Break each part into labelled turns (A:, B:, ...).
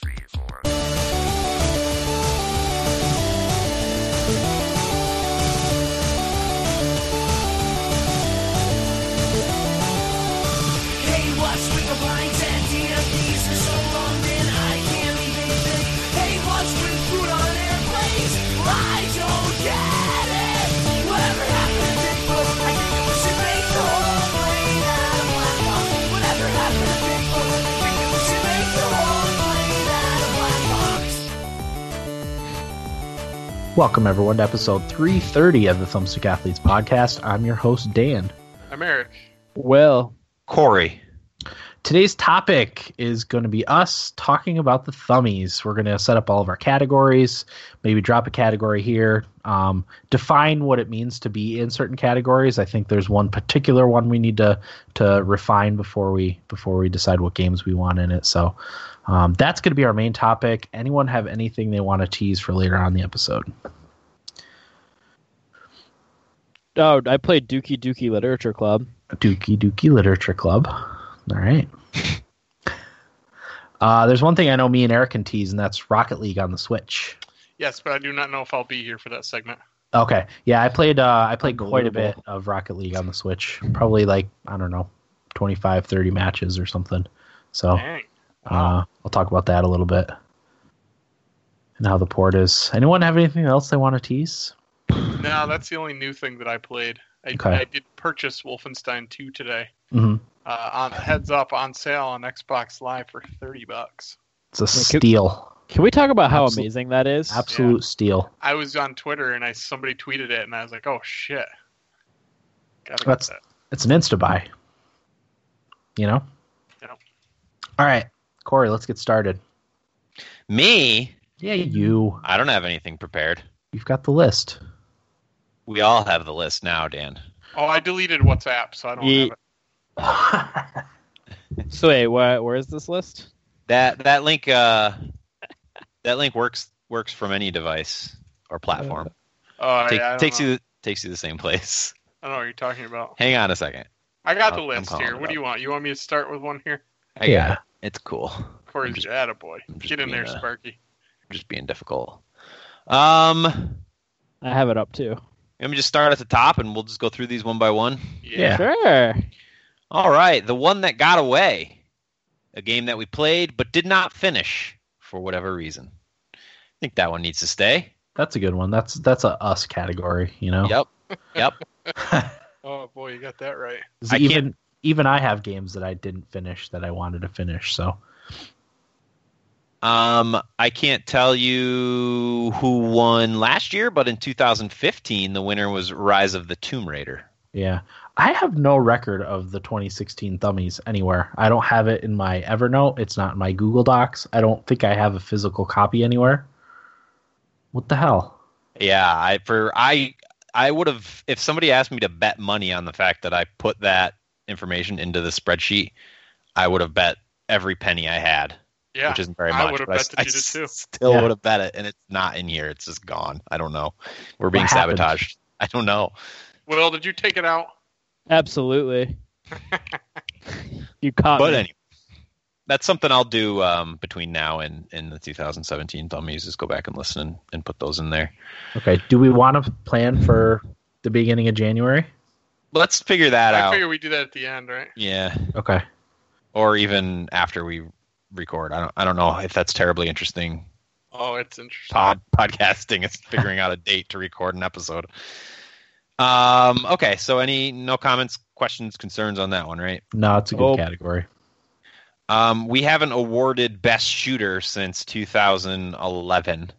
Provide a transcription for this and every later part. A: three, four.
B: Hey, what's with the blinds and DMPs for so long then I can't even think? Hey, what's with food on airplanes? I don't get it. Whatever happened to Bigfoot? I think that we should make the whole plane out of black box. Whatever happened to Bigfoot? I think that we should make the whole plane out of black box.
C: Welcome, everyone, to episode 330 of the Thumbstick Athletes Podcast. I'm your host, Dan.
D: I'm Eric.
C: Well,
E: Corey.
C: today's topic is going to be us talking about the thummies. We're going to set up all of our categories, maybe drop a category here, um, define what it means to be in certain categories. I think there's one particular one we need to to refine before we before we decide what games we want in it. So um, that's going to be our main topic. Anyone have anything they want to tease for later on in the episode?
F: Oh, I played Dookie Dookie Literature Club.
C: Dookie Dookie Literature Club. All right. Uh, there's one thing I know me and Eric can tease, and that's Rocket League on the Switch.
D: Yes, but I do not know if I'll be here for that segment.
C: Okay, yeah, I played. Uh, I played quite a bit of Rocket League on the Switch. Probably like I don't know, 25, 30 matches or something.
E: Oh.
C: So
D: Dang.
C: uh, I'll talk about that a little bit and how the port is. Anyone have anything else they want to tease?
D: No, that's the only new thing that I played. I,
C: Okay.
D: I did purchase Wolfenstein 2 today.
C: hmm
D: Uh, on heads up on sale on Xbox Live for 30 bucks.
C: It's a
F: Like, it-
C: steal,
F: Can we talk about how
C: Absol-
F: amazing that is?
C: absolute steal.
D: I was on Twitter and I somebody tweeted it and I was like, "Oh shit." Gotta
C: That's-
D: get that.
C: It's an insta buy. You know.
D: Yeah.
C: All right, Corey, let's get started.
E: Me?
C: Yeah, you.
E: I don't have anything prepared.
C: You've got the list.
E: We all have the list now, Dan.
D: Oh, I deleted WhatsApp, so I don't
F: Ye-
D: have it.
F: So wait, where, where is this list?
E: That that link uh that link works works from any device or platform.
D: Oh,
E: Take-
D: yeah, I don't
E: takes
D: know.
E: you takes you to the same place.
D: I don't know what you're talking about.
E: Hang on a second.
D: I got the
E: Oh, I'm
D: list
E: calling
D: here.
E: it
D: What do
E: up.
D: you want? You want me to start with one here?
E: I got
C: yeah.
E: it. It's cool.
D: Corey's
E: just-
D: attaboy.
E: I'm just
D: Get in
E: being
D: there,
E: a-
D: Sparky.
E: I'm just being difficult. Um
F: I have it up too.
E: let me just start at the top and we'll just go through these one by one.
C: Yeah.
F: Sure.
E: All right, the one that got away. A game that we played but did not finish for whatever reason. I think that one needs to stay.
C: That's a good one. That's that's a us category, you know.
E: Yep. Yep.
D: Oh boy, you got that right.
C: 'Cause
E: I can't-
C: even even I have games that I didn't finish that I wanted to finish. So
E: Um, I can't tell you who won last year, but in 2015, the winner was Rise of the Tomb Raider.
C: yeah, I have no record of the 2016 Thummies anywhere. I don't have it in my Evernote. It's not in my Google Docs. I don't think I have a physical copy anywhere. What the hell?
E: Yeah, I for I I would have if somebody asked me to bet money on the fact that I put that information into the spreadsheet, I would have bet every penny I had,
D: Yeah.
E: which isn't very
D: I
E: much.
D: would have
E: but
D: bet that you
E: s-
D: did too.
E: Still
C: Yeah.
E: would have bet it, and it's not in here. It's just gone. I don't know. We're being
C: happened?
E: sabotaged. I don't know.
D: Will, did you take it out?
F: Absolutely. you
D: Uh,
F: caught
E: but
F: me.
E: anyway, that's something I'll do um, between now and, and the 2017 Thummies is go back and listen and, and put those in there.
C: Okay, do we want to plan for the beginning of January?
E: Let's figure that
D: I
E: out.
D: figure we do that at the end, right?
E: Yeah,
C: Okay.
E: or even after we record. I don't. I don't know if that's terribly interesting.
D: Oh, it's interesting.
E: Pod podcasting is figuring out a date to record an episode. Um. Okay. So any no comments, questions, concerns on that one, right?
C: No, it's a good
F: Oh.
C: category.
E: Um. We haven't awarded best shooter since 2011.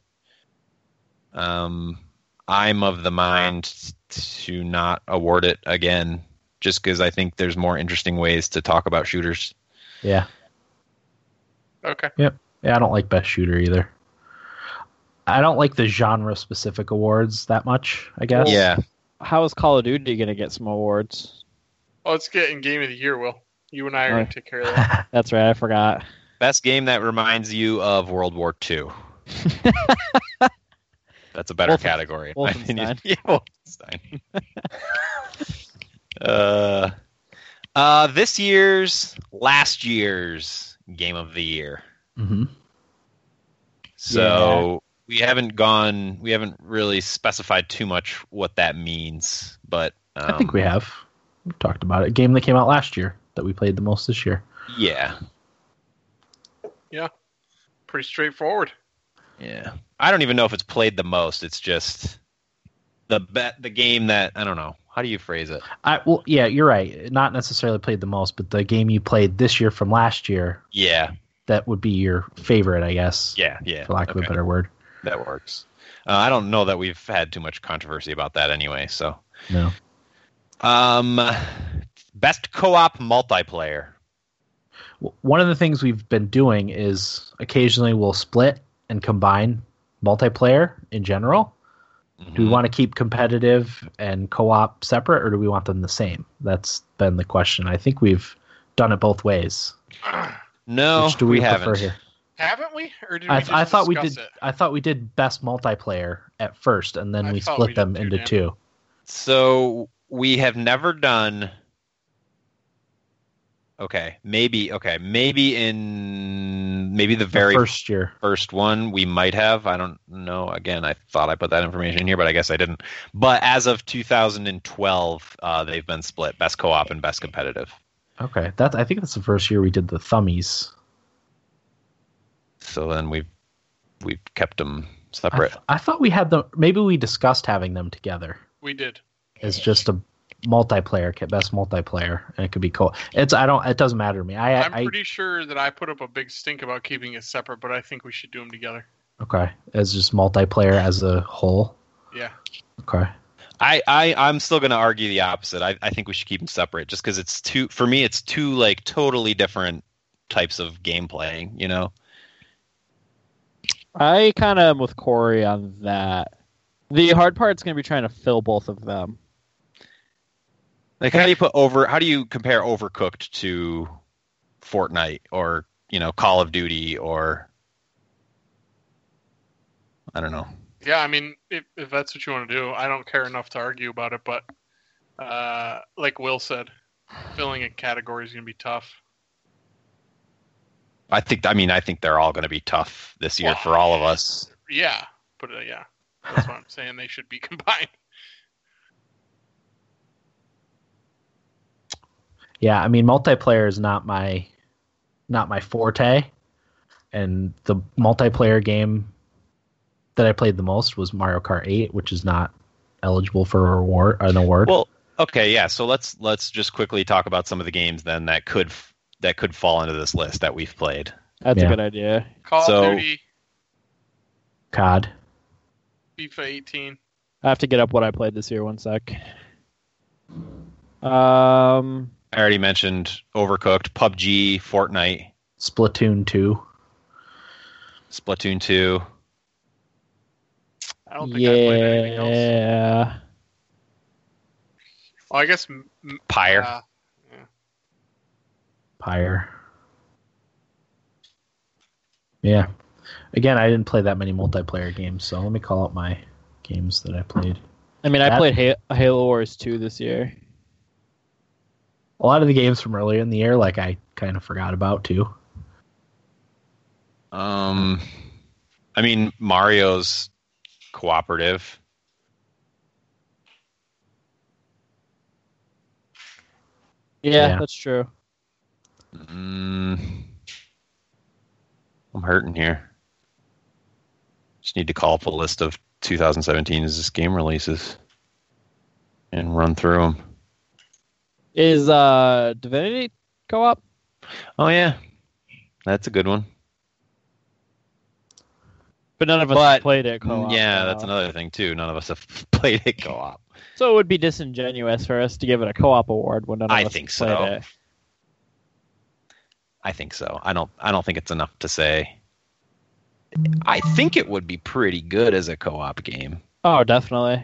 E: Um. I'm of the mind to not award it again, just because I think there's more interesting ways to talk about shooters.
C: Yeah.
D: Okay.
C: Yeah, I don't like best shooter either. I don't like the genre specific awards that much, I guess.
E: Yeah.
F: How is Call of Duty going to get some awards?
D: Well, let's get in game of the year, Will. You and I are gonna
F: Alright.
D: take care of that.
F: That's right. I forgot.
E: Best game that reminds you of World War II. That's a better
F: Wolfen-
E: category. in my opinion.
F: Wolfenstein.
E: Yeah, Wolfenstein. uh, uh, this year's, last year's game of the year.
C: hmm
E: So we haven't gone. We haven't really specified too much what that means, but um,
C: I think we have. We've talked about it. A game that came out last year that we played the most this year.
E: Yeah,
D: Pretty straightforward.
E: yeah. I don't even know if it's played the most. It's just the bet the game that I don't know. How do you phrase it?
C: I well, yeah, you're right. Not necessarily played the most, but the game you played this year from last year
E: Yeah,
C: that would be your favorite, I guess.
E: yeah, yeah.
C: For lack of
E: Okay.
C: a better word.
E: That works. Uh, I don't know that we've had too much controversy about that anyway. So,
C: No.
E: um, best co-op multiplayer.
C: W- One of the things we've been doing is occasionally we'll split and combine multiplayer in general.
E: Mm-hmm.
C: Do we want to keep competitive and co-op separate, or do we want them the same? That's been the question. I think we've done it both ways.
E: No,
C: Which do we,
E: we,
C: prefer
E: haven't.
C: here?
D: Haven't we? Or did we
C: I,
D: just
C: I thought we did.
D: discuss it?
C: I thought we did best multiplayer at first, and then
D: I
C: we
D: thought
C: split
D: we did
C: them
D: too,
C: into
D: Dan.
C: two.
E: So we have never done. Okay, maybe. Okay, maybe in maybe the
C: The
E: very first.
C: first year.
E: one we might have. I don't know. Again, I thought I put that information in here, but I guess I didn't. But as of 2012, uh, they've been split: best co-op and best competitive.
C: Okay, that I think that's the first year we did the thummies.
E: So then we've we've kept them
C: I,
E: separate.
C: th- I thought we had the. Maybe we discussed having them together
D: We did.
C: as just a multiplayer kit, best multiplayer, and it could be cool. It's I don't. It doesn't matter to me. I,
D: I'm
C: I
D: pretty sure that I put up a big stink about keeping it separate, but I think we should do them together.
C: okay as just multiplayer as a whole.
D: Yeah.
C: Okay.
E: I, I I'm still going to argue the opposite. I, I think we should keep them separate, just because it's two. For me, it's two like totally different types of game playing. You know,
F: I kind of am with Corey on that. The hard part's going to be trying to fill both of them.
E: like how do you put over? How do you compare Overcooked to Fortnite or you know Call of Duty or I don't know.
D: Yeah, I mean, if, if that's what you want to do, I don't care enough to argue about it, but uh, like Will said, filling a category is going to be tough.
E: I think I mean I think they're all going to be tough this year for all of us.
D: Yeah, but uh, yeah, that's what I'm saying. They should be combined.
C: Yeah, I mean multiplayer is not my not my forte. And the multiplayer game that I played the most was Mario Kart 8, which is not eligible for a reward an award.
E: Well, okay, yeah. So let's let's just quickly talk about some of the games then that could that could fall into this list that we've played.
F: That's
C: Yeah.
F: a good idea.
D: Call
E: So-
D: of Duty,
C: COD.
D: FIFA 18.
F: I have to get up what I played this year. One sec. Um,
E: I already mentioned Overcooked, PUBG, Fortnite,
C: Splatoon 2.
E: Splatoon 2.
D: I don't think I played anything else.
F: yeah.
D: Well, I guess m- m-
E: Pyre.
D: uh,
C: Pyre. Yeah. Again, I didn't play that many multiplayer games, so let me call out my games that I played.
F: I mean, I
C: That-
F: played Ha- Halo Wars 2 this year.
C: A lot of the games from earlier in the year, like I kind of forgot about too.
E: Um, I mean Mario's cooperative.
F: Yeah,
C: Yeah.
F: that's true.
E: Mm, I'm hurting here. Just need to call up a list of 2017's game releases and run through them.
F: Is uh Divinity co-op?
E: Oh yeah, that's a good one.
F: But none of us
E: But-
F: played it co-op.
E: Mm, yeah,
F: so-
E: that's another thing too. None of us have played it co-op.
F: So it would be disingenuous for us to give it a co-op award when none of
E: I
F: us
E: think
F: played
E: so.
F: it.
E: I think so. I don't. I don't think it's enough to say. I think it would be pretty good as a co-op game.
F: Oh, definitely.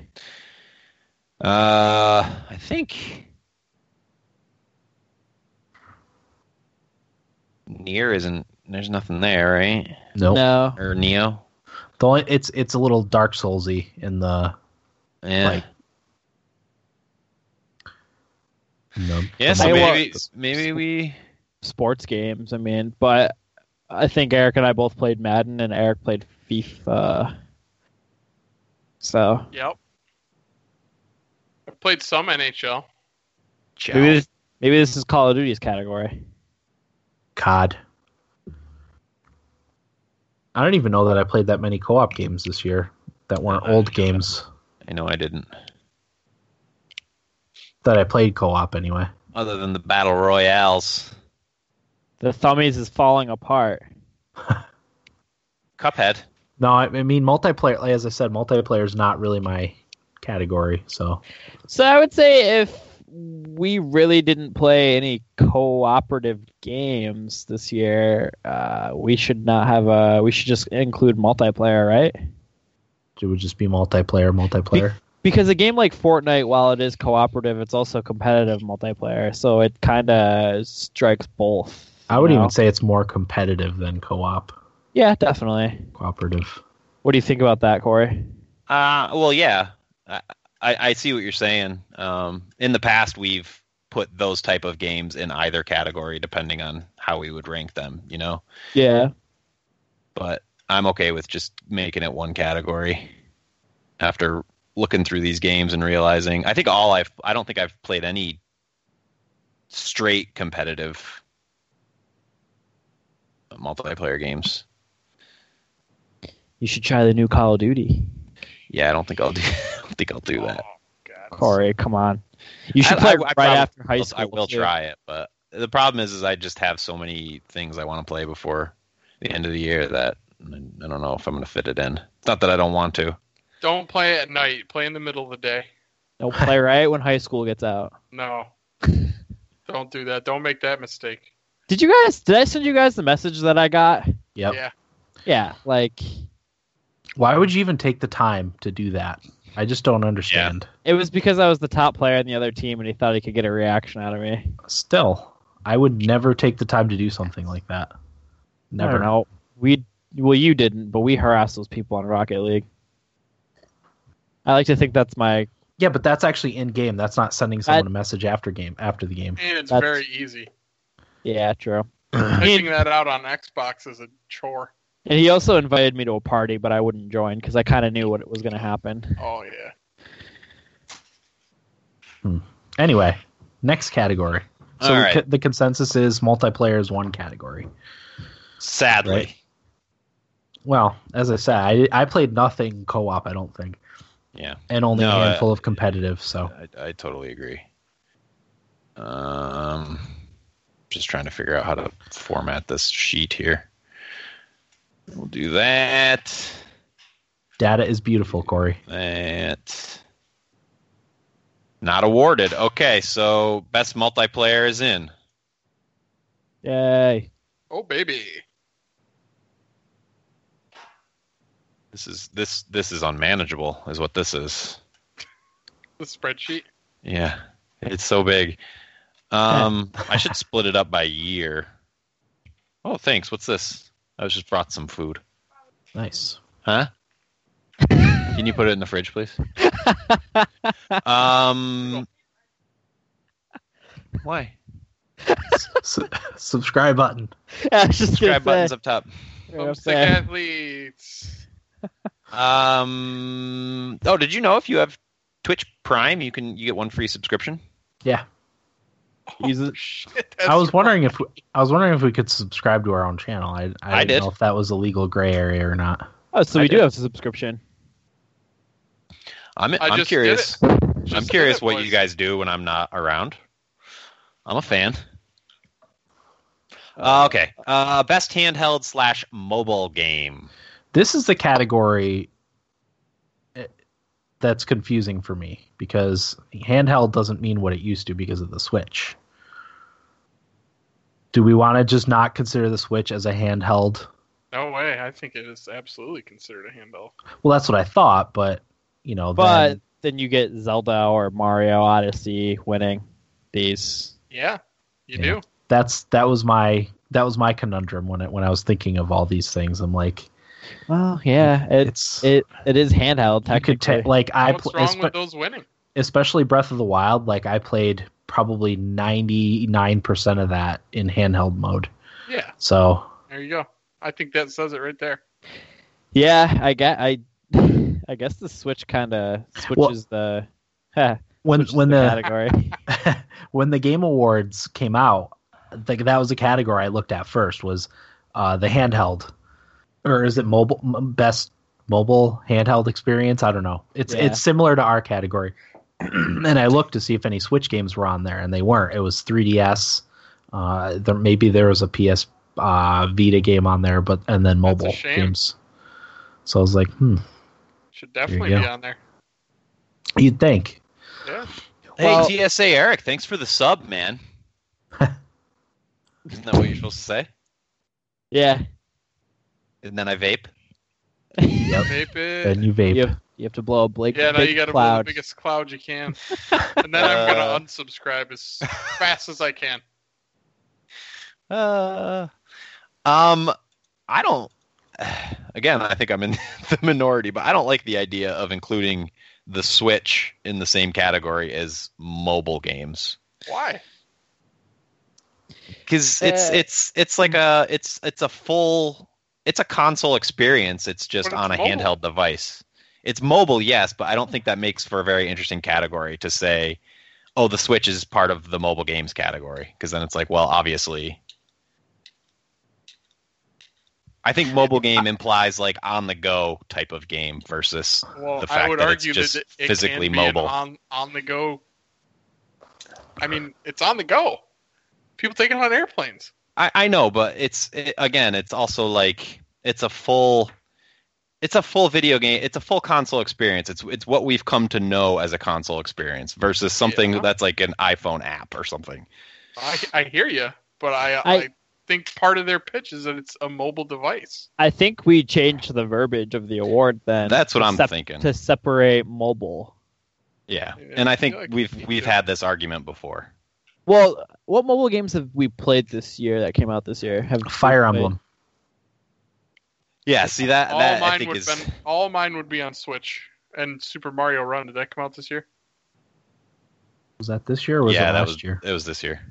E: Uh, I think. Near isn't. There's nothing there, right?
C: Nope.
F: No.
E: Or Neo.
C: The only, it's it's a little Dark Soulsy in the
E: Yeah.
C: Like, No.
E: yeah. So
F: I
E: maybe
F: want-
E: maybe we.
F: Sports games, I mean, but I think Eric and I both played Madden, and Eric played FIFA. So
D: Yep. I played some NHL.
F: maybe this, maybe this is Call of Duty's category.
C: COD. I don't even know that I played that many co-op games this year that weren't old games
E: I know I didn't.
C: that I played co-op anyway.
E: Other than the battle royales,
F: The thummies is falling apart.
E: Cuphead.
C: No, I I mean multiplayer. Like, as I said, multiplayer is not really my category. So
F: So I would say if we really didn't play any cooperative games this year, uh, we should not have a. We should just include multiplayer, right?
C: it would just be multiplayer, multiplayer.
F: Because a game like Fortnite, while it is cooperative, it's also competitive multiplayer. So it kind of strikes both.
C: I would
F: you know?
C: even say it's more competitive than co-op,
F: Yeah, definitely.
C: cooperative.
F: What do you think about that, Corey?
E: Uh, well, yeah, I, I I see what you're saying. Um, in the past, we've put those type of games in either category, depending on how we would rank them. You know,
F: Yeah.
E: but I'm okay with just making it one category after looking through these games and realizing I think all I've I don't think I've played any straight competitive multiplayer games.
F: You should try the new Call of Duty.
E: Yeah, I don't think I'll do I don't think I'll do that.
D: Oh, God.
F: Corey, come on. You should
E: I-
F: play
E: I- I
F: it right
E: probably
F: after high
E: will-
F: school.
E: I will
F: too.
E: try it, but the problem is, is I just have so many things I want to play before the end of the year that I don't know if I'm going to fit it in. It's not that I don't want to.
D: Don't play it at night. Play in the middle of the day.
F: No, play right when high school gets out.
D: No. Don't do that. Don't make that mistake.
F: Did you guys? Did I send you guys the message that I got?
C: Yep.
D: Yeah.
F: Yeah, like
C: Why would you even take the time to do that? I just don't understand.
F: it was because I was the top player in the other team, and he thought he could get a reaction out of me.
C: Still, I would never take the time to do something like that.
F: I
C: Never.
F: don't know. We well, you didn't, but we harassed those people on Rocket League. I like to think that's my.
C: Yeah, but that's actually in game. That's not sending someone
F: I-
C: a message after game after the game.
D: And it's
F: That's-
D: very easy.
F: Yeah, true.
D: Fishing that out on Xbox is a chore.
F: And he also invited me to a party, but I wouldn't join because I kind of knew what was going to happen.
D: Oh yeah.
C: Anyway, next category. So
E: All
C: the
E: right.
C: co- the consensus is multiplayer is one category.
E: Sadly.
C: Right. Well, as I said, I, I played nothing co-op. I don't think,
E: Yeah,
C: and only
E: No,
C: a
E: uh,
C: handful of competitive. So
E: I, I totally agree. Um, just trying to figure out how to format this sheet here. We'll do that.
C: data is beautiful, Corey.
E: That. Not awarded. Okay, so best multiplayer is in.
F: Yay!
D: Oh baby.
E: This is this this is unmanageable, is what this is.
D: The spreadsheet.
E: Yeah, it's so big. Um, I should split it up by year. Oh, thanks. What's this? I was just brought some food.
C: Nice.
E: Huh? Can you put it in the fridge, please? um. Why?
C: Su- subscribe button.
F: I was just
E: Subscribe
F: gonna
E: buttons
F: say,
E: up top.
F: right up
D: Homesick
F: there.
D: athletes.
E: Um. Oh, did you know if you have Twitch Prime, you can you get one free subscription? Oh,
C: Yeah,
F: Use it.
D: Shit,
C: I was
D: that's-
C: wondering if we, I was wondering if we could subscribe to our own channel. I I,
E: I
C: didn't
E: did.
C: know if that was a legal gray area or not.
F: Oh, so
E: I
F: we do
E: did.
F: have a subscription.
E: I'm
D: I
E: I'm
D: just
E: curious.
D: Just
E: I'm
D: did
E: curious
D: it,
E: what
D: boys.
E: you guys do when I'm not around. I'm a fan. Uh, okay. Uh, best handheld slash mobile game.
C: This is the category eh, that's confusing for me because handheld doesn't mean what it used to because of the Switch. Do we want to just not consider the Switch as a handheld?
D: No way. I think it is absolutely considered a handbell.
C: Well, that's what I thought, but you know,
F: But
C: then,
F: then you get Zelda or Mario Odyssey winning these.
D: Yeah. You
C: Yeah.
D: do.
C: that's that was my that was my conundrum when it when I was thinking of all these things. I'm like,
F: Well, yeah, it,
C: it's
F: it it is handheld
C: I could
F: technically.
C: take like I
D: What's
C: pl-
D: wrong
C: espe-
D: with those winning?
C: especially Breath of the Wild. Like I played probably ninety nine percent of that in handheld mode.
D: Yeah.
C: So
D: There you go. I think that says it right there.
F: Yeah, I get. I I guess the Switch kind of switches the. Huh,
C: When
F: switches
C: when
F: the
C: the
F: category.
C: when the game awards came out like that was the category i looked at first was uh the handheld or is it mobile m- best mobile handheld experience i don't know it's
F: Yeah.
C: it's similar to our category and i looked to see if any switch games were on there and they weren't it was 3ds uh there maybe there was a ps uh vita game on there but and then
D: That's a
C: mobile
D: shame.
C: games so i was like hmm
D: Should definitely
C: go.
D: be on there.
C: you'd think
D: Yeah.
F: Well-
E: hey, TSA Eric, thanks for the sub, man. Isn't that what you're supposed to say?
F: yeah,
E: And then I vape.
D: Vape it.
C: and you vape
F: you, you have to blow a Blake
D: Yeah, now
F: big
D: you gotta blow the
F: cloud.
D: biggest cloud you can. and then I'm
E: Uh.
D: gonna unsubscribe as fast as I can.
E: Uh, um, I don't. Again, I think I'm in the minority, but I don't like the idea of including the Switch in the same category as mobile games
D: Why?
E: because it's
F: Uh,
E: it's it's like a it's it's a full it's a console experience. It's just
D: But it's
E: on a
D: mobile.
E: handheld device. It's mobile, yes, but I don't think that makes for a very interesting category to say, "Oh, the Switch is part of the mobile games category," because then it's like, well, obviously. I think mobile game implies like on the go type of game versus
D: Well,
E: the fact
D: I would
E: that it's
D: argue
E: just
D: that it can
E: physically
D: be an
E: mobile.
D: on on the go. I mean, it's on the go. People take it on airplanes.
E: I, I know, but it's it, again, it's also like it's a full, it's a full video game. It's a full console experience. It's it's what we've come to know as a console experience versus something
D: Yeah.
E: that's like an iPhone app or something.
D: I, I hear you, but I, I
F: I-
D: think part of their pitch is that it's a mobile device.
F: I think we changed the verbiage of the award then.
E: That's what
F: to
E: I'm
F: sep-
E: thinking.
F: to separate mobile.
E: Yeah,
D: Yeah,
E: and I
D: I
E: think
D: feel like
E: we've
D: we need
E: we've
D: to-
E: had this argument before.
F: Well, what mobile games have we played this year that came out this year? Have we
C: fire
F: played-
C: emblem
E: Yeah, see that
D: All
E: that I
D: mine
E: think
D: would
E: is
D: been, all mine would be on Switch and Super Mario Run. Did that come out this year?
C: was that this year or was
E: yeah
C: it
E: that
C: last
E: was
C: year
E: it was this year,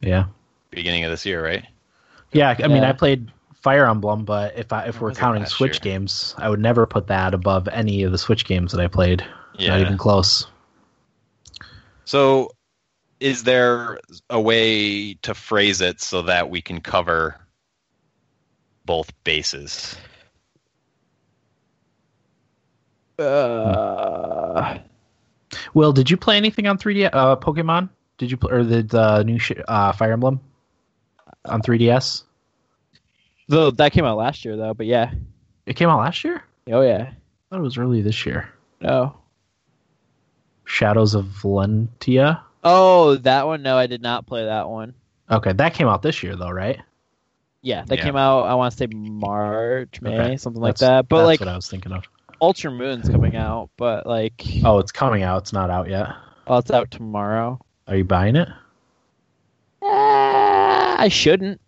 C: yeah
E: beginning of this year, right?
C: Yeah, I mean,
F: Yeah.
C: I played Fire Emblem, but if I, if
E: When
C: we're
E: was it
C: counting
E: last
C: Switch
E: year?
C: games, I would never put that above any of the Switch games that I played.
E: Yeah,
C: Not even close.
E: So, is there a way to phrase it so that we can cover both bases?
F: Uh,
C: Will, did you play anything on 3D uh, Pokemon? Did you play or the, the new sh- uh, Fire Emblem on 3DS?
F: though that came out last year though, but yeah.
C: It came out last year.
F: Oh yeah.
C: I thought it was early this year.
F: No.
C: Shadows of Valentia.
F: Oh, that one. No, I did not play that one.
C: Okay, that came out this year though, right?
F: Yeah, that
E: Yeah.
F: came out. I want to say March, May,
C: Okay.
F: something like
C: That's-
F: that. But
C: that's
F: like
C: what I was thinking of.
F: Ultra Moon's coming out, but like
C: Oh, it's coming out. It's not out yet.
F: oh, it's out tomorrow.
C: Are you buying it?
F: Ah, I shouldn't.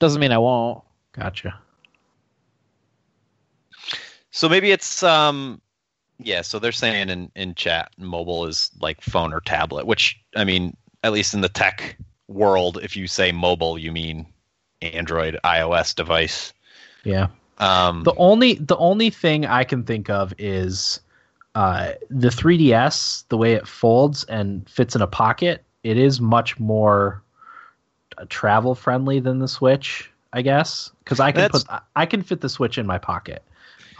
F: Doesn't mean I won't.
C: Gotcha.
E: So maybe it's um yeah, so they're saying in in chat mobile is like phone or tablet, which I mean, at least in the tech world if you say mobile you mean Android, iOS device.
C: Yeah.
E: Um
C: The only the only thing I can think of is uh, the 3DS, the way it folds and fits in a pocket. It is much more uh, travel friendly than the Switch, I guess, because I can
E: That's-
C: put I- I can fit the Switch in my pocket,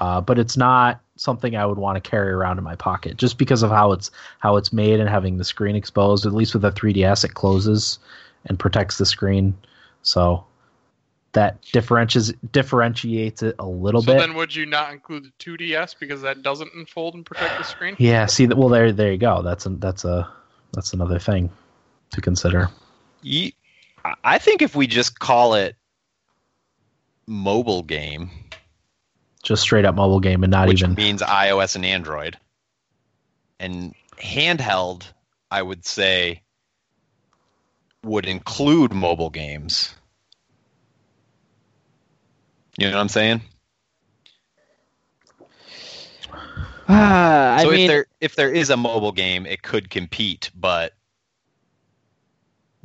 C: uh, but it's not something I would want to carry around in my pocket just because of how it's how it's made and having the screen exposed. At least with the 3DS, it closes and protects the screen, so that differentiates differentiates it a little
D: so
C: bit.
D: then would you not include the 2DS because that doesn't unfold and protect the screen?
C: Yeah. See that. Well, there, there you go. That's a, that's a, that's another thing to consider.
E: Ye- I- I think if we just call it mobile game,
C: Just straight up mobile game and not
E: which
C: even.
E: means iOS and Android. And handheld, I would say, would include mobile games. You know what I'm saying?
F: Ah, I
E: so if
F: mean,
E: there if there is a mobile game, it could compete, but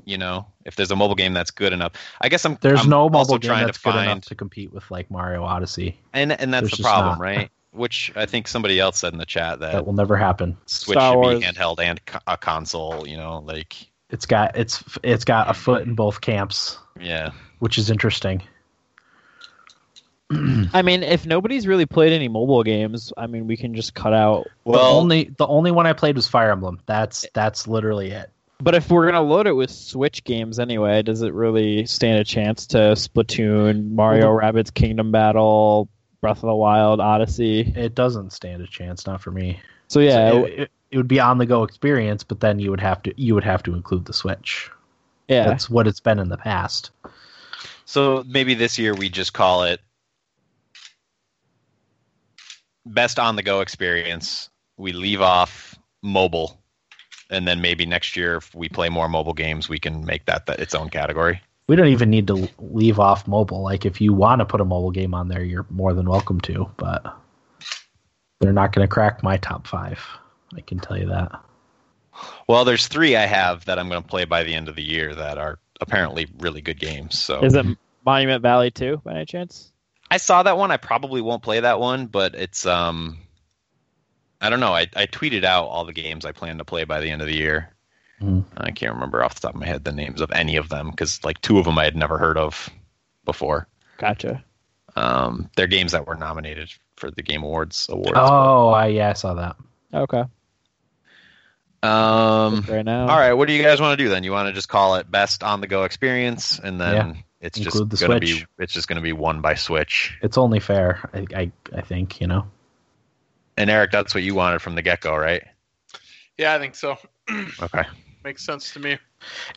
E: you know, if there's a mobile game that's good enough. I guess I'm
C: There's
E: I'm
C: no
E: also
C: mobile game
E: trying
C: that's
E: to
C: good
E: find
C: enough to compete with like Mario Odyssey.
E: and and that's
C: There's
E: the
C: just
E: problem,
C: not.
E: right? Which I think somebody else said in the chat that
C: That will never happen.
E: Switch
F: Star
E: should
F: Wars.
E: be handheld and co- a console, you know, like
C: It's got it's it's got a foot in both camps,
E: yeah.
C: which is interesting.
F: I mean, if nobody's really played any mobile games, I mean, we can just cut out.
E: Well,
C: the only the only one I played was Fire Emblem. That's that's literally it.
F: But if we're gonna load it with Switch games anyway, does it really stand a chance to Splatoon, Mario
C: Well,
F: Rabbits Kingdom Battle, Breath of the Wild, Odyssey?
C: It doesn't stand a chance, not for me.
F: So yeah,
C: it, it, it would be on the go experience, but then you would have to you would have to include the Switch.
F: yeah.
C: That's what it's been in the past.
E: So maybe this year we just call it best on the go experience. We leave off mobile, and then maybe next year if we play more mobile games, we can make that, that its own category.
C: We don't even need to leave off mobile. Like if you want to put a mobile game on there, you're more than welcome to, but they're not going to crack my top 5. I can tell you that.
E: Well, there's three I have that I'm going to play by the end of the year that are apparently really good games. So
F: Is it Monument Valley too, by any chance?
E: I saw that one. I probably won't play that one, but it's um, I don't know. I, I tweeted out all the games I plan to play by the end of the year.
C: Hmm.
E: I can't remember off the top of my head the names of any of them because like two of them I had never heard of before.
F: Gotcha.
E: Um, they're games that were nominated for the Game Awards awards.
C: Oh, I yeah, I saw that.
F: Okay.
C: Oh.
E: Um,
F: Right now.
E: all right. What do you guys want to do then? You want to just call it best on the go experience, and then it's just
C: Include the
E: gonna
C: Switch.
E: be it's just gonna be one by Switch.
C: It's only fair. I I, I think, you know.
E: And Eric, that's what you wanted from the get go, right?
D: Yeah, I think so.
E: Okay.
D: Makes sense to me.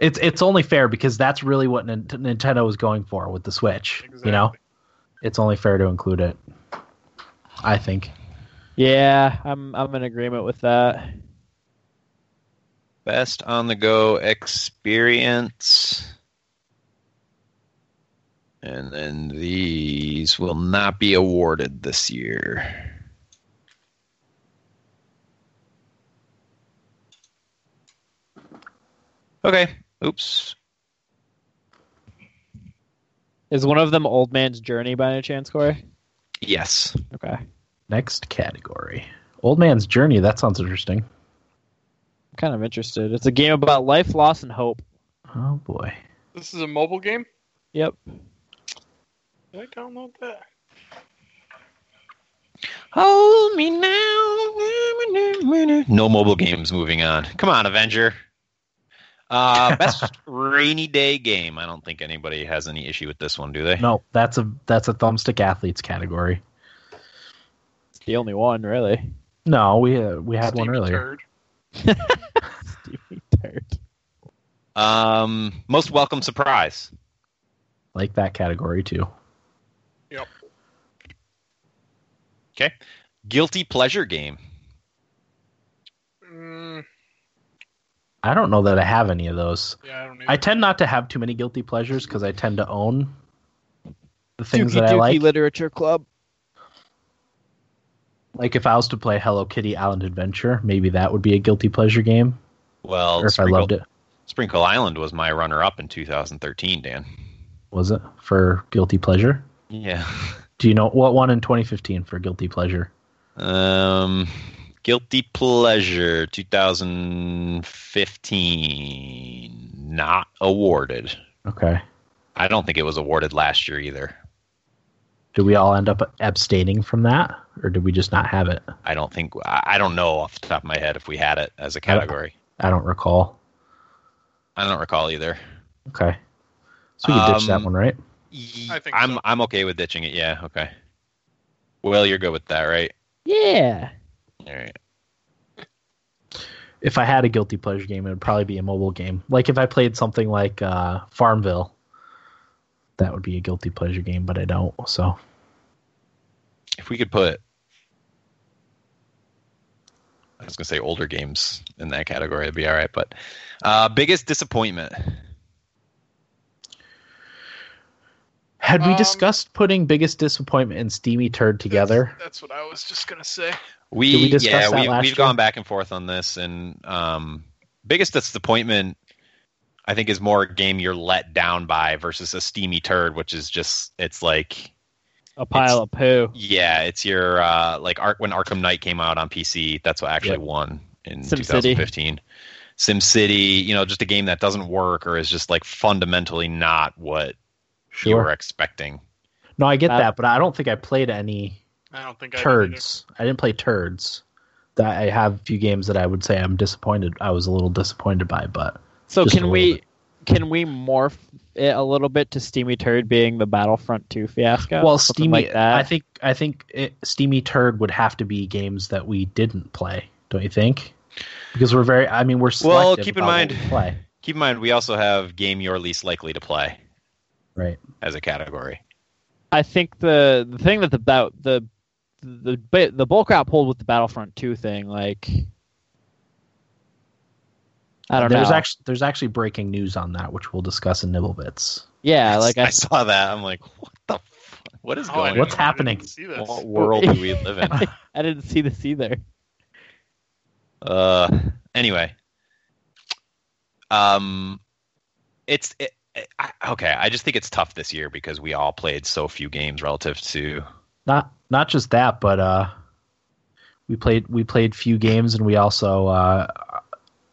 C: It's it's only fair because that's really what Nin- Nintendo was going for with the Switch,
D: Exactly.
C: you know. It's only fair to include it. I think.
F: Yeah, I'm I'm in agreement with that.
E: Best on the go experience. And then these will not be awarded this year. Okay. Oops.
F: Is one of them Old Man's Journey by any chance, Corey?
E: Yes.
F: Okay.
C: Next category. Old Man's Journey, that sounds interesting.
F: I'm kind of interested. It's a game about life, loss, and hope.
C: Oh boy.
D: This is a mobile game.
F: Yep.
D: Did I download that?
E: Hold me now. No mobile games moving on. Come on, Avenger. Uh, best rainy day game. I don't think anybody has any issue with this one, do they?
C: No, that's a that's a thumbstick athletes category.
F: It's the only one, really.
C: No, we uh, we had one
D: Stevie
C: earlier.
D: Turd.
F: Stevie Dirt.
E: Um, most welcome surprise.
C: Like that category too.
E: Okay. Guilty pleasure game.
D: Mm,
C: I don't know that I have any of those.
D: yeah, I don't need.
C: I tend not to have too many guilty pleasures because I tend to own the things
F: Dookie
C: that I
F: Dookie
C: like.
F: Literature Club.
C: like if I was to play Hello Kitty Island Adventure, maybe that would be a guilty pleasure game.
E: Well,
C: or if I
E: Sprinkle-
C: loved it,
E: Sprinkle Island was my runner-up in 2013, Dan.
C: was it for guilty pleasure?
E: Yeah.
C: Do you know what one in 2015 for guilty pleasure?
E: Um, guilty pleasure 2015 not awarded.
C: Okay.
E: I don't think it was awarded last year either.
C: Did we all end up abstaining from that, or did we just not have it?
E: I don't think I I don't know off the top of my head if we had it as a category.
C: I don't recall.
E: I don't recall either.
C: Okay. So we can ditch that
E: Um,
C: one, right?
D: I think
E: I'm
D: so.
E: I'm okay with ditching it. Yeah, okay. Will, you're good with that, right?
F: Yeah.
E: All right.
C: If I had a guilty pleasure game, it would probably be a mobile game. Like if I played something like uh, Farmville, that would be a guilty pleasure game, but I don't. So
E: If we could put I was gonna say older games in that category, it'd be all right. But uh, biggest disappointment.
C: had we
D: Um,
C: discussed putting biggest disappointment and steamy turd together?
D: That's, that's what I was just gonna say.
E: We,
C: Did we discuss that
E: yeah, we,
C: last
E: we've
C: year?
E: gone back and forth on this, and um, biggest disappointment. I think is more a game you're let down by versus a steamy turd, which is just it's like
F: A pile of poo.
E: yeah, it's your uh, like Ar- when Arkham Knight came out on PC. That's what actually
F: Yep.
E: won in
F: Sim City.
E: 2015. Sim City, you know, just a game that doesn't work or is just like fundamentally not what you were
C: Sure.
E: expecting.
C: No, I get
F: Uh,
C: that, but I don't think I played any
D: I don't think I did either.
C: turds. I didn't play turds. That I have a few games that I would say I'm disappointed. I was a little disappointed by, but
F: So
C: Just a
F: can
C: little
F: we
C: bit.
F: can we morph it a little bit to Steamy Turd being the Battlefront 2 fiasco?
C: well,
F: Something
C: steamy.
F: like that.
C: I think I think it, steamy turd would have to be games that we didn't play. Don't you think? Because we're very. I mean, we're
E: Well,
C: selective
E: keep in
C: about what
E: mind-
C: we play
E: Keep in mind, we also have game you're least likely to play
C: right.
E: as a category.
F: I think the the thing that the about the the but the bull crap pulled with the Battlefront 2 thing, like I don't
C: there's
F: know.
C: actually there's actually breaking news on that, which we'll discuss in Nibble Bits.
F: yeah, like
E: I
F: I,
E: saw that. I'm like, what the? F- what is
D: Oh, I
E: going?
D: didn't-
C: What's
D: I didn't
C: happening?
D: See
E: on?
D: this.
E: What world do we live in?
F: I didn't see this either.
E: Uh, anyway, um, it's it, it, I, okay. I just think it's tough this year because we all played so few games relative to.
C: Not not just that, but uh, we played we played few games, and we also uh,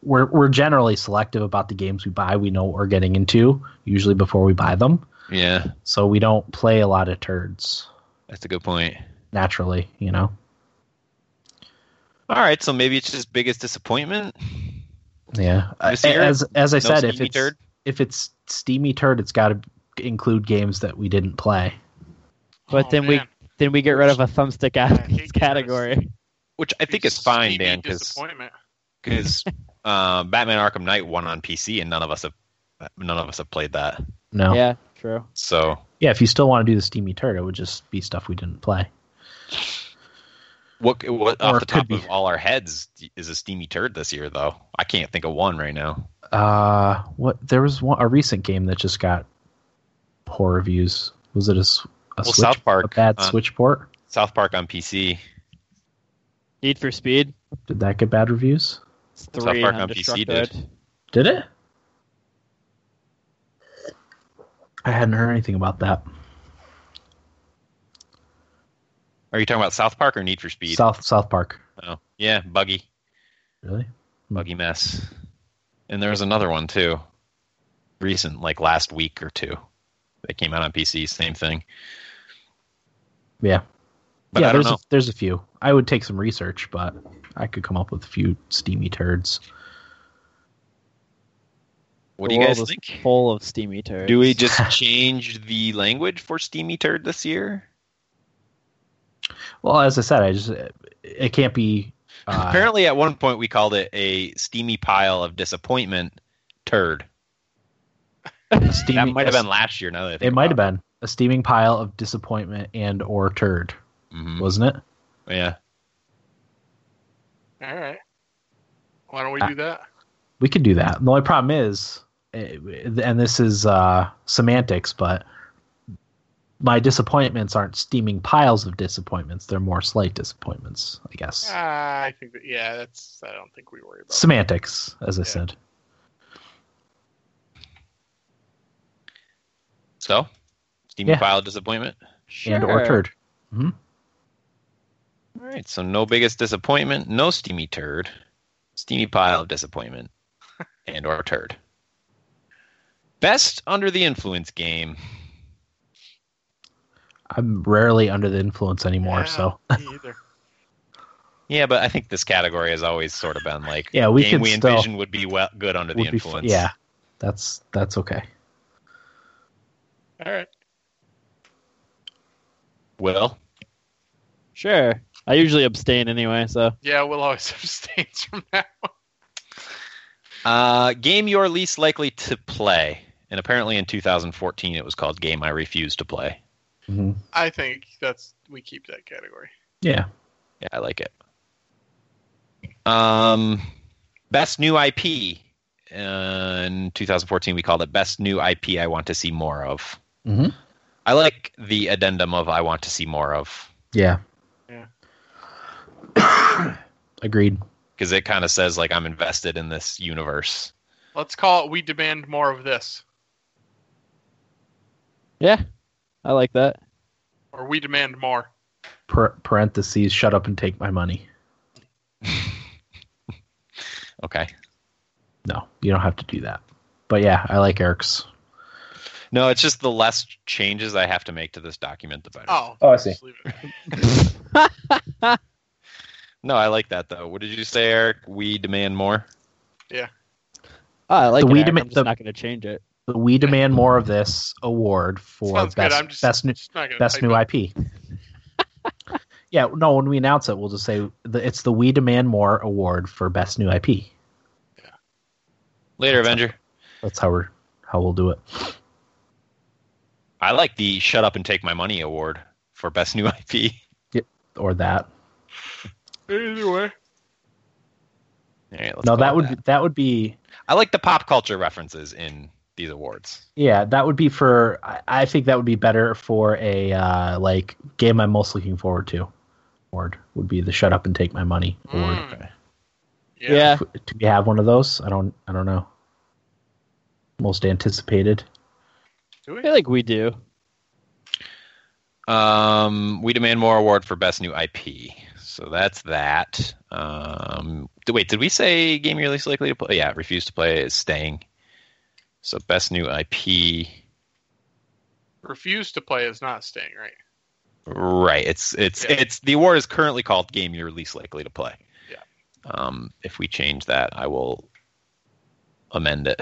C: we're we're generally selective about the games we buy. We know what we're getting into usually before we buy them,
E: Yeah,
C: so we don't play a lot of turds
E: that's a good point.
C: naturally. You know,
E: All right, so maybe it's just biggest disappointment.
C: yeah.
E: This year,
C: as as I
E: no
C: said, if
E: steamy
C: it's
E: turd?
C: if it's steamy turd, it's got to include games that we didn't play.
F: But
D: Oh,
F: then we
D: man.
F: then we get rid of a thumbstick out
D: I
F: of
D: hate
F: this
D: getting rid of
F: category.
E: Which I think
D: It's
E: is fine,
D: steamy
E: Dan, because
D: disappointment.
E: because uh, Batman Arkham Knight won on PC, and none of us have none of us have played that.
C: No, yeah.
F: Yeah, true.
E: So
C: If you still want to do the steamy turd, it would just be stuff we didn't play.
E: what what
C: Or
E: off the
C: it could
E: top
C: be.
E: of all our heads is a steamy turd this year, though. I can't think of one right now.
C: uh what there was one a recent game that just got poor reviews was it a, s- a
E: Well,
C: switch
E: South Park,
C: a bad
E: uh,
C: switch port
E: South Park on PC.
F: Need for Speed.
C: did that get bad reviews
F: It's
E: South
F: three
E: Park
F: and
E: on PC
F: Undestructoid.
C: did it i hadn't heard anything about that
E: Are you talking about South Park or Need for Speed?
C: south south park
E: Oh, yeah, buggy,
C: really
E: buggy mess. And there was another one too, recent, like last week or two. That came out on PC, same thing.
C: yeah
E: But
C: yeah
E: I don't
C: there's a,
E: know.
C: there's a few i would take some research but i could come up with a few steamy turds
E: What
F: The
E: do you guys
F: world is
E: think?
F: Full of steamy turds.
E: Do we just change the language for Steamy Turd this year?
C: well as i said i just it can't be uh,
E: Apparently, at one point we called it a steamy pile of disappointment turd.
C: steamy,
E: That might have been last year. Now that I think
C: it might have been a steaming pile of disappointment and or turd
E: hmm
C: wasn't it
E: Yeah,
D: All right. Why don't we do that?
C: We could do that. The only problem is, eh, and this is uh, semantics, but my disappointments aren't steaming piles of disappointments. They're more slight disappointments, I guess.
D: Uh,
E: Ah.
D: I think that yeah, that's I don't think we worry about. it.
C: Semantics, as I
D: Yeah.
C: said.
E: so steamy
C: Yeah.
E: pile of disappointment.
C: And or
F: Sure.
C: turd.
E: All right, so no biggest disappointment, no steamy turd, steamy pile of disappointment, and or turd. Best under the influence game.
C: I'm rarely under the influence anymore,
D: Yeah,
C: so
D: me either.
E: Yeah, but I think this category has always sort of been like
C: Yeah, we
E: game
C: can
E: we
C: still-
E: envision would be well good under the
C: would be f-
E: influence.
C: yeah, that's that's okay.
D: All right.
E: Will
F: Sure. I usually abstain anyway, so
D: Yeah, we'll always abstain from that.
E: uh, game you're least likely to play, and apparently in 2014 it was called game I refuse to play.
C: Mhm.
D: I think that's we keep that category.
C: Yeah,
E: Yeah, I like it. Um, best new IP uh, in 2014. We called it best new IP. I want to see more of.
C: Mhm.
E: I like the addendum of I want to see more of
C: yeah,
D: Yeah.
C: Agreed.
E: because it kind of says like I'm invested in this universe.
D: Let's call it We Demand More of This,
F: Yeah, I like that.
D: or We Demand More.
C: Per- parentheses, shut up and take my money.
E: Okay.
C: No, you don't have to do that. But yeah, I like Eric's.
E: No, it's just the less changes I have to make to this document, the better.
D: Oh,
C: Oh, I see.
D: just leave it.
E: No, I like that though. What did you say, Eric? We demand more.
F: Oh, I like
C: The
F: it.
C: weed
F: Eric.
C: dema-
F: I'm just
C: the-
F: not going to change it.
C: But we demand more of this award for
D: Sounds
C: best
D: good. I'm just,
C: best new
D: just not gonna
C: best
D: type
C: new
D: it.
C: IP. yeah, no. When we announce it, we'll just say the, it's the We Demand More award for best new IP.
E: Later, Avenger.
C: That's how we're how we'll do it.
E: I like the "Shut Up and Take My Money" award for best new IP.
C: Or that.
D: Either way.
E: All right, let's
C: no,
E: call
C: that
E: it
C: would Be, that would be
E: I like the pop culture references in these awards.
C: Yeah, that would be for. I, I think that would be better for a uh, like game I'm most looking forward to. Award would be the shut up and take my money award.
D: Mm.
E: Okay.
D: Yeah.
F: yeah.
C: Do we have one of those? I don't. I don't know. Most anticipated.
D: Do
F: I
D: we?
F: feel like we do.
E: Um, we demand more award for best new IP. So that's that. Um, d- wait, did we say game you're least likely to play? Yeah, refuse to play is staying. So best new IP.
D: Refuse to play is not staying, right?
E: Right. It's it's
D: Yeah.
E: it's the award is currently called game you're least likely to play.
D: Yeah.
E: Um, if we change that, I will amend it.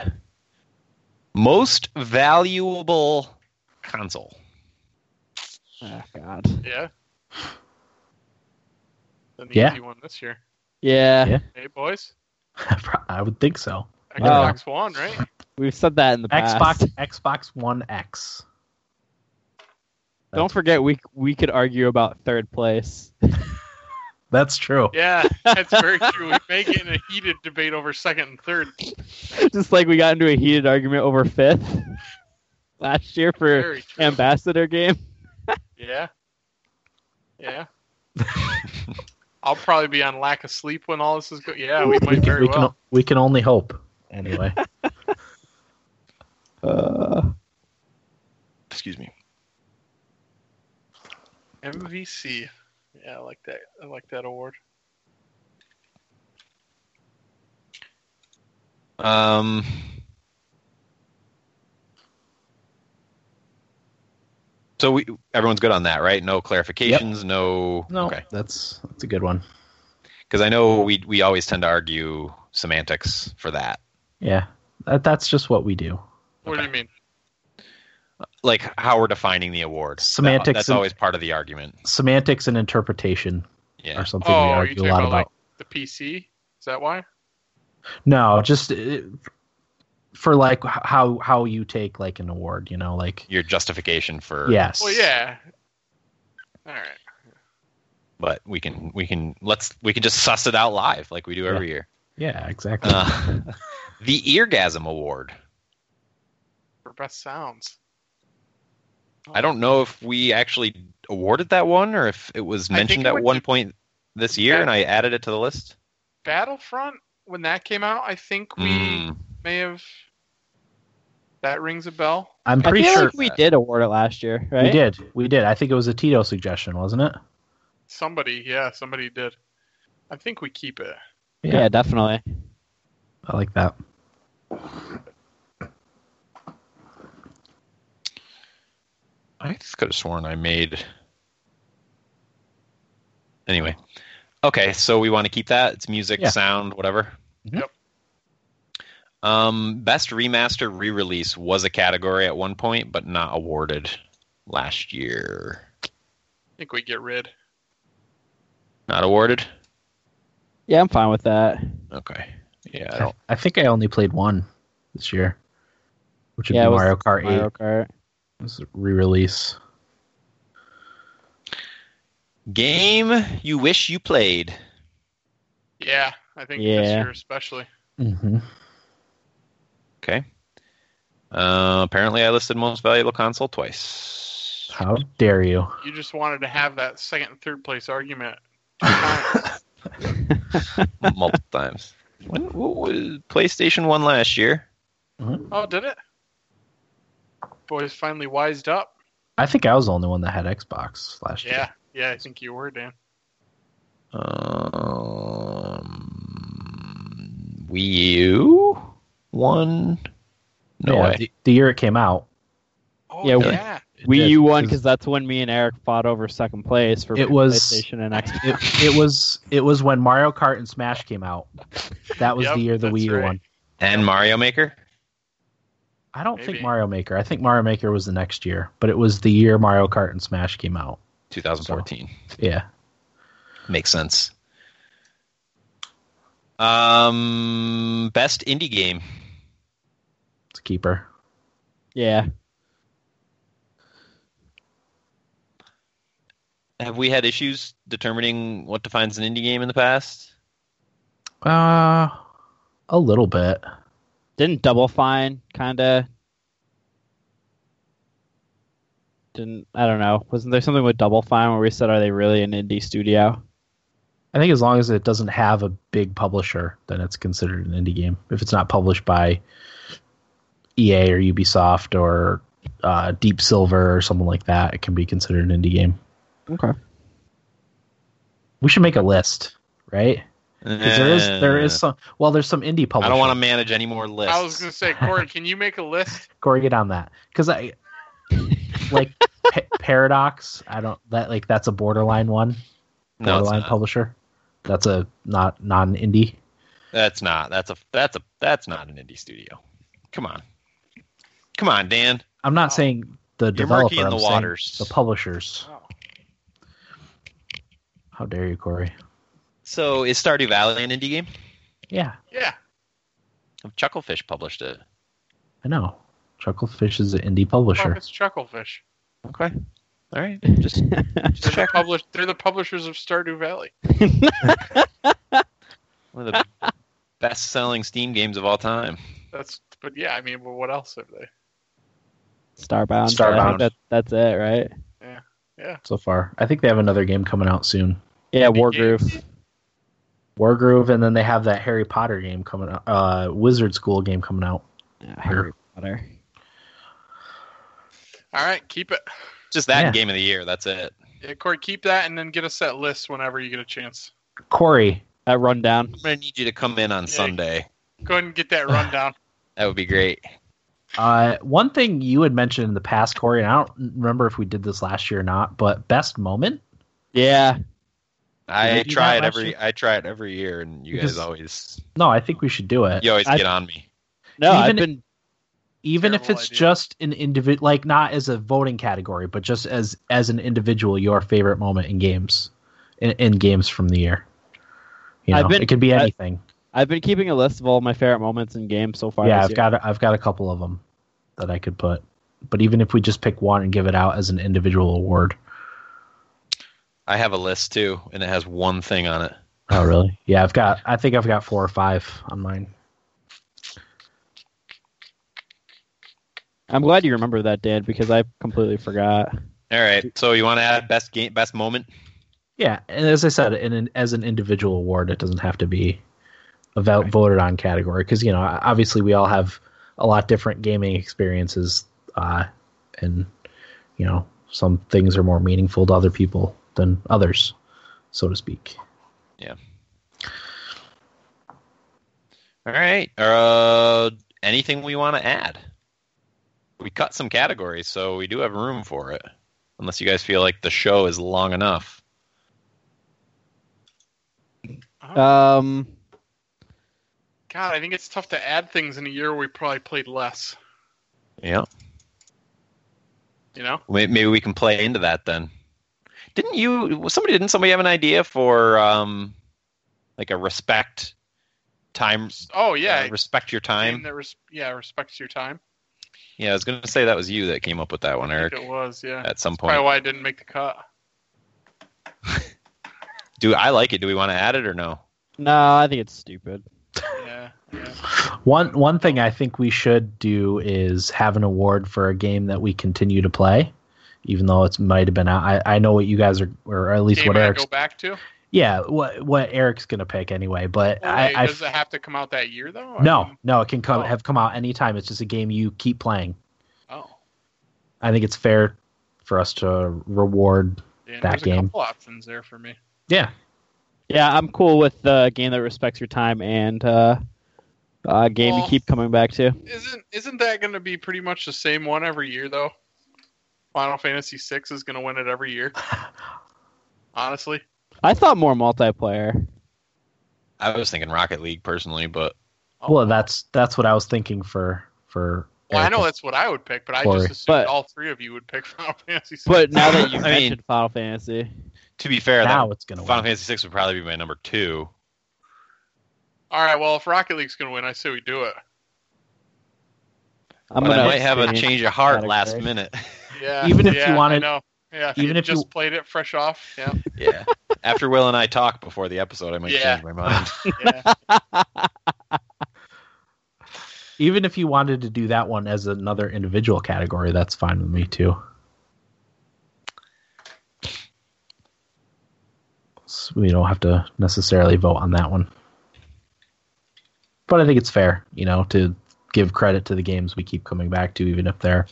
E: Most valuable console.
F: Oh, God.
D: Yeah. An
C: Yeah.
D: easy one this year.
F: Yeah,
C: Yeah.
D: Hey, boys.
C: I would think so. Uh,
F: Wow.
D: Xbox One, right?
F: we've said that in the past.
C: Xbox Xbox One X.
F: Don't forget, we we could argue about third place.
C: That's true.
D: Yeah, that's very true. We may get in a heated debate over second and third.
F: Just like we got into a heated argument over fifth last year for
D: Very true.
F: ambassador game.
D: Yeah. Yeah. I'll probably be on lack of sleep when all this is good. Yeah, we might
C: can,
D: very
C: we, can,
D: well.
C: we can only hope. Anyway,
F: Uh,
E: Excuse me.
D: MVC. Yeah, I like that. I like that award.
E: Um, so we everyone's good on that, right? No clarifications, no
C: no, that's that's a good one.
E: Because I know we we always tend to argue semantics for that.
C: Yeah, that, that's just what we do.
D: What do you mean?
E: Like how we're defining the award. That-
C: Semantics
E: that's
C: and-
E: always part of the argument.
C: Semantics and interpretation
E: Yeah.
C: are something we
D: Oh, are you
C: argue a
D: talking
C: lot
D: about,
C: about.
D: like the PC? Is that why?
C: No, just uh, for like h- how how you take like an award, you know, like
E: Your justification for
C: yes,
D: Well, yeah. All right.
E: But we can we can let's we can just suss it out live like we do every year.
C: yeah, exactly.
E: Uh, the Eargasm Award.
D: For best sounds.
E: I don't know if we actually awarded that one or if it was
D: I think
E: mentioned
D: it
E: at
D: would
E: one
D: be-
E: point this year and I added it to the list.
D: Battlefront, when that came out, I think we
C: Hmm.
E: Mm,
D: may have. That rings a bell.
C: I'm
F: I
C: pretty
F: feel
C: sure
F: like we did award it last year, right?
C: we did, we did. I think it was a Tito suggestion, wasn't it?
D: Somebody, yeah, somebody did. I think we keep it.
F: Yeah, definitely.
C: I like that.
E: I just could have sworn I made. Anyway. Okay, so we want to keep that. It's music,
C: Yeah.
E: sound, whatever.
C: Mhm.
D: Yep.
E: Um, best remaster re release was a category at one point, but not awarded last year.
D: I think we get rid.
E: Not awarded?
F: Yeah, I'm fine with that.
E: Okay. Yeah, I
C: I,
E: don't.
C: I think I only played one this year, which would
F: Yeah, it
C: be
F: was
C: Mario Kart
F: Mario
C: 8.
F: Kart.
C: It was a re-release.
E: Game you wish you played.
D: Yeah, I think this
F: Yeah.
D: year especially.
F: Mm-hmm.
C: hmm
E: Okay. Uh, apparently, I listed most valuable console twice.
C: How dare you?
D: You just wanted to have that Oh, second and third place argument. two times.
E: Multiple times. When what was PlayStation One last year?
D: Oh, did it? Boys finally wised up.
C: I think I was the only one that had Xbox last
D: Yeah,
C: year.
D: yeah, I think you were, Dan.
E: Um, Wii U one. No
C: Yeah,
E: way.
C: The, the year it came out,
D: Oh,
F: Yeah,
D: yeah.
F: we-
C: it
F: Wii
C: did,
F: U won
C: 'cause
F: because that's when me and Eric fought over second place for
C: It was-
F: PlayStation and Xbox.
C: it, it was it was when Mario Kart and Smash came out. That was
D: Yep,
C: the year the
D: that's
C: Wii U
D: right.
C: won.
E: and Mario Maker.
C: I don't think
D: Maybe.
C: Mario Maker. I think Mario Maker was the next year, but it was the year Mario Kart and Smash came out.
E: 2014
C: Yeah.
E: makes sense. Um, best indie game.
C: It's a keeper.
F: yeah,
E: Have we had issues determining what defines an indie game in the past?
C: Uh a little bit.
F: didn't Double Fine kind of didn't I don't know. Wasn't there something with Double Fine where we said are they really an indie studio?
C: I think as long as it doesn't have a big publisher, then it's considered an indie game. If it's not published by EA or Ubisoft or uh, Deep Silver or someone like that, it can be considered an indie game.
F: Okay.
C: We should make a list, right? 'Cause there is there is some well, there's some indie publishers.
E: I don't want to manage any more lists.
D: I was gonna say, Corey, can you make a list?
C: Corey, get on that because I like pa- Paradox. I don't that like that's a borderline one,
E: no, it's
C: borderline
E: not.
C: publisher. That's a not non indie.
E: that's not. That's a that's a that's not an indie studio. Come on, come on, Dan.
C: I'm not saying the
E: You're
C: developer.
E: murky in
C: I'm
E: the
C: saying
E: waters.
C: The publishers.
D: Oh.
C: How dare you, Corey?
E: So is Stardew Valley an indie game?
C: Yeah,
D: Yeah,
E: Chucklefish published it.
C: I know. Chucklefish is an indie
D: fuck,
C: publisher.
D: it's Chucklefish.
E: Okay, all right. Just just
D: They're
E: check
D: the, publish- they're the publishers of Stardew Valley.
E: one of the best-selling Steam games of all time.
D: That's, but yeah, I mean, well, what else have they?
F: Starbound.
C: Starbound.
F: I think That, that's it, right?
C: So far, I think they have another game coming out soon.
F: Yeah,
D: Indie
F: Wargroove.
C: Wargroove, and then they have that Harry Potter game coming out. Uh, Wizard School game coming out.
F: Yeah, Harry Potter.
D: All right, keep it.
E: Just that
C: Yeah.
E: game of the year. That's it.
D: Yeah, Corey, keep that, and then get us that list whenever you get a chance.
C: Corey,
F: That rundown.
E: I'm gonna need you to come in on
D: Yeah.
E: Sunday.
D: Go ahead and get that rundown.
E: That would be great.
C: Uh, one thing you had mentioned in the past, Corey, and I don't remember if we did this last year or not, but best moment.
F: Yeah.
E: I
C: you do
E: try it
C: that last
E: every.
C: year?
E: I try it every year, and you
C: Because-
E: guys always.
C: No, I think we should do it.
E: You always
F: I-
E: get on me.
F: No, I've
C: Even-
F: been
C: Even if
D: Terrible
C: it's
D: idea.
C: just an individual, like not as a voting category, but just as as an individual, your favorite moment in games, in, in games from the year. You
F: I've
C: know,
F: been-
C: it could be
F: I-
C: anything.
F: I've been keeping a list of all my favorite moments in games so far.
C: yeah,
F: this
C: I've
F: year.
C: got a, I've got a couple of them that I could put. But even if we just pick one and give it out as an individual award.
E: I have a list too, and it has one thing on it.
C: Oh, really? Yeah, I've got. I think I've got four or five on mine.
F: I'm glad you remember that, Dan, because I completely forgot.
E: All right. So you want to add best game, best moment?
C: Yeah, and as I said, in an, as an individual award, it doesn't have to be a vo- voted on category because you know obviously we all have a lot different gaming experiences, uh, and you know some things are more meaningful to other people than others, so to speak.
E: All right. Uh, anything we want to add? We cut some categories, so we do have room for it. Unless you guys feel like the show is long enough.
F: Um,
D: God, I think it's tough to add things in a year where we probably played less.
E: Yeah.
D: You know,
E: May- Maybe we can play into that then. Didn't you? Somebody didn't somebody have an idea for um, like a respect time?
D: Oh yeah,
E: uh, respect your
D: game
E: time.
D: that res- yeah respects your time.
E: Yeah, I was gonna say that was you that came up with that one,
D: I
E: Eric.
D: think it was yeah.
E: At some
D: Probably
E: point,
D: why I didn't make the cut.
E: do I like it? Do we want to add it or no?
F: no, I think it's stupid.
D: Yeah, yeah.
C: One one thing I think we should do is have an award for a game that we continue to play, even though it's might have been out. I, I know what you guys are, or at least
D: Game
C: what
D: I
C: Eric's
D: go back to.
C: yeah, what what Eric's gonna pick anyway. But
D: Well, wait,
C: I, I
D: does it have to come out that year though? I
C: no
D: mean,
C: no it can come
D: Oh.
C: have come out anytime. It's just a game you keep playing.
D: oh,
C: I think it's fair for us to reward.
D: yeah,
C: That
D: there's a
C: game.
D: couple options there for me.
C: Yeah,
F: Yeah, I'm cool with uh, a game that respects your time and uh, a game
D: Well-
F: you keep coming back to.
D: Isn't isn't that going to be pretty much the same one every year though? Final Fantasy VI is going to win it every year. Honestly,
F: I thought more multiplayer.
E: I was thinking Rocket League personally, but
D: Oh.
C: well that's that's what I was thinking for for.
D: Well, I
C: Eric.
D: know that's what I would pick, but I
C: Sorry.
D: just assumed
F: But-
D: all three of you would pick Final Fantasy. VI.
F: But now that you
E: I mean-
F: mentioned Final Fantasy,
E: to be fair,
C: now
E: that
C: it's gonna
E: Final
C: win.
E: Fantasy VI would probably be my number two.
D: all right, well, if Rocket League's going to win, I say we do it.
F: I'm
E: but
F: gonna
E: I might have a
F: abstain.
E: change of heart
F: Category.
E: last minute.
D: Yeah,
C: Even if you
D: yeah, I
C: wanted-
D: know. yeah, if even if just you played it fresh off, yeah,
E: yeah. After Will and I talk before the episode, I might
D: Yeah.
E: change my mind.
D: yeah.
C: Even if you wanted to do that one as another individual category, that's fine with me too. So we don't have to necessarily vote on that one. But I think it's fair, you know, to give credit to the games we keep coming back to, even if they're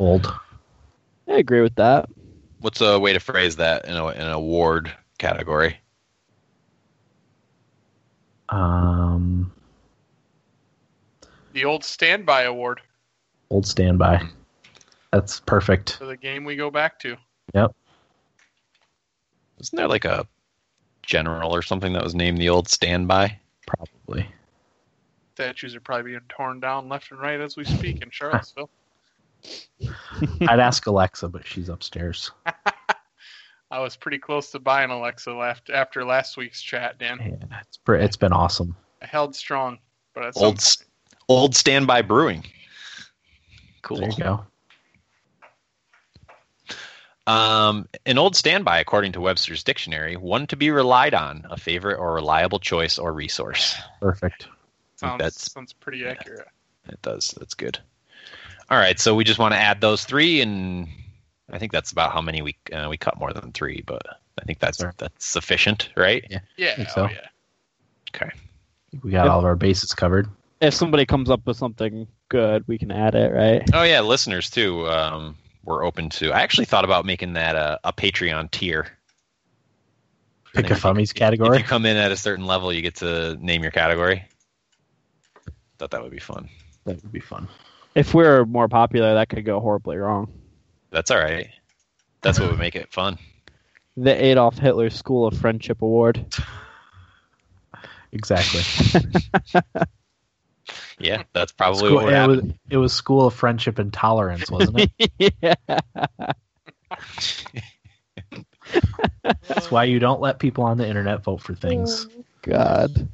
C: old.
F: I agree with that.
E: What's a way to phrase that in, a, in an award category?
C: Um,
D: the old standby award
C: old standby. That's perfect.
D: for the game we go back to.
E: Isn't there like a general or something that was named the old standby?
C: Probably.
D: Statues are probably being torn down left and right as we speak in Charlottesville.
C: I'd ask Alexa, but she's upstairs.
D: I was pretty close to buying Alexa left after last week's chat, Dan.
C: Yeah, it's, pre- it's been awesome.
D: I held strong, but at
E: Old
D: some
E: s- old standby brewing.
C: There
E: Cool.
C: you go.
E: Um, an old standby, according to Webster's dictionary, one to be relied on, a favorite or reliable choice or resource.
C: Perfect.
E: I think
D: sounds,
E: that's
D: sounds pretty accurate.
E: It does. That's good. All right, so we just want to add those three, and I think that's about how many we uh, we cut more than three, but I think that's
C: Sure.
E: that's sufficient, right?
C: Yeah.
D: Yeah,
C: think
D: oh,
C: so.
D: yeah.
C: We got all of our bases covered.
F: If somebody comes up with something good, we can add it, right?
E: Oh yeah, listeners too. Um, we're open to. I actually thought about making that a, a Patreon tier.
C: Pick a
E: If you-
C: Fummies
E: If
C: category.
E: you come in at a certain level, you get to name your category. Thought that would be fun.
C: That would be fun.
F: If we were more popular, that could go horribly wrong.
E: That's all right. That's what would make it fun.
F: The Adolf Hitler School of Friendship Award.
C: Exactly.
E: Yeah, that's probably
C: School-
E: what would
C: it, was,
E: happen.
C: it was School of Friendship and Tolerance, wasn't it?
F: yeah.
C: That's why you don't let people on the internet vote for things.
F: God.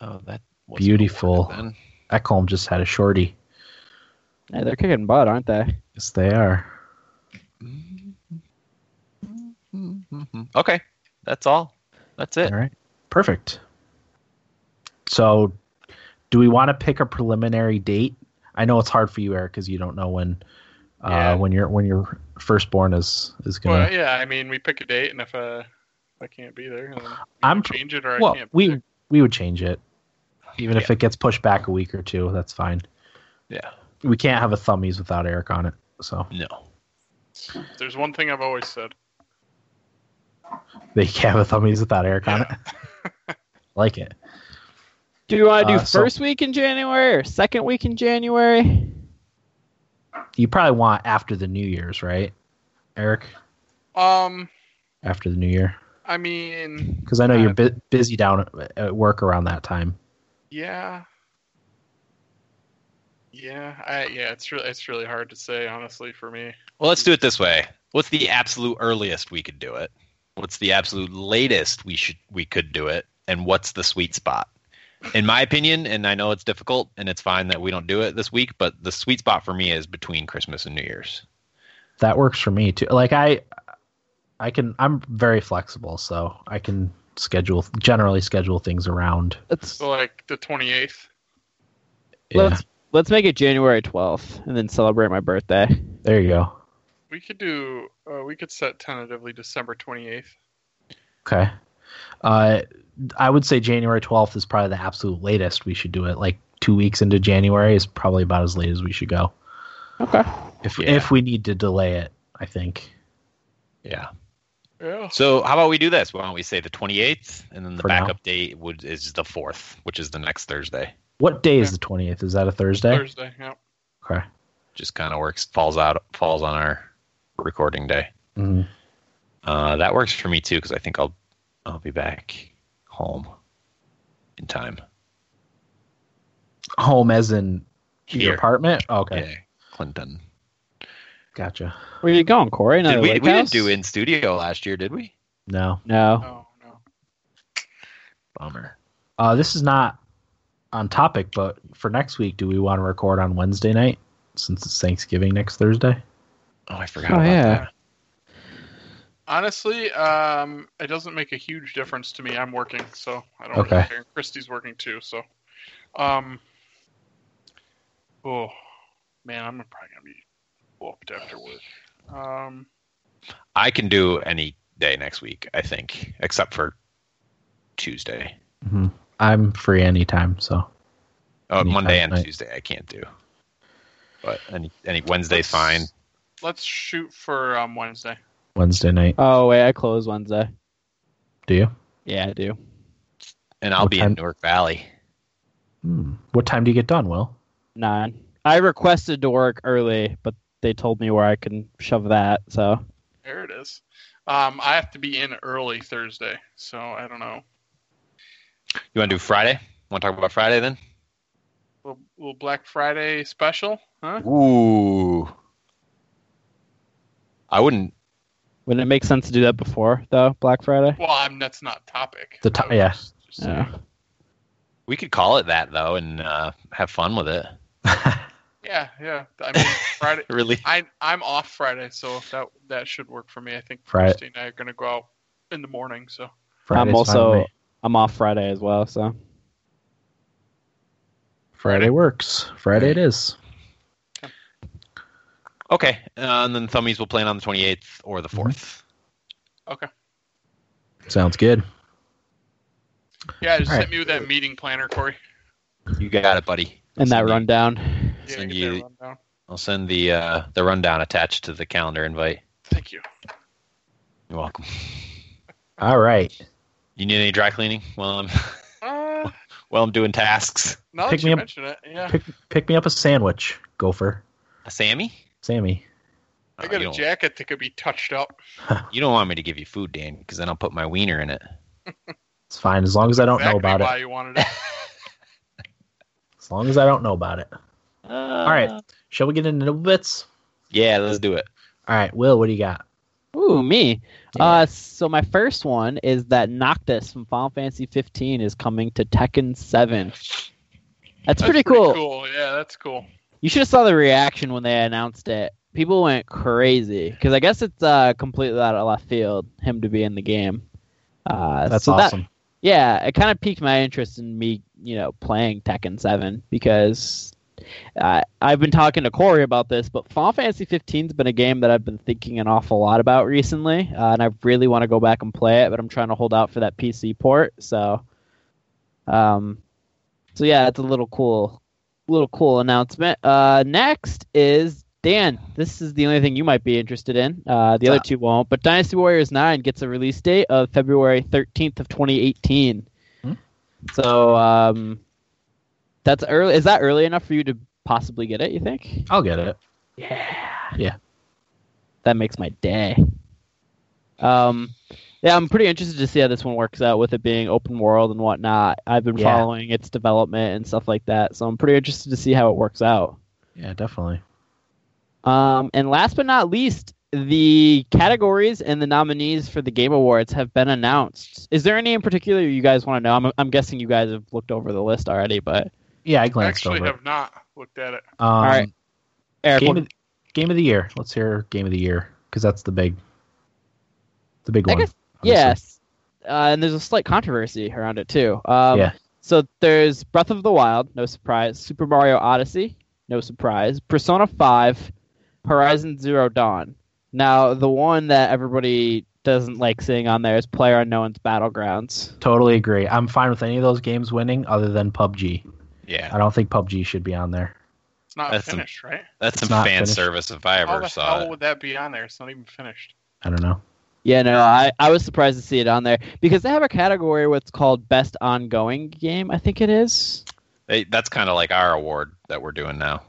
E: Oh, that wasn't
C: Beautiful.
E: awarded then.
C: Eckholm just had a shorty.
F: Hey, they're kicking butt, aren't they?
C: Yes, they are.
E: Okay, that's all. That's it.
C: All right. Perfect. So, do we want to pick a preliminary date? I know it's hard for you, Eric, because you don't know when uh,
D: Yeah.
C: when your when your firstborn is is gonna.
D: Well, yeah, I mean, we pick a date, and if, uh, if I can't be there, then
C: I'm
D: I'm change it or I
C: well,
D: can't. be
C: we
D: there.
C: we would change it, even if it gets pushed back a week or two. That's fine.
E: Yeah.
C: We can't have a thummies without Eric on it. So
E: No.
D: If There's one thing I've always said.
C: they can't have a thummies without Eric on it. like it.
F: Do you want to do
C: Uh, so-
F: first week in January or second week in January?
C: You probably want after the New Year's, right, Eric?
D: Um,
C: After the New Year,
D: I mean,
C: because I know
D: Uh,
C: you're bu- busy down at, at work around that time.
D: yeah, yeah, I, yeah. It's really, it's really hard to say, honestly, for me.
E: Well, let's do it this way. What's the absolute earliest we could do it? What's the absolute latest we should we could do it? And what's the sweet spot? In my opinion, and I know it's difficult, and it's fine that we don't do it this week, but the sweet spot for me is between Christmas and New Year's.
C: That works for me too. Like I, I can. I'm very flexible, so I can schedule generally schedule things around.
F: Let's
D: So, like the 28th.
C: Yeah,
F: let's let's make it January 12th and then celebrate my birthday.
C: there you go.
D: we could do. Uh, we could set tentatively December twenty eighth.
C: Okay. Uh, I would say January 12th is probably the absolute latest we should do it. Like two weeks into January is probably about as late as we should go.
F: Okay.
C: If
E: Yeah.
C: if we need to delay it, I think.
E: Yeah.
D: Yeah.
E: So how about we do this? Why don't we say the 28th, and then the
C: For now.
E: backup date would is the 4th, which is the next Thursday.
C: What day is the 20th? Is that a Thursday?
D: Thursday. Yeah.
C: Okay.
E: Just kind of works falls out falls on our recording day.
C: Mhm.
E: Uh, that works for me too because I think I'll I'll be back home in time.
C: Home as in your
E: Here.
C: apartment? Okay.
E: Yeah, Clinton.
C: Gotcha.
F: Where are you going, Corey? Another
E: Did we, we
F: lake
E: didn't
F: house?
E: do in studio last year, did we?
C: No.
F: No.
D: Oh no.
E: Bummer.
C: Uh, this is not on topic, but for next week, do we want to record on Wednesday night since it's Thanksgiving next Thursday?
E: Oh, I forgot
F: Oh,
E: about
F: yeah.
E: that.
D: Honestly, um, it doesn't make a huge difference to me. I'm working, so I don't
C: Okay.
D: really care. Christy's working too, so. Um. Oh, man, I'm probably gonna be booked after work. Um.
E: I can do any day next week, I think, except for Tuesday.
C: Mm-hmm. I'm free anytime, so
E: Oh,
C: Any
E: Monday
C: time,
E: and
C: right.
E: Tuesday I can't do. But any any
D: Let's-
E: Wednesday's fine.
D: Let's shoot for um, Wednesday.
C: Wednesday night.
F: Oh wait, I close Wednesday.
C: Do you?
F: Yeah, I do.
E: And I'll
C: what
E: be
C: time-
E: in Newark Valley.
C: Hmm. What time do you get done, Will?
F: Nine. I requested to work early, but they told me where I can shove that. So
D: There it is. Um, I have to be in early Thursday, so I don't know.
E: You wanna do Friday? Wanna talk about Friday then?
D: Little, little Black Friday special, huh?
E: Ooh. I wouldn't
F: wouldn't it make sense to do that before though Black Friday?
D: Well, I'm, that's not topic.
C: The to- yeah.
D: Just- just saying.
F: Yeah.
E: we could call it that though and uh, have fun with it.
D: yeah, yeah. I mean, Friday.
E: Really?
D: I I'm off Friday, so if that that should work for me. I think
C: Fri-
D: Christy and I are gonna go out in the morning. So
C: Friday's fine
F: I'm
C: with
F: also
C: me.
F: I'm off Friday as well. So
C: Friday works. Friday it is.
E: Okay. Uh, and then Thummies will plan on the twenty eighth or the 4th
D: okay.
C: Sounds good.
D: Yeah, just
C: All
D: hit
C: right.
D: me with that meeting planner, Corey.
E: You got it, buddy.
F: and that
E: Send you-
F: rundown.
D: Yeah,
E: Send
D: get
E: you-
D: that rundown.
E: I'll send the uh, the rundown attached to the calendar invite.
D: Thank you.
E: You're welcome.
C: All right.
E: You need any dry cleaning while I'm
D: Uh,
E: while I'm doing tasks?
D: now
C: Pick
D: that you
C: me up-
D: mention it, yeah,
C: Pick pick me up a sandwich, Gopher.
E: Uh, Sammy?
C: Sammy.
E: Oh,
D: I got
E: you,
D: a
E: don't,
D: jacket that could be touched up.
E: you don't want me to give you food, Dan, because then I'll put my wiener in it.
C: It's fine as long as I don't know
D: Exactly
C: about
D: why
C: it.
D: you wanted it.
C: As long as I don't know about it.
E: All
C: right.
F: Uh,
C: Shall we get into nibble bits?
E: Yeah, let's do it.
C: All right, Will, what do you got?
F: Ooh, me.
C: Yeah.
F: Uh, so my first one is that Noctis from Final Fantasy 15 is coming to Tekken 7. That's,
D: That's
F: pretty, cool.
D: Yeah, that's cool.
F: You should have saw the reaction when they announced it. People went crazy because I guess it's uh, completely out of left field him to be in the game. Uh,
C: That's
F: so that-
C: awesome.
F: yeah, it kind of piqued my interest in me, you know, playing Tekken 7 because uh, I've been talking to Corey about this, but Final Fantasy 15's been a game that I've been thinking an awful lot about recently, uh, and I really want to go back and play it, but I'm trying to hold out for that PC port. So, um, so yeah, it's a little cool, little cool announcement. Uh, next is Dan. This is the only thing you might be interested in. Uh, the other
C: Ah.
F: two won't. But Dynasty Warriors Nine gets a release date of February thirteenth of twenty eighteen.
C: Hmm.
F: So um, that's early. Is that early enough for you to possibly get it? You think?
C: I'll get it.
F: Yeah.
C: Yeah.
F: That makes my day. Um, yeah, I'm pretty interested to see how this one works out with it being open world and whatnot. I've been
C: Yeah.
F: following its development and stuff like that, so I'm pretty interested to see how it works out.
C: Yeah, definitely.
F: Um, and last but not least, the categories and the nominees for the Game Awards have been announced. Is there any in particular you guys want to know? I'm, I'm guessing you guys have looked over the list already, but
C: Yeah, I
D: I
C: glanced
D: actually
C: over. it.
D: have not looked at it.
C: Um,
F: All right, Eric,
C: game,
F: what-
C: of, game of the year. Let's hear game of the year because that's the big, the big
F: I
C: one.
F: guess-
C: obviously.
F: Yes. Uh, and there's a slight controversy around it too. Um,
C: Yeah.
F: So there's Breath of the Wild, no surprise. Super Mario Odyssey, no surprise. Persona 5, Horizon Zero Dawn. Now, the one that everybody doesn't like seeing on there is Player Unknown's Battlegrounds.
C: Totally agree. I'm fine with any of those games winning other than PUBG.
E: Yeah,
C: I don't think PUBG should be on there.
D: It's not
E: That's some-
D: finished, right?
E: that's
C: It's
E: some fan
C: not finished.
E: service if I
D: How
E: ever
D: the
E: saw
D: hell
E: it.
D: would that be on there? It's not even finished.
C: I don't know.
F: Yeah, no, I, I was surprised to see it on there because they have a category what's called Best Ongoing Game, I think it is.
E: They, that's kind of like our award that we're doing now.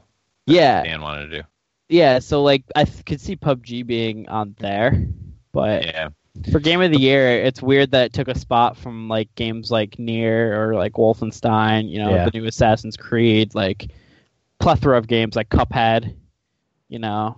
F: Yeah,
E: Dan wanted to do.
F: yeah. So like, I th- could see PUBG being on there, but
E: Yeah,
F: for Game of the Year, it's weird that it took a spot from like games like Near or like Wolfenstein. You know,
C: Yeah.
F: the new Assassin's Creed, like plethora of games like Cuphead. You know,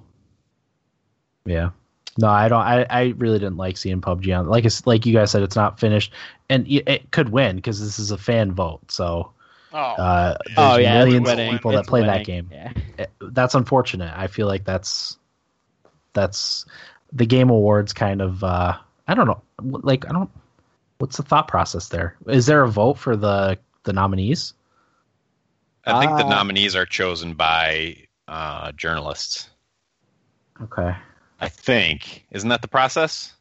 C: Yeah. No, I don't. I, I really didn't like seeing PUBG on. Like it's like you guys said, it's not finished, and y- it could win because this is a fan vote. So
D: Oh,
C: uh, there's
F: oh yeah, it's
C: millions of
F: winning.
C: people that
F: It's
C: play that
F: winning.
C: game.
F: Yeah.
C: Eh, That's unfortunate. I feel like that's that's the game awards kind of. Uh, I don't know. Like I don't. What's the thought process there? Is there a vote for the the nominees?
E: I think
C: Uh,
E: the
F: Ah.
E: nominees are chosen by uh, journalists.
C: Okay,
E: I think isn't that the process?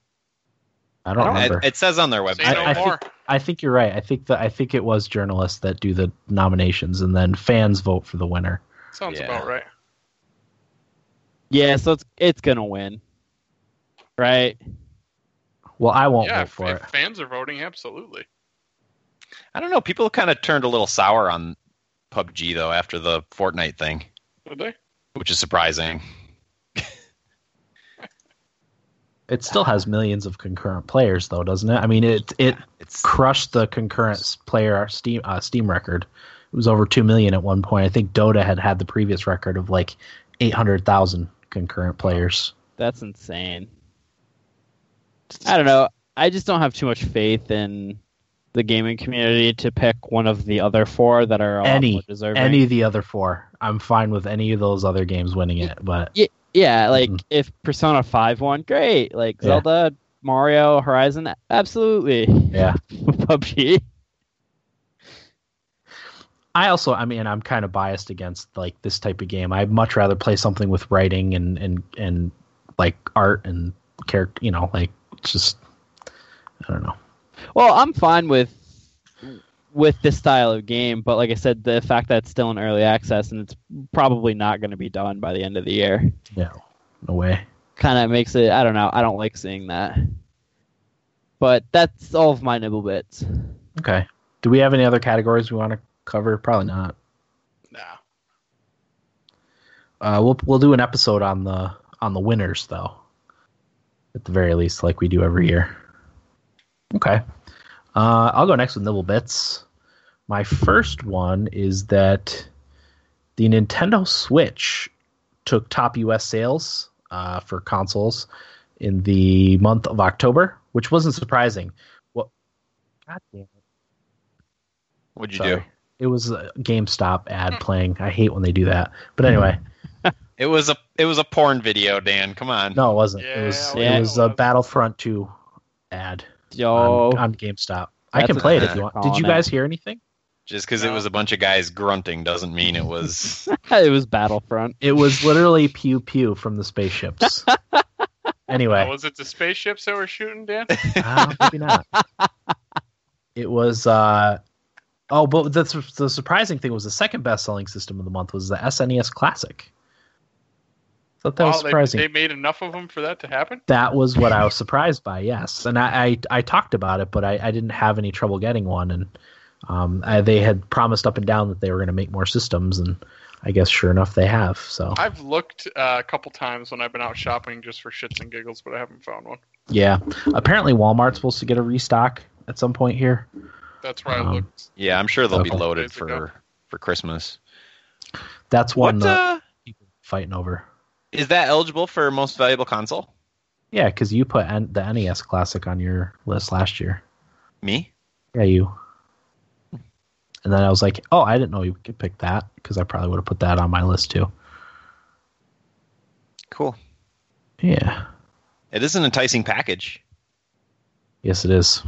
C: I don't
E: It,
C: remember.
E: it says on their
D: say
E: website.
D: no
C: I think-
D: more.
C: I think you're right. I think that I think it was journalists that do the nominations, and then fans vote for the winner.
D: Sounds
E: Yeah.
D: about right.
F: Yeah, so it's it's gonna win, right?
C: Well, I won't
D: yeah,
C: vote
D: if,
C: for
D: if
C: it.
D: fans are voting, absolutely.
E: I don't know. People kind of turned a little sour on PUBG though after the Fortnite thing,
D: Would they?
E: which is surprising.
C: It still has millions of concurrent players, though, doesn't it? I mean, it it
E: It's
C: crushed the concurrent s- player Steam uh, Steam record. It was over two million at one point. I think Dota had had the previous record of like eight hundred thousand concurrent players.
F: That's insane. I don't know. I just don't have too much faith in the gaming community to pick one of the other four that are a lot
C: Any-
F: more deserving.
C: Any of the other four, I'm fine with any of those other games winning it. But
F: yeah, like
C: Mhm.
F: if Persona Five won, great. Like
C: Yeah.
F: Zelda, Mario, Horizon, absolutely.
C: yeah,
F: PUBG.
C: I also, I mean, I'm kind of biased against like this type of game. I'd much rather play something with writing and and and like art and character. You know, like it's just I don't know.
F: Well, I'm fine with with this style of game, but like I said, the fact that it's still in early access and it's probably not going to be done by the end of the year
C: Yeah, no way.
F: kind of makes it. I don't know. I don't like seeing that. But that's all of my nibble bits.
C: Okay. Do we have any other categories we want to cover? Probably not.
D: Nah.
C: Uh, we'll we'll do an episode on the on the winners though, at the very least, like we do every year. Okay. Uh, I'll go next with nibble bits. My first one is that the Nintendo Switch took top U.S. sales uh, for consoles in the month of October, which wasn't surprising. What? God damn it.
E: what'd you
C: Sorry.
E: do?
C: It was a GameStop ad playing. I hate when they do that. But anyway,
E: It was a it was a porn video, Dan. Come on.
C: no, it wasn't. it
D: Yeah,
C: was
F: yeah,
C: it
F: it
C: was a
D: was.
C: Battlefront 2 ad
F: Yo,
C: on, on GameStop. I
F: Oh. That's
C: can
F: what
C: play it
E: they're
C: if you want.
F: calling
C: Did you
F: it.
C: guys hear anything?
E: Just because it
D: No.
E: was a bunch of guys grunting doesn't mean it was.
F: it was Battlefront.
C: It was literally pew pew from the spaceships.
D: Oh,
C: anyway,
D: was it the spaceships that were shooting, Dan?
C: uh, maybe not. It was. Uh, oh, but the, su- the surprising thing was the second best selling system of the month was the SNES Classic. Thought that was
D: Wow, they-
C: surprising.
D: They, made enough of them for that to happen.
C: that was what I was surprised by. Yes, and I I, I talked about it, but I, I didn't have any trouble getting one, and um, I, they had promised up and down that they were going to make more systems, and I guess sure enough they have. So
D: I've looked uh, a couple times when I've been out shopping just for shits and giggles, but I haven't found one.
C: yeah, apparently Walmart's supposed to get a restock at some point here.
D: That's where I
C: Um,
D: looked.
E: yeah, I'm sure they'll be
C: Okay.
E: loaded
D: There you go.
E: for for Christmas.
C: That's one
E: What
C: that
E: uh,
C: people are fighting over.
E: is that eligible for most valuable console?
C: Yeah, because you put N- the NES Classic on your list last year.
E: Me?
C: Yeah, you. And then I was like, oh, I didn't know you could pick that because I probably would have put that on my list too.
E: Cool.
C: Yeah.
E: It is an enticing package.
C: Yes, it is.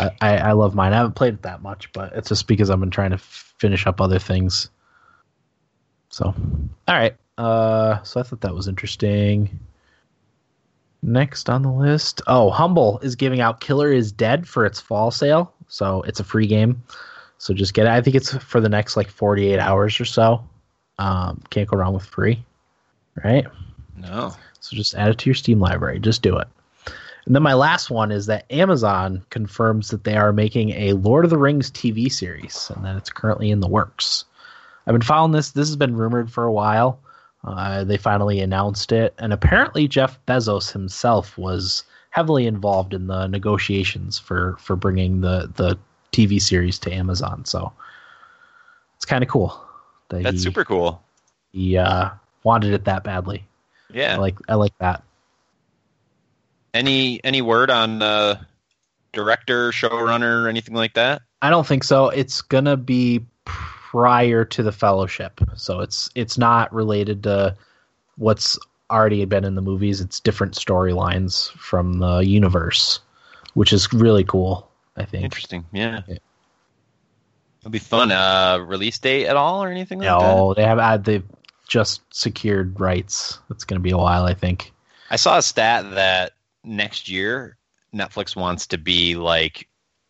C: I, I, I love mine. I haven't played it that much, but it's just because I've been trying to f- finish up other things. So, all right. Uh, so I thought that was interesting. Next on the list, oh, Humble is giving out Killer is Dead for its fall sale, so it's a free game. So just get it. I think it's for the next like 48 hours or so. Um, can't go wrong with free, right?
E: No.
C: So just add it to your Steam library. Just do it. And then my last one is that Amazon confirms that they are making a Lord of the Rings TV series and that it's currently in the works. I've been following this. This has been rumored for a while. Uh, they finally announced it. And apparently, Jeff Bezos himself was heavily involved in the negotiations for, for bringing the, the TV series to Amazon. So it's kind of cool. That
E: That's
C: he,
E: super cool.
C: He uh, wanted it that badly. I
E: Yeah.
C: like I like that.
E: Any any word on uh, director, showrunner, anything like that?
C: I don't think so. It's gonna be prior to the fellowship, so it's it's not related to what's already been in the movies. It's different storylines from the universe, which is really cool. I think.
E: Interesting. Yeah.
C: Yeah.
E: It'll be fun. Uh, release date at all or anything like that?
C: No, they have uh, they've just secured rights. It's gonna be a while, I think.
E: I saw a stat that next year Netflix wants to be like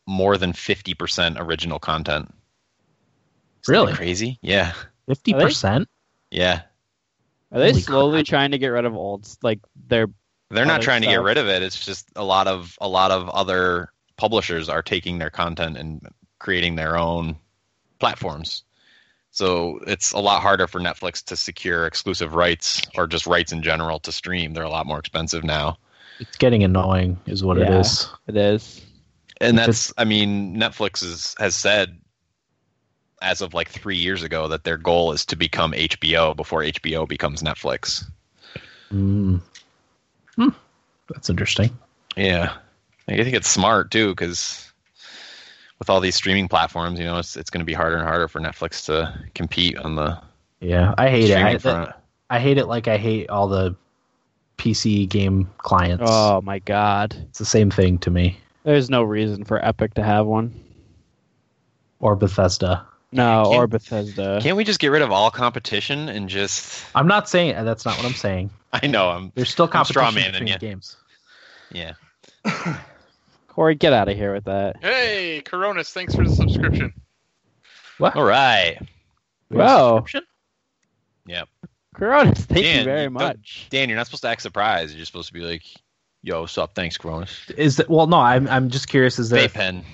E: more than 50% original content. Isn't that
C: Really?
E: crazy? Yeah.
C: Fifty percent.
E: Yeah.
F: Are they
C: Holy
F: slowly
C: crap.
F: trying to get rid of old s- like their
E: They're not
F: Other
E: trying to get
F: stuff.
E: rid of it. It's just a lot of a lot of other publishers are taking their content and creating their own platforms. So it's a lot harder for Netflix to secure exclusive rights or just rights in general to stream. They're a lot more expensive now.
C: It's getting annoying, is what it
F: Yeah.
C: is.
F: it is?
E: and
C: If
E: that's i mean netflix is, has said as of like three years ago that their goal is to become hbo before hbo becomes netflix
C: Mm. Hmm. That's interesting.
E: yeah i think it's smart too because with all these streaming platforms you know it's, it's going to be harder and harder for netflix to compete on the
C: Yeah, I hate
E: streaming
C: it. I, that-
E: front
C: I hate it like I hate all the PC game clients.
F: Oh my god.
C: It's the same thing to me.
F: There's no reason for Epic to have one.
C: Or Bethesda.
F: No,
E: Can't-
F: or Bethesda.
E: can't we just get rid of all competition and just
C: I'm not saying that's not what I'm saying.
E: i know i'm
C: There's still
E: I'm straw
C: competition
E: manning
C: between
E: ya.
C: games.
E: yeah
F: Corey, get out of here with that.
D: Hey, Coronas, thanks for the subscription.
E: all right
C: We have a
F: Wow.
C: subscription?
E: yep
F: Coronas, thank
E: Dan,
F: you very
E: you don't-
F: much.
E: dan you're not supposed to act surprised you're just supposed to be like yo sup thanks cronus
C: Is that well? No, I'm I'm just curious. Is there
E: vape pen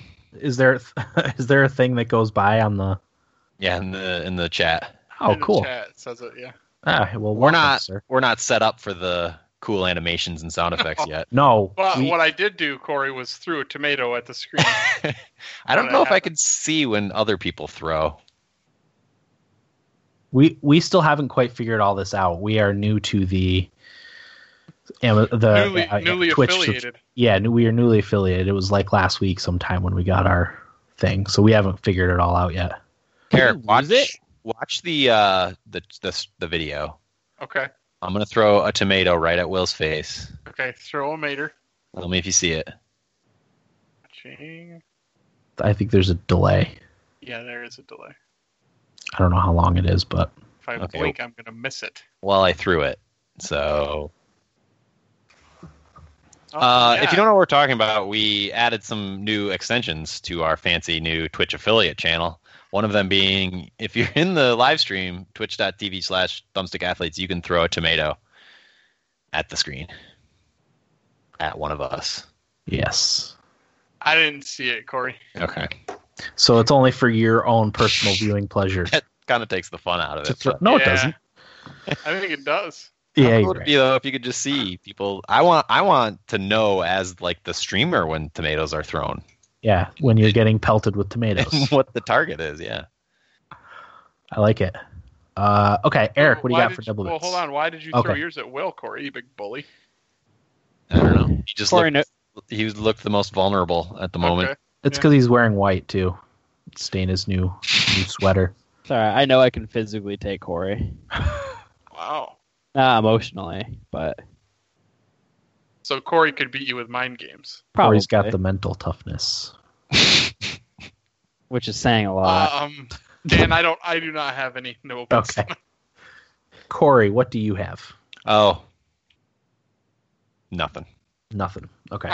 C: is there is there a thing that goes by on the?
E: Yeah, in the in the chat.
C: Oh,
D: In the
C: cool.
D: chat, it says it, yeah.
C: Ah, well,
E: We're
C: welcome,
E: not
C: Sir.
E: we're not set up for the cool animations and sound effects yet.
C: No,
D: But
C: we-
D: what I did do, Corey, was threw a tomato at the screen.
E: I don't
D: Gotta
E: know if I
D: have
E: could see when other people throw.
C: we we still haven't quite figured all this out. We are new to the. Am- the
D: newly
C: uh,
D: newly
C: Twitch subs-
D: affiliated.
C: yeah, new- we are newly affiliated. It was like last week sometime when we got our thing, so we haven't figured it all out yet.
F: Can
E: Eric,
F: we
E: watch
F: lose it?
E: watch the uh the the the video.
D: Okay.
E: I'm gonna throw a tomato right at Will's face.
D: Okay. Throw a mater.
E: Tell me if you see it.
D: Ching.
C: I think there's a delay.
D: Yeah, there is a delay.
C: I don't know how long it is, but
D: If I
E: Okay.
D: blink, I'm gonna miss it.
E: Well, I threw it. So
D: Oh,
E: uh,
D: yeah.
E: if you don't know what we're talking about, we added some new extensions to our fancy new Twitch affiliate channel. One of them being if you're in the live stream, twitch.tv slash thumbstick athletes, you can throw a tomato at the screen. At one of us.
C: yes.
D: I didn't see it, Corey.
E: Okay.
C: So it's only for your own personal viewing pleasure.
E: That kind of takes the fun out of
C: to
E: it.
C: throw-
E: but-
C: no, it
D: Yeah.
C: doesn't.
D: I think it does.
C: Yeah,
E: How
C: you're
E: cool would it
C: right.
E: be though if you could just see people I want I want to know as like the streamer when tomatoes are thrown.
C: yeah. When you're getting pelted with tomatoes,
E: what the target is, yeah.
C: I like it. Uh, okay, Eric, what do you
D: Why
C: got for
D: did
C: double
D: Well,
C: bits?
D: hold on. Why did you throw
C: Okay.
D: yours at Will, Corey? You big bully.
E: I don't know. He just
F: Corey,
E: looked, he looked the most vulnerable at the moment.
D: Okay.
C: It's
D: Yeah.
C: because he's wearing white too. It's stained his new new sweater.
F: Sorry, I know I can physically take Corey.
D: Wow.
F: Not emotionally, but
D: So Corey could beat you with mind games.
C: Or
F: probably.
C: he's got the mental toughness.
F: which is saying a
C: Uh,
F: lot.
D: um, Dan, I don't. I do not have any no bits.
C: Okay. Corey, what do you have?
E: Oh. Nothing.
C: Nothing. Okay.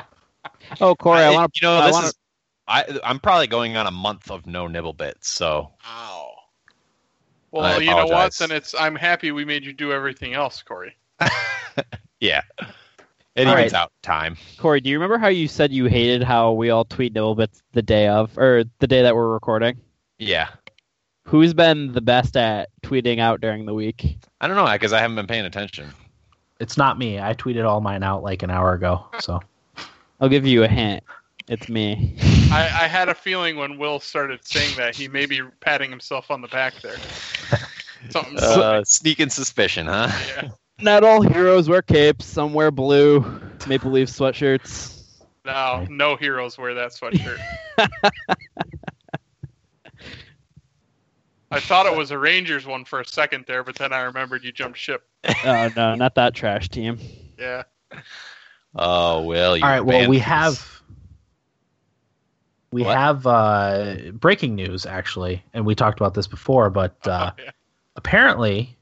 F: Oh, Corey, I want to.
E: you know,
F: I
E: this
F: wanna,
E: is. I, I'm probably going on a month of no nibble bits, so
D: Ow. Well,
E: I
D: you know what?
E: apologize.
D: Then it's. I'm happy we made you do everything else, Corey.
E: yeah, it
F: All
E: evens
F: right.
E: out time.
F: Corey, do you remember how you said you hated how we all tweet nibblebits the day of, or the day that we're recording?
E: Yeah,
F: Who's been the best at tweeting out during the week?
E: I don't know because I haven't been paying attention.
C: It's not me. I tweeted all mine out like an hour ago. So
F: I'll give you a hint. It's me.
D: I, I had a feeling when Will started saying that he may be patting himself on the back there. Something.
E: Uh, sneaking suspicion, huh?
D: yeah,
F: Not all heroes wear capes. Some wear blue Maple Leaf sweatshirts.
D: no, no heroes wear that sweatshirt. I thought it was a Rangers one for a second there, but then I remembered you jumped ship.
F: Oh no, not that trash team.
D: Yeah.
E: Oh well.
C: all right. Well, we have we
E: What?
C: have uh, breaking news actually, and we talked about this before, but uh,
D: Oh, yeah.
C: apparently,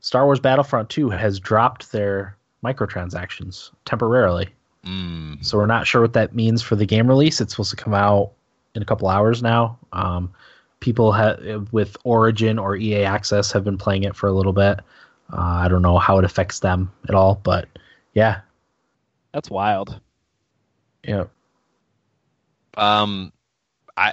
C: Star Wars Battlefront Two has dropped their microtransactions temporarily.
E: Mm,
C: So we're not sure what that means for the game release. It's supposed to come out in a couple hours now. Um, people ha- with Origin or EA Access have been playing it for a little bit. Uh, I don't know how it affects them at all, but yeah,
F: That's wild.
C: yeah.
E: um, I.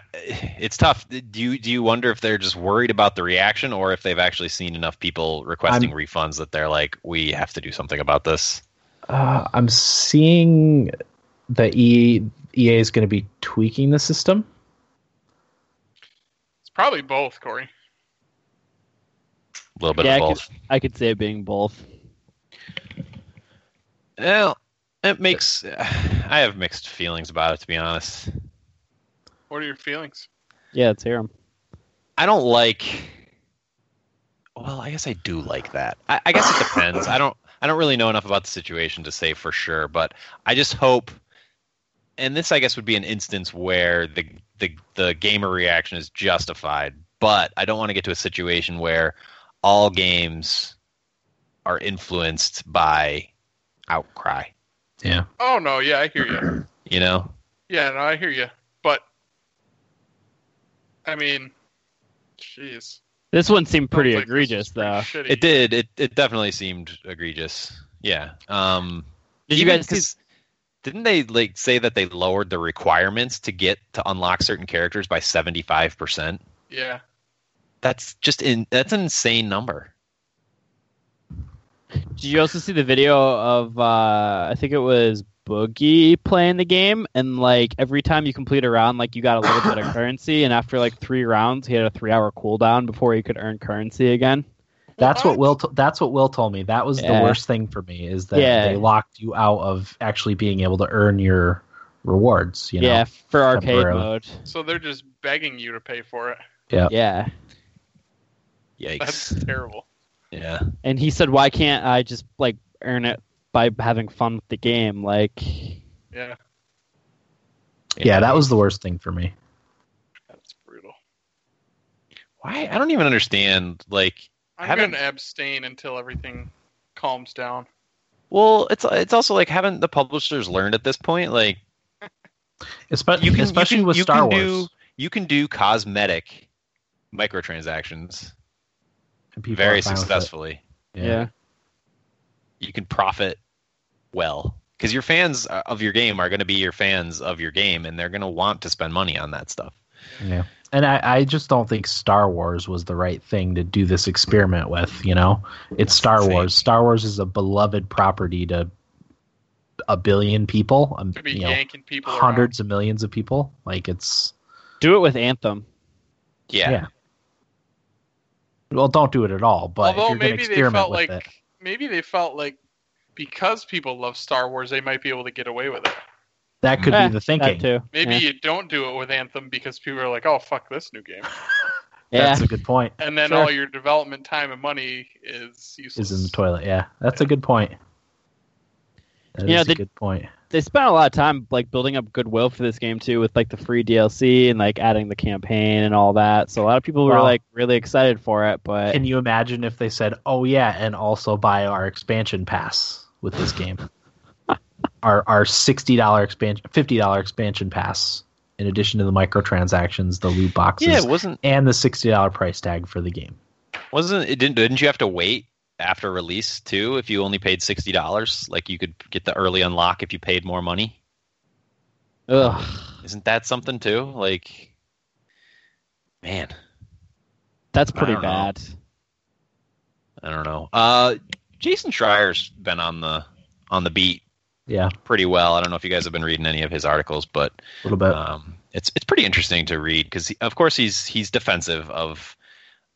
E: It's tough. Do you do you wonder if they're just worried about the reaction, or if they've actually seen enough people requesting refunds that they're like, we have to do something about this?
C: Uh, I'm seeing that E EA, EA is going to be tweaking the system.
D: It's probably both, Corey.
E: A little bit
F: yeah,
E: of
F: I
E: both.
F: could, I could see it being both.
E: Well, it makes. I have mixed feelings about it, to be honest.
D: What are your feelings?
F: Yeah, let's hear 'em.
E: I don't like. Well, I guess I do like that. I, I guess it depends. I don't. I don't really know enough about the situation to say for sure, but I just hope. And this, I guess, would be an instance where the the the gamer reaction is justified. But I don't want to get to a situation where all games are influenced by outcry.
C: Yeah.
D: Oh no, yeah, I hear you.
E: You know,
D: Yeah, no, I hear you. But I mean, jeez,
F: This one seemed pretty
D: Sounds like this
F: egregious,
D: is pretty
F: though.
D: shitty.
E: it did. It it definitely seemed egregious. Yeah. Um.
F: Did you
E: Even
F: guys see
E: 'cause- Didn't they like say that they lowered the requirements to get to unlock certain characters by seventy five percent?
D: Yeah,
E: That's just in. That's an insane number.
F: Did you also see the video of uh, I think it was Boogie playing the game and like every time you complete a round like you got a little bit of currency and after like 3 rounds he had a 3 hour cooldown before he could earn currency again.
C: That's what Will. T- that's what Will told me. That was
F: Yeah.
C: the worst thing for me is that
F: Yeah.
C: they locked you out of actually being able to earn your rewards. You know?
F: yeah, for arcade
C: temporarily.
F: mode.
D: So they're just begging you to pay for it.
C: Yep.
F: Yeah.
D: That's
E: Yikes!
D: terrible.
E: Yeah.
F: And he said why can't I just like earn it by having fun with the game like
D: Yeah,
C: yeah, that was the worst thing for me.
D: that's brutal.
E: Why? I don't even understand. Like,
D: I'm
E: Haven't-
D: gonna abstain until everything calms down.
E: well, it's it's also like haven't the publishers learned at this point? Like,
C: Espe-
E: you can,
C: especially
E: you can,
C: with
E: you
C: Star
E: can
C: Wars.
E: Do, you can do cosmetic microtransactions
C: and people
E: very
C: are fine with it.
E: successfully.
F: yeah.
E: you can profit well because your fans uh, of your game are going to be your fans of your game and they're going to want to spend money on that stuff
C: Yeah. And I, I just don't think Star Wars was the right thing to do this experiment with, you know? It's Star
E: Same.
C: Wars. Star Wars is a beloved property to a billion people, um,
D: To be
C: you know,
D: yanking people. around.
C: hundreds of millions of people. Like it's
F: Do it with Anthem.
E: yeah,
C: Yeah. well, don't do it at all, but if
D: Although
C: you're going to
D: maybe they
C: experiment
D: felt
C: with
D: like
C: it.
D: maybe they felt like because people love Star Wars, they might be able to get away with it.
C: That could
F: Eh,
C: be the
F: That
C: thinking.
F: too.
D: Maybe
F: yeah.
D: you don't do it with Anthem because people are like, "Oh fuck this new game,"
F: Yeah.
C: That's a good point.
D: and then
F: Sure.
D: all your development time and money is useless.
C: Is in the toilet. Yeah. That's a good point. That is
F: You know, the-
C: a good point.
F: they spent a lot of time like building up goodwill for this game too with like the free DLC and like adding the campaign and all that. So a lot of people were
C: Wow.
F: like really excited for it, but
C: Can you imagine if they said, "Oh yeah, and also buy our expansion pass with this game"? our our sixty dollar expansion, fifty dollar expansion pass, in addition to the microtransactions, the loot boxes,
E: Yeah, wasn't
C: and the sixty dollar price tag for the game.
E: wasn't it didn't didn't you have to wait after release too if you only paid sixty dollars? Like you could get the early unlock if you paid more money.
F: Ugh.
E: Isn't that something too? Like, man,
F: That's
E: I
F: pretty
E: don't know.
F: bad.
E: I don't know. Uh, Jason Schreier's been on the on the beat
C: Yeah, a
E: pretty well. I don't know if you guys have been reading any of his articles, but
C: little bit.
E: um, it's it's pretty interesting to read because of course he's he's defensive of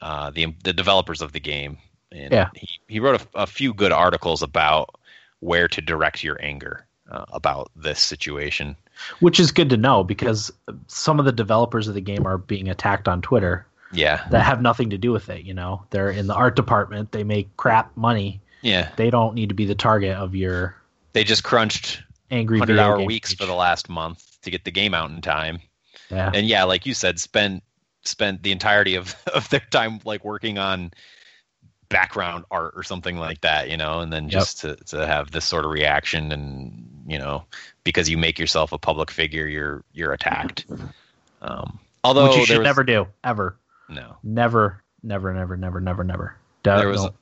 E: uh, the the developers of the game, and
C: Yeah.
E: he he wrote a, a few good articles about where to direct your anger uh, about this situation.
C: Which is good to know because some of the developers of the game are being attacked on Twitter
E: Yeah,
C: that have nothing to do with it. You know, they're in the art department. They make crap money.
E: yeah,
C: They don't need to be the target of your
E: they just crunched
C: angry
E: hundred
C: video
E: hour
C: game
E: weeks for
C: page.
E: the last month to get the game out in time,
C: Yeah,
E: and yeah, like you said, spent spent the entirety of of their time like working on background art or something like that, you know, and then
C: Yep.
E: just to to have this sort of reaction and you know because you make yourself a public figure, you're you're attacked. Um, although
C: which you
E: there
C: should
E: was,
C: never do ever.
E: no,
C: Never, never, never, never, never, never. Don't-
E: there was.
C: don't.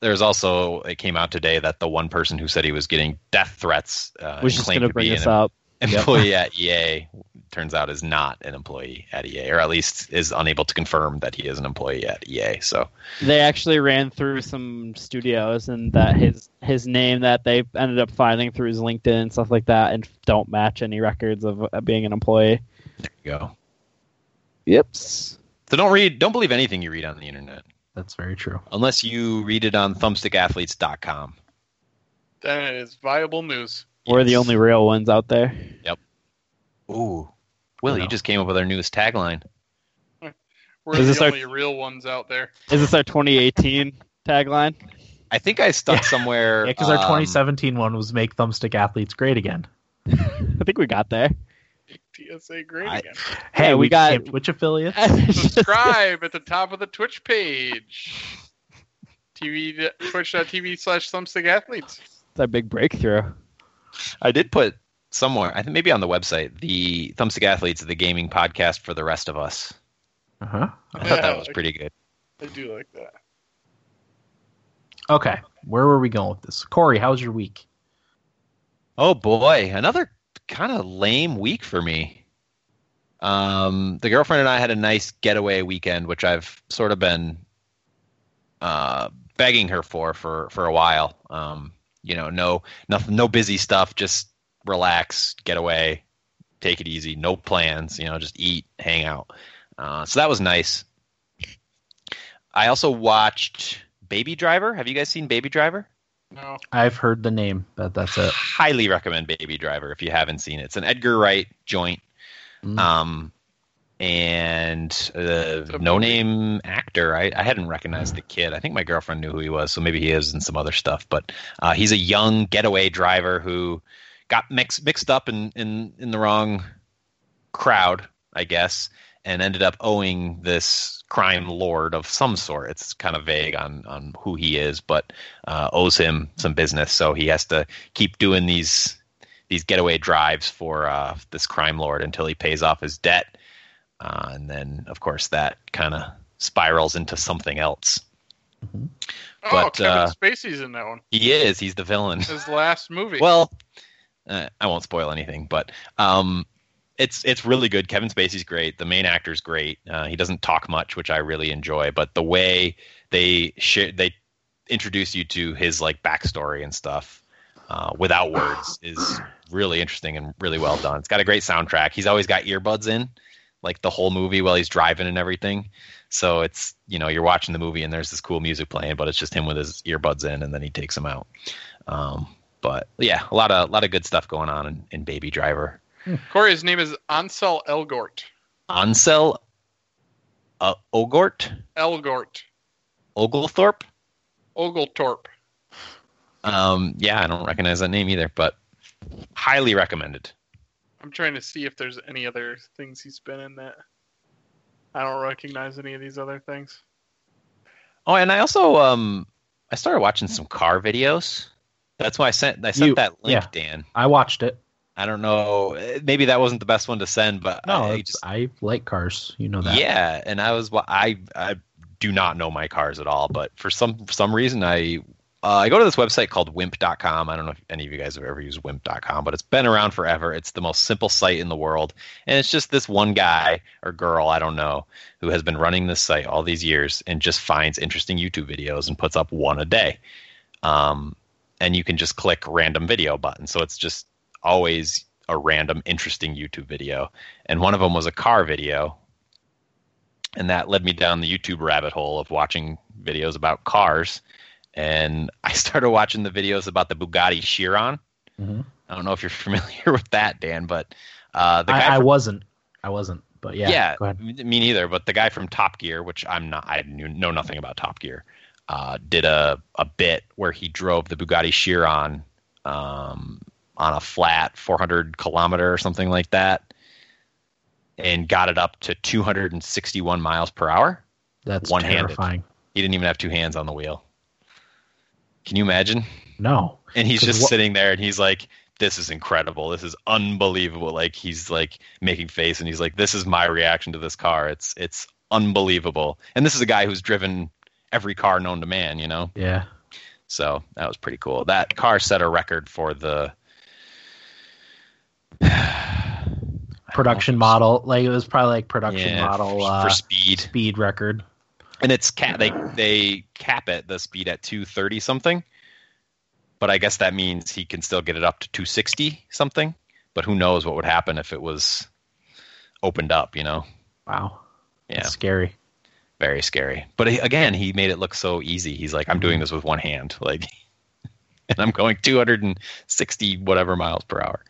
E: There was also it came out today that the one person who said he was getting death threats uh,
F: Which
E: and
F: is
E: claimed
F: going to
E: to be
F: bring
E: an
F: us up.
E: employee at EA turns out is not an employee at EA, or at least is unable to confirm that he is an employee at EA. So
F: They actually ran through some studios, and that his his name that they ended up finding through his LinkedIn and stuff like that, and don't match any records of uh, being an employee.
E: there you go.
F: Yep.
E: So don't read, don't believe anything you read on the internet
C: That's very true.
E: unless you read it on thumbstickathletes.com.
D: That is viable news.
F: We're the
E: Yes.
F: only real ones out there.
E: Ooh, Will,
C: No.
E: you just came up with our newest tagline.
D: We're
F: Is this
D: the
F: our-
D: only real ones out there.
F: Is this our 2018 tagline?
E: I think I stuck somewhere.
C: Yeah, because our
E: um,
C: 2017 one was make thumbstick athletes great again.
F: I think we got there.
D: TSA great
E: I-
D: again.
C: Hey,
F: we
C: we,
F: got-
C: got Twitch affiliates.
D: Subscribe at the top of the Twitch page. TV twitch.tv slash thumbstick athletes.
F: It's our big breakthrough.
E: I did put somewhere, I think maybe on the website, the Thumbstick Athletes, the gaming podcast for the rest of us.
C: Uh-huh.
E: I thought
D: Yeah,
E: that was pretty good.
D: I do like that.
C: Okay, where were we going with this? Corey, how's your week?
E: Oh boy, another kind of lame week for me. Um, the girlfriend and I had a nice getaway weekend, which I've sort of been uh, begging her for for for a while. Um, you know, no nothing, no busy stuff, just relax, get away, take it easy, no plans. You know, just eat, hang out. Uh, so that was nice. I also watched Baby Driver. Have you guys seen Baby Driver?
D: No.
C: I've heard the name, but that's it.
E: Highly recommend Baby Driver if you haven't seen it. It's an Edgar Wright joint,
C: Mm.
E: um, and uh,
D: a
E: no
D: movie.
E: name actor. I, I hadn't recognized the kid. I think my girlfriend knew who he was, so maybe he is in some other stuff. But uh, he's a young getaway driver who got mixed mixed up in in in the wrong crowd, I guess, and ended up owing this crime lord of some sort. It's kind of vague on on who he is, but uh, owes him some business, so he has to keep doing these these getaway drives for uh, this crime lord until he pays off his debt, uh, and then of course that kind of spirals into something else.
D: Oh,
E: But,
D: Kevin
E: uh,
D: Spacey's in that one.
E: He is he's the villain.
D: His last movie.
E: Well, uh, I won't spoil anything, but um, it's it's really good. Kevin Spacey's great. The main actor's great. Uh, he doesn't talk much, which I really enjoy. But the way they sh- they introduce you to his like backstory and stuff uh, without words is really interesting and really well done. It's got a great soundtrack. He's always got earbuds in, like the whole movie while he's driving and everything. So it's you know you're watching the movie and there's this cool music playing, but it's just him with his earbuds in, and then he takes them out. Um, but yeah, a lot of lot of good stuff going on in, in Baby Driver.
D: Corey's name is Ansel Elgort.
E: Ansel uh, Ogort
D: Elgort.
E: Oglethorpe.
D: Oglethorpe.
E: Um, yeah, I don't recognize that name either, but highly recommended.
D: I'm trying to see if there's any other things he's been in that. I don't recognize any of these other things.
E: Oh, and I also um, I started watching some car videos, That's why I sent I sent
C: You-
E: that link,
C: yeah.
E: Dan.
C: I watched it.
E: I don't know. eh, Maybe that wasn't the best one to send, but
C: No,
E: I
C: it's-
E: just
C: I like cars. You know that.
E: Yeah, and I was wa- I I do not know my cars at all, but for some for some reason I uh, I go to this website called wimp.com. I don't know if any of you guys have ever used wimp.com, but it's been around forever. It's the most simple site in the world, and it's just this one guy or girl, I don't know, who has been running this site all these years and just finds interesting YouTube videos and puts up one a day. Um and you can just click random video button. So it's just always a random interesting YouTube video. And one of them was a car video, and that led me down the YouTube rabbit hole of watching videos about cars. And I started watching the videos about the Bugatti Chiron.
C: Mhm.
E: I don't know if you're familiar with that, Dan, but uh, the guy
C: I, I
E: from-
C: wasn't. I wasn't. But yeah.
E: yeah,
C: Go ahead.
E: me neither. But the guy from Top Gear, which I'm not, I knew, know nothing about Top Gear, uh, did a a bit where he drove the Bugatti Chiron um, on a flat 400 kilometer or something like that, and got it up to 261 miles per hour.
C: That's
E: one-handed.
C: terrifying.
E: He didn't even have two hands on the wheel. Can you imagine?
C: No.
E: And he's
C: 'Cause
E: just
C: wha-
E: sitting there and he's like, this is incredible. This is unbelievable. Like he's like making face and he's like, this is my reaction to this car. It's it's unbelievable. And this is a guy who's driven every car known to man, you know?
C: Yeah.
E: So that was pretty cool. That car set a record for the
C: Production model. Like it was probably like production
E: yeah,
C: model
E: for,
C: uh,
E: for speed.
C: speed record.
E: and it's cap they they cap it the speed at 230 something but i guess that means he can still get it up to 260 something but who knows what would happen if it was opened up you know
C: Wow.
E: yeah
C: That's scary.
E: very scary but he, again he made it look so easy he's like i'm doing this with one hand like and i'm going 260 whatever miles per hour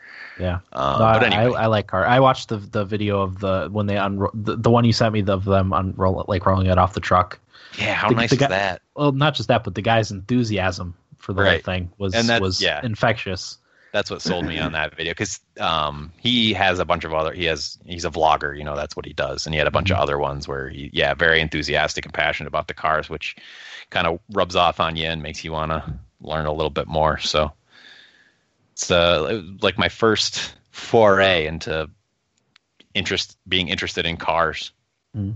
C: Yeah.
E: uh,
C: No,
E: but
C: I-
E: anyway
C: I, I like car. I watched the the video of the when they unro- the, the one you sent me of them unroll like rolling it off the truck.
E: yeah how
C: the-
E: nice
C: the
E: is
C: guy-
E: that
C: Well, not just that, but the guy's enthusiasm for the
E: Right.
C: whole thing was
E: And that-
C: was
E: yeah.
C: infectious.
E: that's what sold me on that video because um, he has a bunch of other he has he's a vlogger you know that's what he does and he had a bunch of other ones where he yeah very enthusiastic and passionate about the cars which kind of rubs off on you and makes you want to learn a little bit more so it's uh, it was like my first foray into interest being interested in cars
C: Mm.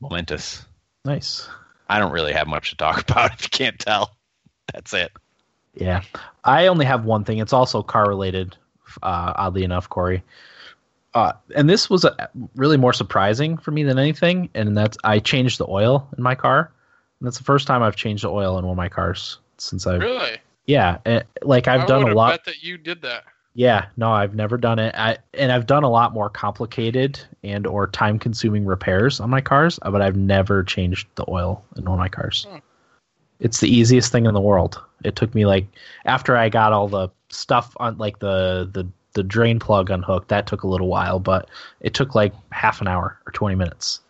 E: momentous
C: Nice.
E: i don't really have much to talk about if you can't tell that's it
C: Yeah. I only have one thing. It's also car related, uh, oddly enough, Corey. Uh, and this was a, really more surprising for me than anything. And that's I changed the oil in my car. And that's the first time I've changed the oil in one of my cars since I've.
D: Really?
C: Yeah. eh, like I've
D: I
C: done a
D: would've
C: lot.
D: bet that you did that.
C: Yeah, no, I've never done it. I and I've done a lot more complicated and or time consuming repairs on my cars, uh, but I've never changed the oil in one of my cars.
D: Hmm.
C: It's the easiest thing in the world. It took me like after I got all the stuff on like the the the drain plug unhooked, that took a little while, but it took like half an hour or 20 minutes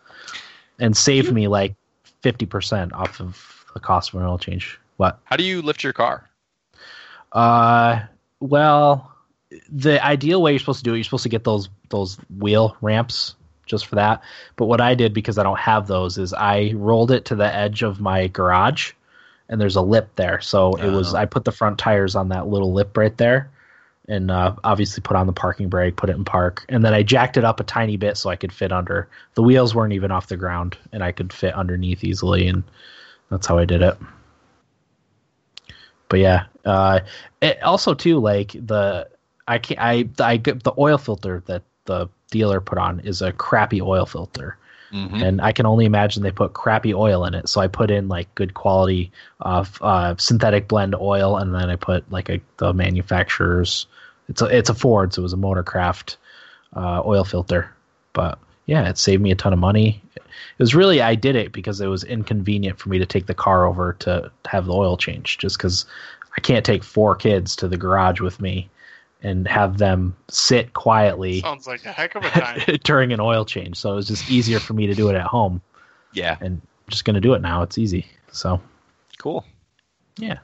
C: and saved me like 50% off of the cost of an oil change. What?
E: how do you lift your car
C: Uh, well, the ideal way you're supposed to do it, you're supposed to get those those wheel ramps just for that. But what I did because I don't have those is I rolled it to the edge of my garage, and there's a lip there, so it was
E: Oh.
C: I put the front tires on that little lip right there. And uh, obviously, put on the parking brake, put it in park, and then I jacked it up a tiny bit so I could fit under. The wheels weren't even off the ground, and I could fit underneath easily, and that's how I did it but yeah uh it also too like the i can't i i get the oil filter that the dealer put on is a crappy oil filter
E: Mm-hmm.
C: and i can only imagine they put crappy oil in it so i put in like good quality uh, f- uh synthetic blend oil and then i put like a the manufacturer's it's a it's a ford so it was a motorcraft uh oil filter but yeah it saved me a ton of money it was really i did it because it was inconvenient for me to take the car over to have the oil changed just because i can't take four kids to the garage with me and have them sit quietly
D: Sounds like a heck of a time.
C: during an oil change. So it was just easier for me to do it at home,
E: Yeah,
C: and I'm just gonna do it now. It's easy. So
E: cool.
C: yeah,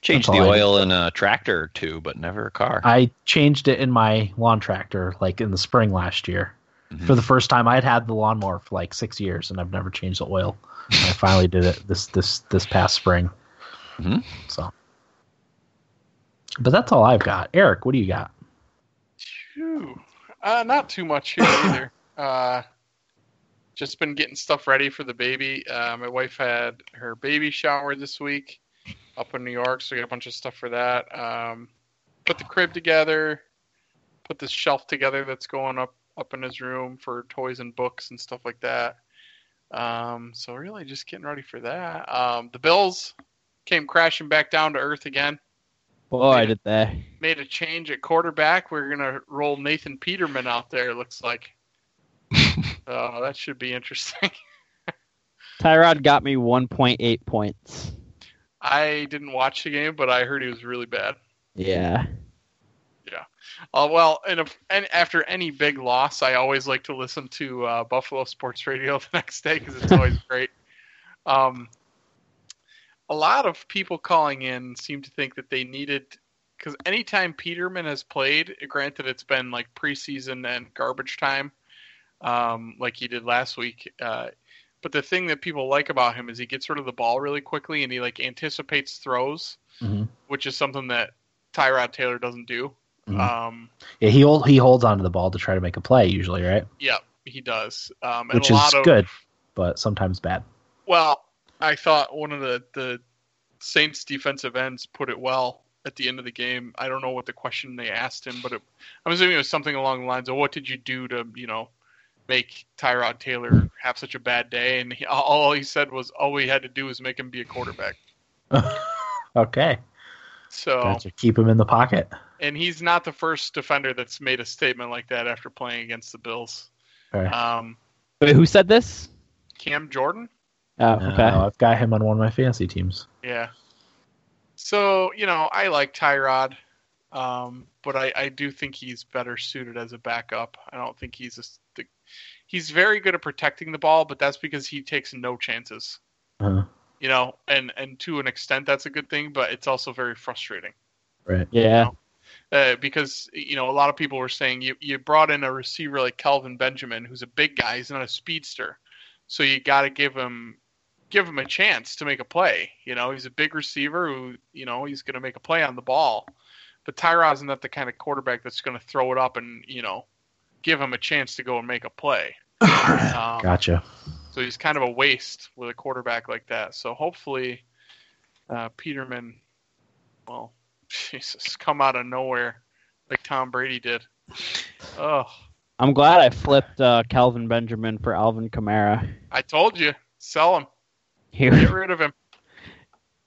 E: Change
C: That's
E: the
C: all I
E: oil in a tractor or two, but never a car.
C: I changed it in my lawn tractor like in the spring last year.
E: Mm-hmm.
C: For the first time, I'd had the lawnmower for like six years, and I've never changed the oil. And I finally did it this this this past spring.
E: Mhm.
C: So, but that's all I've got. Eric, what do you got?
D: Phew. Uh, not too much here either. Uh, just been getting stuff ready for the baby. Uh, my wife had her baby shower this week up in New York, so we got a bunch of stuff for that. Um, put the crib together, put this shelf together that's going up up in his room for toys and books and stuff like that. Um, so really, just getting ready for that. Um, the bills came crashing back down to earth again
F: Boy, did they.
D: made a change at quarterback. We're gonna roll Nathan Peterman out there. It looks like. oh, that should be interesting.
F: Tyrod got me 1.8 points.
D: I didn't watch the game, but I heard he was really bad.
F: Yeah.
D: Uh, well, and, if, and after any big loss, I always like to listen to uh, Buffalo Sports Radio the next day because it's always great. Um, a lot of people calling in seem to think that they needed because anytime Peterman has played, granted it's been like preseason and garbage time, um, like he did last week. Uh, but the thing that people like about him is he gets rid of the ball really quickly and he like anticipates throws,
C: Mhm.
D: which is something that Tyrod Taylor doesn't do.
C: Mhm.
D: Um,
C: Yeah, he hold, he holds onto the ball to try to make a play usually, right?
D: Yeah, he does. Um, and
C: Which
D: a
C: is
D: lot of,
C: good, but sometimes bad.
D: Well, I thought one of the, the Saints defensive ends put it well at the end of the game. I don't know what the question they asked him, but it, I'm assuming it was something along the lines of what did you do to, you know, make Tyrod Taylor have such a bad day? And he, all he said was all we had to do was make him be a quarterback.
C: Okay,
D: So,
C: gotcha. Keep him in the pocket.
D: and he's not the first defender that's made a statement like that after playing against the Bills.
C: All right.
D: Um,
F: Wait, who said this?
D: Cam Jordan?
F: Oh,
C: Uh,
F: okay.
C: I've got him on one of my fantasy teams.
D: Yeah. So, you know, I like Tyrod, um, but I, I do think he's better suited as a backup. I don't think he's a, s- the, he's very good at protecting the ball, but that's because he takes no chances.
C: Uh,
D: You know, and and to an extent that's a good thing, but it's also very frustrating
C: right.
F: yeah.
D: uh, because you know a lot of people were saying you, you brought in a receiver like Calvin Benjamin, who's a big guy. He's not a speedster, so you got to give him give him a chance to make a play. You know, he's a big receiver who you know he's going to make a play on the ball. But Tyrod's not the kind of quarterback that's going to throw it up and you know give him a chance to go and make a play. Um,
C: Gotcha.
D: so he's kind of a waste with a quarterback like that. So hopefully, uh, Peterman, well, Jesus, come out of nowhere like Tom Brady did. Oh,
F: I'm glad I flipped uh, Calvin Benjamin for Alvin Kamara.
D: I told you, sell him, get
F: Here,
D: rid of him.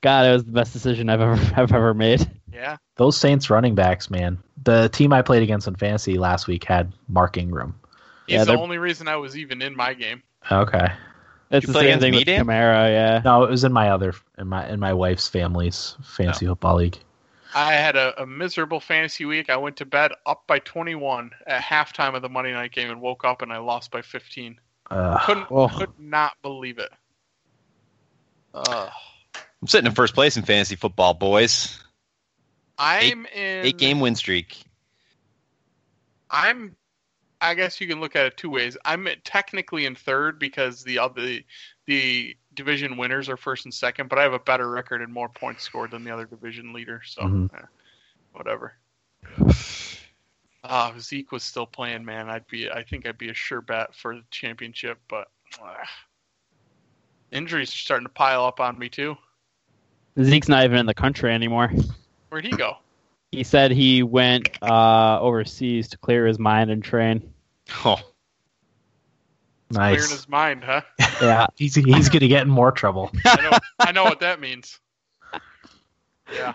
F: God, it was the best decision I've ever I've ever made.
D: Yeah,
C: Those Saints running backs, man. The team I played against in fantasy last week had Mark Ingram.
D: he's
F: Yeah,
D: the
F: they're-
D: only reason I was even in my game.
C: Okay.
F: It's the
E: You play
F: same
E: against
F: thing
E: me,
F: with
E: Dan?
F: Kamara. Yeah.
C: No, it was in my other in my in my wife's family's fantasy football league.
D: I had a, a miserable fantasy week. I went to bed up by 21 at halftime of the Monday night game and woke up and I lost by 15.
C: Uh,
D: Couldn't,
F: Oh.
D: could not believe it. Uh,
E: I'm sitting in first place in fantasy football, boys.
D: I'm in
E: Eight game win streak.
D: I'm. I guess you can look at it two ways. I'm technically in third because the other the division winners are first and second, but I have a better record and more points scored than the other division leader. So,
C: Mhm.
D: eh, whatever. Ah, if Zeke was still playing, man, I'd be. I think I'd be a sure bet for the championship, but ah. injuries are starting to pile up on me too.
F: Zeke's not even in the country anymore.
D: Where'd he go?
F: He said he went uh, overseas to clear his mind and train.
E: Oh,
D: Clearing
C: nice.
D: his mind, huh?
F: Yeah.
C: He's he's gonna get in more trouble.
D: I know, I know what that means. Yeah.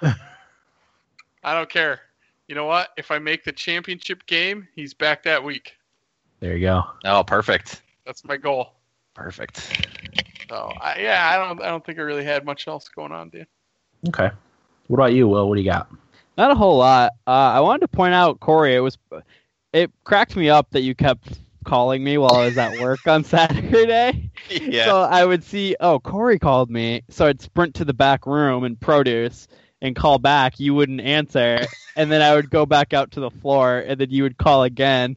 D: I don't care. You know what? If I make the championship game, he's back that week.
C: There you go.
E: oh, perfect,
D: That's my goal.
E: perfect.
D: So I, yeah, I don't I don't think I really had much else going on, dude.
C: Okay. What about you, Will? What do you got?
F: Not a whole lot. Uh, I wanted to point out, Corey. It was, it cracked me up that you kept calling me while I was at work on Saturday.
E: Yeah.
F: So I would see, oh, Corey called me. So I'd sprint to the back room and produce and call back. You wouldn't answer, and then I would go back out to the floor, and then you would call again.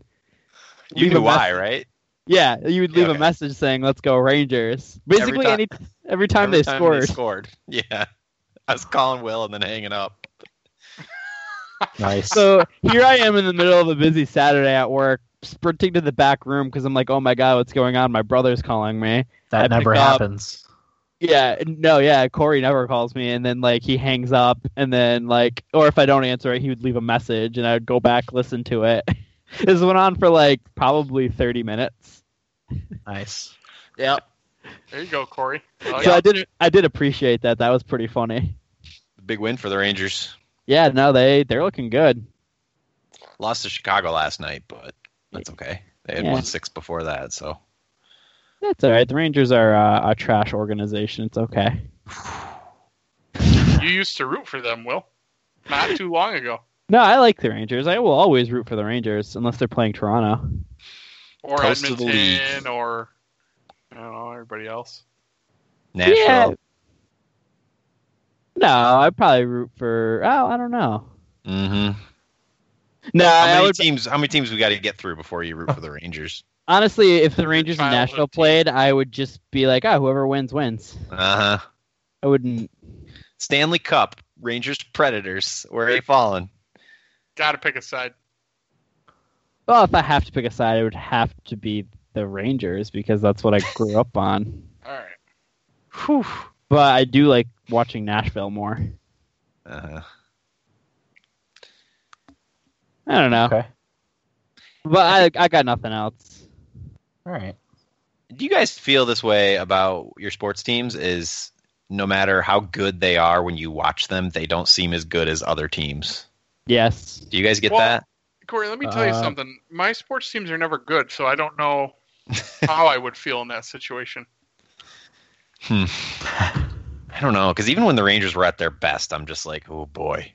E: you
F: leave
E: knew
F: a
E: why, right?
F: Yeah, you would
E: Yeah,
F: leave
E: okay.
F: a message saying, "Let's go Rangers." Basically,
E: ti-
F: any every time
E: Every
F: they scored.
E: scored. Yeah. I was calling Will and then hanging up.
C: Nice.
F: So here I am in the middle of a busy Saturday at work, sprinting to the back room because I'm like, oh my god, what's going on? My brother's calling me.
C: that
F: I
C: never
F: pick up-
C: happens.
F: Yeah, no, yeah, Corey never calls me, and then like he hangs up, and then like, or if I don't answer it, he would leave a message, and I'd go back listen to it. this went on for like probably 30 minutes.
C: Nice.
E: Yep.
D: There you go, Corey. Oh,
F: So
D: yeah.
F: I did I did appreciate that. That was pretty funny.
E: Big win for the Rangers.
F: Yeah, no, they they're looking good.
E: Lost to Chicago last night, but that's okay. They had
F: Yeah.
E: won six before that, so
F: That's all right. The Rangers are uh, a trash organization. It's okay.
D: You used to root for them, Will. Not too long ago.
F: No, I like the Rangers. I will always root for the Rangers unless they're playing Toronto.
D: Or
E: Toast to the
D: Edmonton, or I don't know, everybody else.
E: Nashville.
F: Yeah. No, I probably root for. Oh, I don't know.
E: hmm
F: No,
E: How
F: I
E: many
F: Uh, would,
E: teams? How many teams we got to get through before you root for the Rangers?
F: honestly, if the Rangers and
D: childhood
F: Nashville
D: team.
F: played, I would just be like, oh, whoever wins wins.
E: Uh huh.
F: I wouldn't.
E: Stanley Cup, Rangers, Predators. Where are you falling?
D: Got to pick a side.
F: Well, if I have to pick a side, it would have to be the Rangers because that's what I grew up on.
D: All right.
F: Whew. But I do like watching Nashville more.
E: Uh huh.
F: I don't know,
C: Okay.
F: but I I got nothing else.
C: All right.
E: Do you guys feel this way about your sports teams? Is no matter how good they are when you watch them, they don't seem as good as other teams.
F: Yes.
E: Do you guys get
D: Well,
E: that?
D: Corey, let me tell you
C: Uh,
D: something. My sports teams are never good, so I don't know how I would feel in that situation.
E: Hmm. I don't know because even when the Rangers were at their best, I'm just like, oh boy,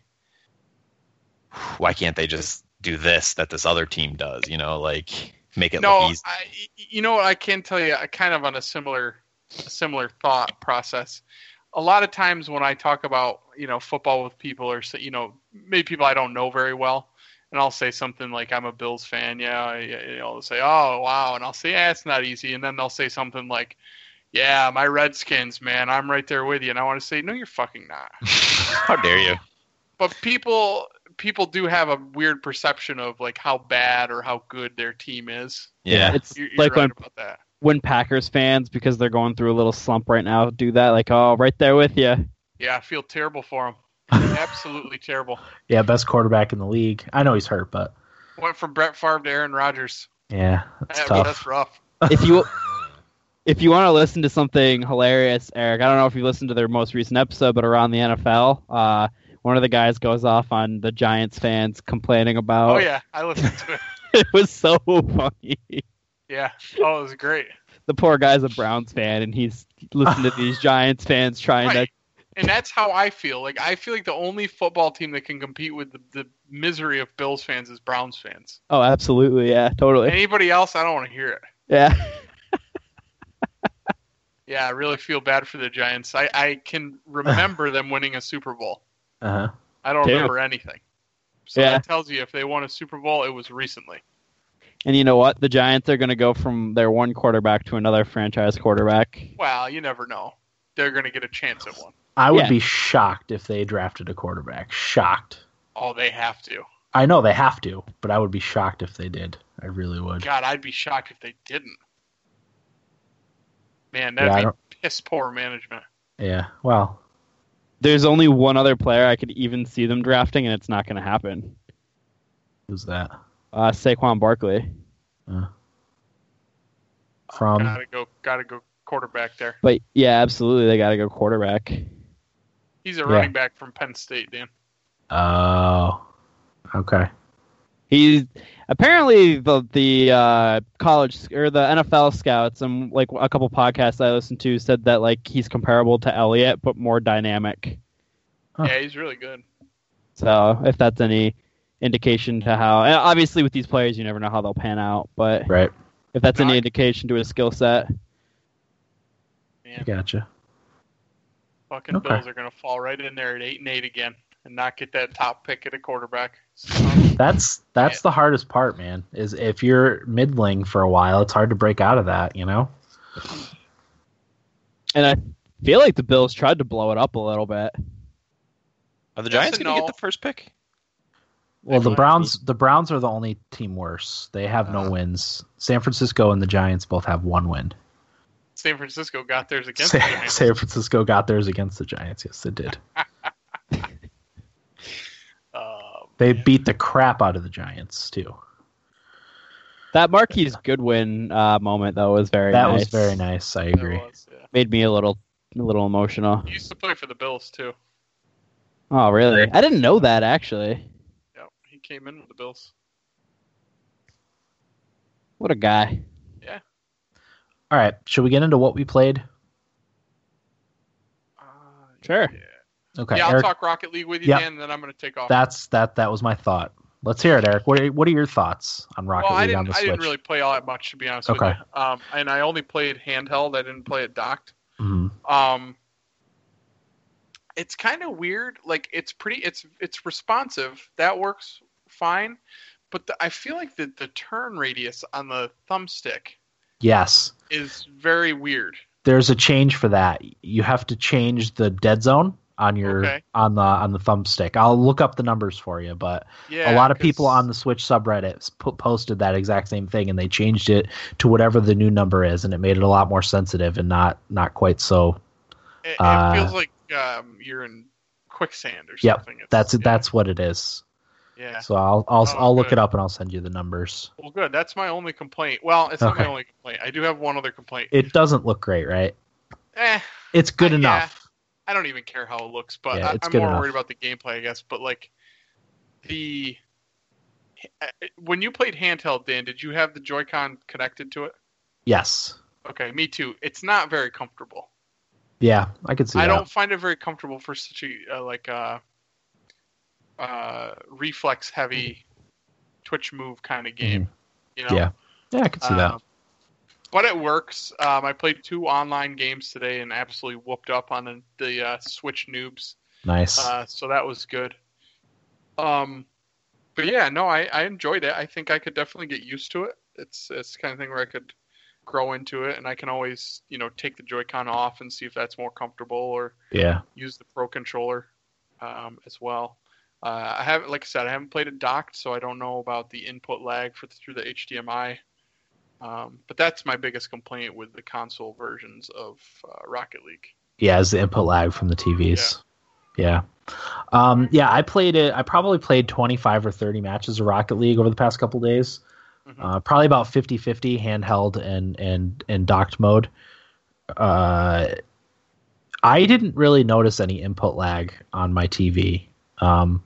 E: why can't they just do this that this other team does? You know, like make it
D: no,
E: look easy.
D: I, you know what I can tell you. I kind of on a similar, a similar thought process. A lot of times when I talk about you know football with people or so- you know maybe people I don't know very well, and I'll say something like I'm a Bills fan. Yeah, I- you know they'll say oh wow, and I'll say yeah it's not easy, and then they'll say something like. Yeah, my Redskins, man. I'm right there with you, and I want to say, no, you're fucking not.
E: How dare you?
D: but people people do have a weird perception of like how bad or how good their team is.
E: Yeah,
F: It's
D: You're, you're
F: like
D: right
F: when
D: about that.
F: when Packers fans, because they're going through a little slump right now, do that. Like, oh, right there with you.
D: Yeah, I feel terrible for him. Absolutely terrible.
C: Yeah, best quarterback in the league. I know he's hurt, but
D: Went from Brett Favre to Aaron Rodgers.
C: yeah, that's
D: That-
C: tough.
D: That's rough.
F: If you if you want to listen to something hilarious, Eric, I don't know if you listened to their most recent episode, but around the NFL, uh, one of the guys goes off on the Giants fans complaining about.
D: Oh yeah, I listened to it.
F: it was so funny.
D: Yeah. Oh, it was great.
F: The poor guy's a Browns fan, and he's listening to these Giants fans trying
D: Right.
F: to.
D: And that's how I feel. Like I feel like the only football team that can compete with the, the misery of Bills fans is Browns fans.
F: Oh, absolutely, yeah, totally,
D: Anybody else, I don't want to hear it.
F: yeah.
D: Yeah, I really feel bad for the Giants. I, I can remember them winning a Super Bowl.
C: Uh-huh.
D: I don't
F: Damn.
D: remember anything. So
F: Yeah.
D: that tells you if they won a Super Bowl, it was recently.
F: And you know what? The Giants are going to go from their one quarterback to another franchise quarterback.
D: Well, you never know. They're going to get a chance at one.
C: I would
F: Yeah.
C: be shocked if they drafted a quarterback. Shocked.
D: Oh, they have to.
C: I know they have to, but I would be shocked if they did. I really would.
D: God, I'd be shocked if they didn't. Man,
C: Yeah, I
D: that'd
C: don't-
D: be piss poor management.
C: Yeah. Well,
F: There's only one other player I could even see them drafting, and it's not going to happen.
C: who's that?
F: Uh, Saquon Barkley.
C: From
D: gotta go, gotta go quarterback there.
F: But yeah, absolutely, they got to go quarterback.
D: He's a running back from Penn State, Dan.
C: Oh. okay.
F: He's apparently the the uh, college or the NFL scouts and like a couple podcasts I listened to said that like he's comparable to Elliott but more dynamic.
C: Huh.
D: Yeah, he's really good.
F: So if that's any indication to how, and obviously with these players you never know how they'll pan out, but
C: Right.
F: if that's
D: Not-
F: any indication to his skill set.
D: Man,
C: Gotcha.
D: fucking
C: Okay.
D: Bills are going to fall right in there at eight and eight again and not get that top pick at a quarterback. So,
C: That's that's
D: Yeah.
C: the hardest part, man. Is if you're middling for a while, it's hard to break out of that, you know?
F: And I feel like the Bills tried to blow it up a little bit.
E: Are the
D: Yes
E: Giants
D: and
E: going to
D: no.
E: get the first pick?
C: Well, the
D: might be.
C: Browns the Browns are the only team worse. They have no
D: Uh-huh.
E: Uh.
C: wins. San Francisco and the Giants both have one win.
D: San Francisco got theirs against the
C: San,
D: Giants.
C: San Francisco got theirs against the Giants. Yes, they did.
D: Um,
C: They beat the crap out of the Giants too.
F: That Marquise Goodwin uh, moment though was very
C: that
F: nice.
C: was very nice. I
D: there
C: agree.
D: was, yeah.
F: Made me a little a little emotional.
D: He used to play for the Bills too.
F: Oh really? I didn't know that actually.
D: Yep, he came in with the Bills.
F: What a guy.
C: All right, should we get into what we played?
D: Uh,
F: Sure.
D: Yeah,
C: Okay,
D: yeah I'll
C: Eric,
D: talk Rocket League with you,
C: Yeah.
D: Dan, and then I'm going to take off.
C: that's that. That was my thought. Let's hear it, Eric. What are, what are your thoughts on Rocket
D: well, I
C: League on
D: didn't.
C: the
D: I
C: Switch?
D: didn't really play all that much, to be honest
C: Okay.
D: with you. Um, and I only played handheld. I didn't play it docked.
C: Mhm.
D: Um, it's kind of weird. Like it's pretty. It's it's responsive. That works fine. But the, I feel like the, the turn radius on the thumbstick
C: Yes,
D: is very weird.
C: there's a change for that. You have to change the dead zone on your
D: Okay.
C: on the on the thumbstick. I'll look up the numbers for you, but a
D: Yeah,
C: lot of people
D: 'cause-
C: on the Switch subreddit s- po- posted that exact same thing, and they changed it to whatever the new number is, and it made it a lot more sensitive and not not quite so.
D: It, it
C: Uh,
D: feels like um, you're in quicksand or
C: Yep,
D: something. It's-
C: That's
D: yeah,
C: that's what it is.
D: yeah.
C: So I'll I'll,
D: Oh,
C: I'll look
D: good.
C: it up and I'll send you the numbers.
D: Well, good. That's my only complaint. Well, it's not my
C: Okay.
D: only complaint. I do have one other complaint.
C: It doesn't look great, right?
D: eh,
C: It's good
D: Uh, yeah.
C: enough.
D: I don't even care how it looks, but
C: Yeah,
D: I,
C: it's
D: I'm
C: good
D: more
C: enough.
D: worried about the gameplay, I guess. But like the uh, when you played handheld, Dan, did you have the Joy-Con connected to it?
C: Yes.
D: Okay, me too. It's not very comfortable.
C: Yeah, I could see
D: I
C: that.
D: don't find it very comfortable for such a uh, like uh, uh, reflex-heavy twitch move kind of game. You know,
C: Mm-hmm. Yeah. yeah, I could see that.
D: Um, But it works. Um, I played two online games today and absolutely whooped up on the, the uh, Switch noobs,
C: Nice.
D: uh, so that was good. Um, but yeah, no, I, I enjoyed it. I think I could definitely get used to it. It's it's the kind of thing where I could grow into it, and I can always you know take the Joy-Con off and see if that's more comfortable or
C: yeah.
D: use the Pro controller um, as well. Uh, I haven't, like I said, I haven't played it docked, so I don't know about the input lag for through the HDMI. Um, but that's my biggest complaint with the console versions of uh, Rocket League.
C: Yeah, is the input lag from the TVs. Yeah. Um, yeah, I played it. I probably played 25 or 30 matches of Rocket League over the past couple days.
D: Mhm.
C: Uh, probably about 50 50 handheld and, and, and docked mode. Uh, I didn't really notice any input lag on my TV. Um,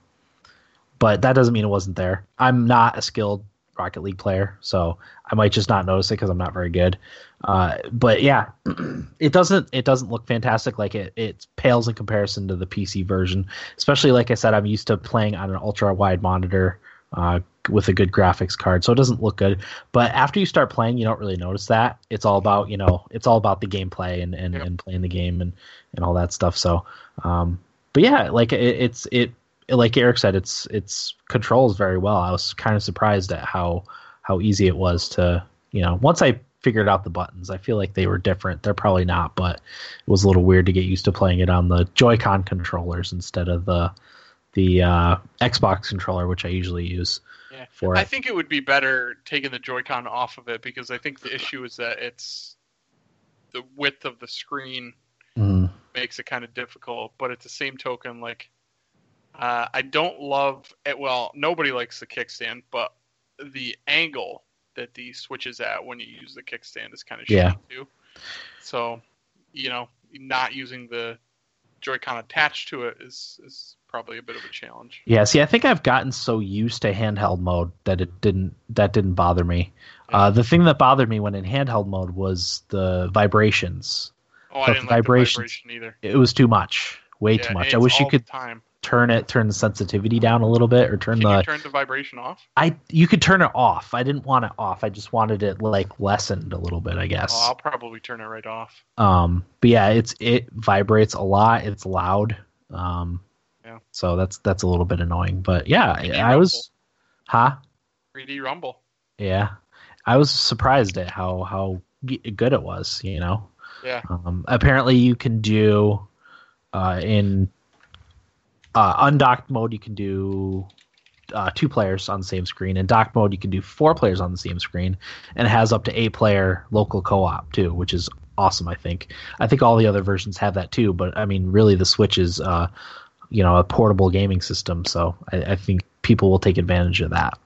C: but that doesn't mean it wasn't there. I'm not a skilled Rocket League player, so I might just not notice it because I'm not very good. Uh, but yeah, it doesn't it doesn't look fantastic. Like it it pales in comparison to the PC version, especially like I said, I'm used to playing on an ultra wide monitor uh, with a good graphics card, so it doesn't look good. But after you start playing, you don't really notice that. It's all about you know it's all about the gameplay and and,
D: Yep.
C: and playing the game and and all that stuff. So, um, but yeah, like it, it's it like Eric said, it's it's controls very well. I was kind of surprised at how how easy it was to you know once I figured out the buttons. I feel like they were different. They're probably not, but it was a little weird to get used to playing it on the Joy-Con controllers instead of the the uh, Xbox controller, which I usually use
D: Yeah.
C: for
D: I
C: it.
D: think it would be better taking the Joy-Con off of it because I think the issue is that it's the width of the screen
C: Mm,
D: makes it kind of difficult. But at the same token, like uh, I don't love it. Well, nobody likes the kickstand, but the angle that the switch is at when you use the kickstand is kind of
C: Yeah.
D: shitty too. So, you know, not using the Joy-Con attached to it is is probably a bit of a challenge.
C: Yeah, see, I think I've gotten so used to handheld mode that it didn't that didn't bother me. Uh, the thing that bothered me when in handheld mode was the vibrations.
D: Oh, I
C: but
D: didn't
C: the
D: like the
C: vibrations-
D: vibration either.
C: It was too much, way
D: Yeah,
C: too much.
D: it's
C: I wish you
D: all the
C: could
D: time.
C: turn it, turn the sensitivity down a little bit, or turn
D: Can
C: the
D: you turn the vibration off?
C: I you could turn it off. I didn't want it off. I just wanted it like lessened a little bit, I guess.
D: Oh, I'll probably turn it right off.
C: Um, but yeah, it's it vibrates a lot. It's loud. Um,
D: Yeah.
C: So that's that's a little bit annoying. But yeah,
D: Can you
C: I, I was, huh?
D: 3D Rumble.
C: Yeah, I was surprised at how how g- good it was. You know.
D: Yeah.
C: Um, apparently, you can do uh, in uh, undocked mode, you can do uh, two players on the same screen. In dock mode, you can do four players on the same screen, and it has up to eight player local co-op too, which is awesome. I think. I think all the other versions have that too, but I mean, really, the Switch is, uh, you know, a portable gaming system, so I, I think people will take advantage of that.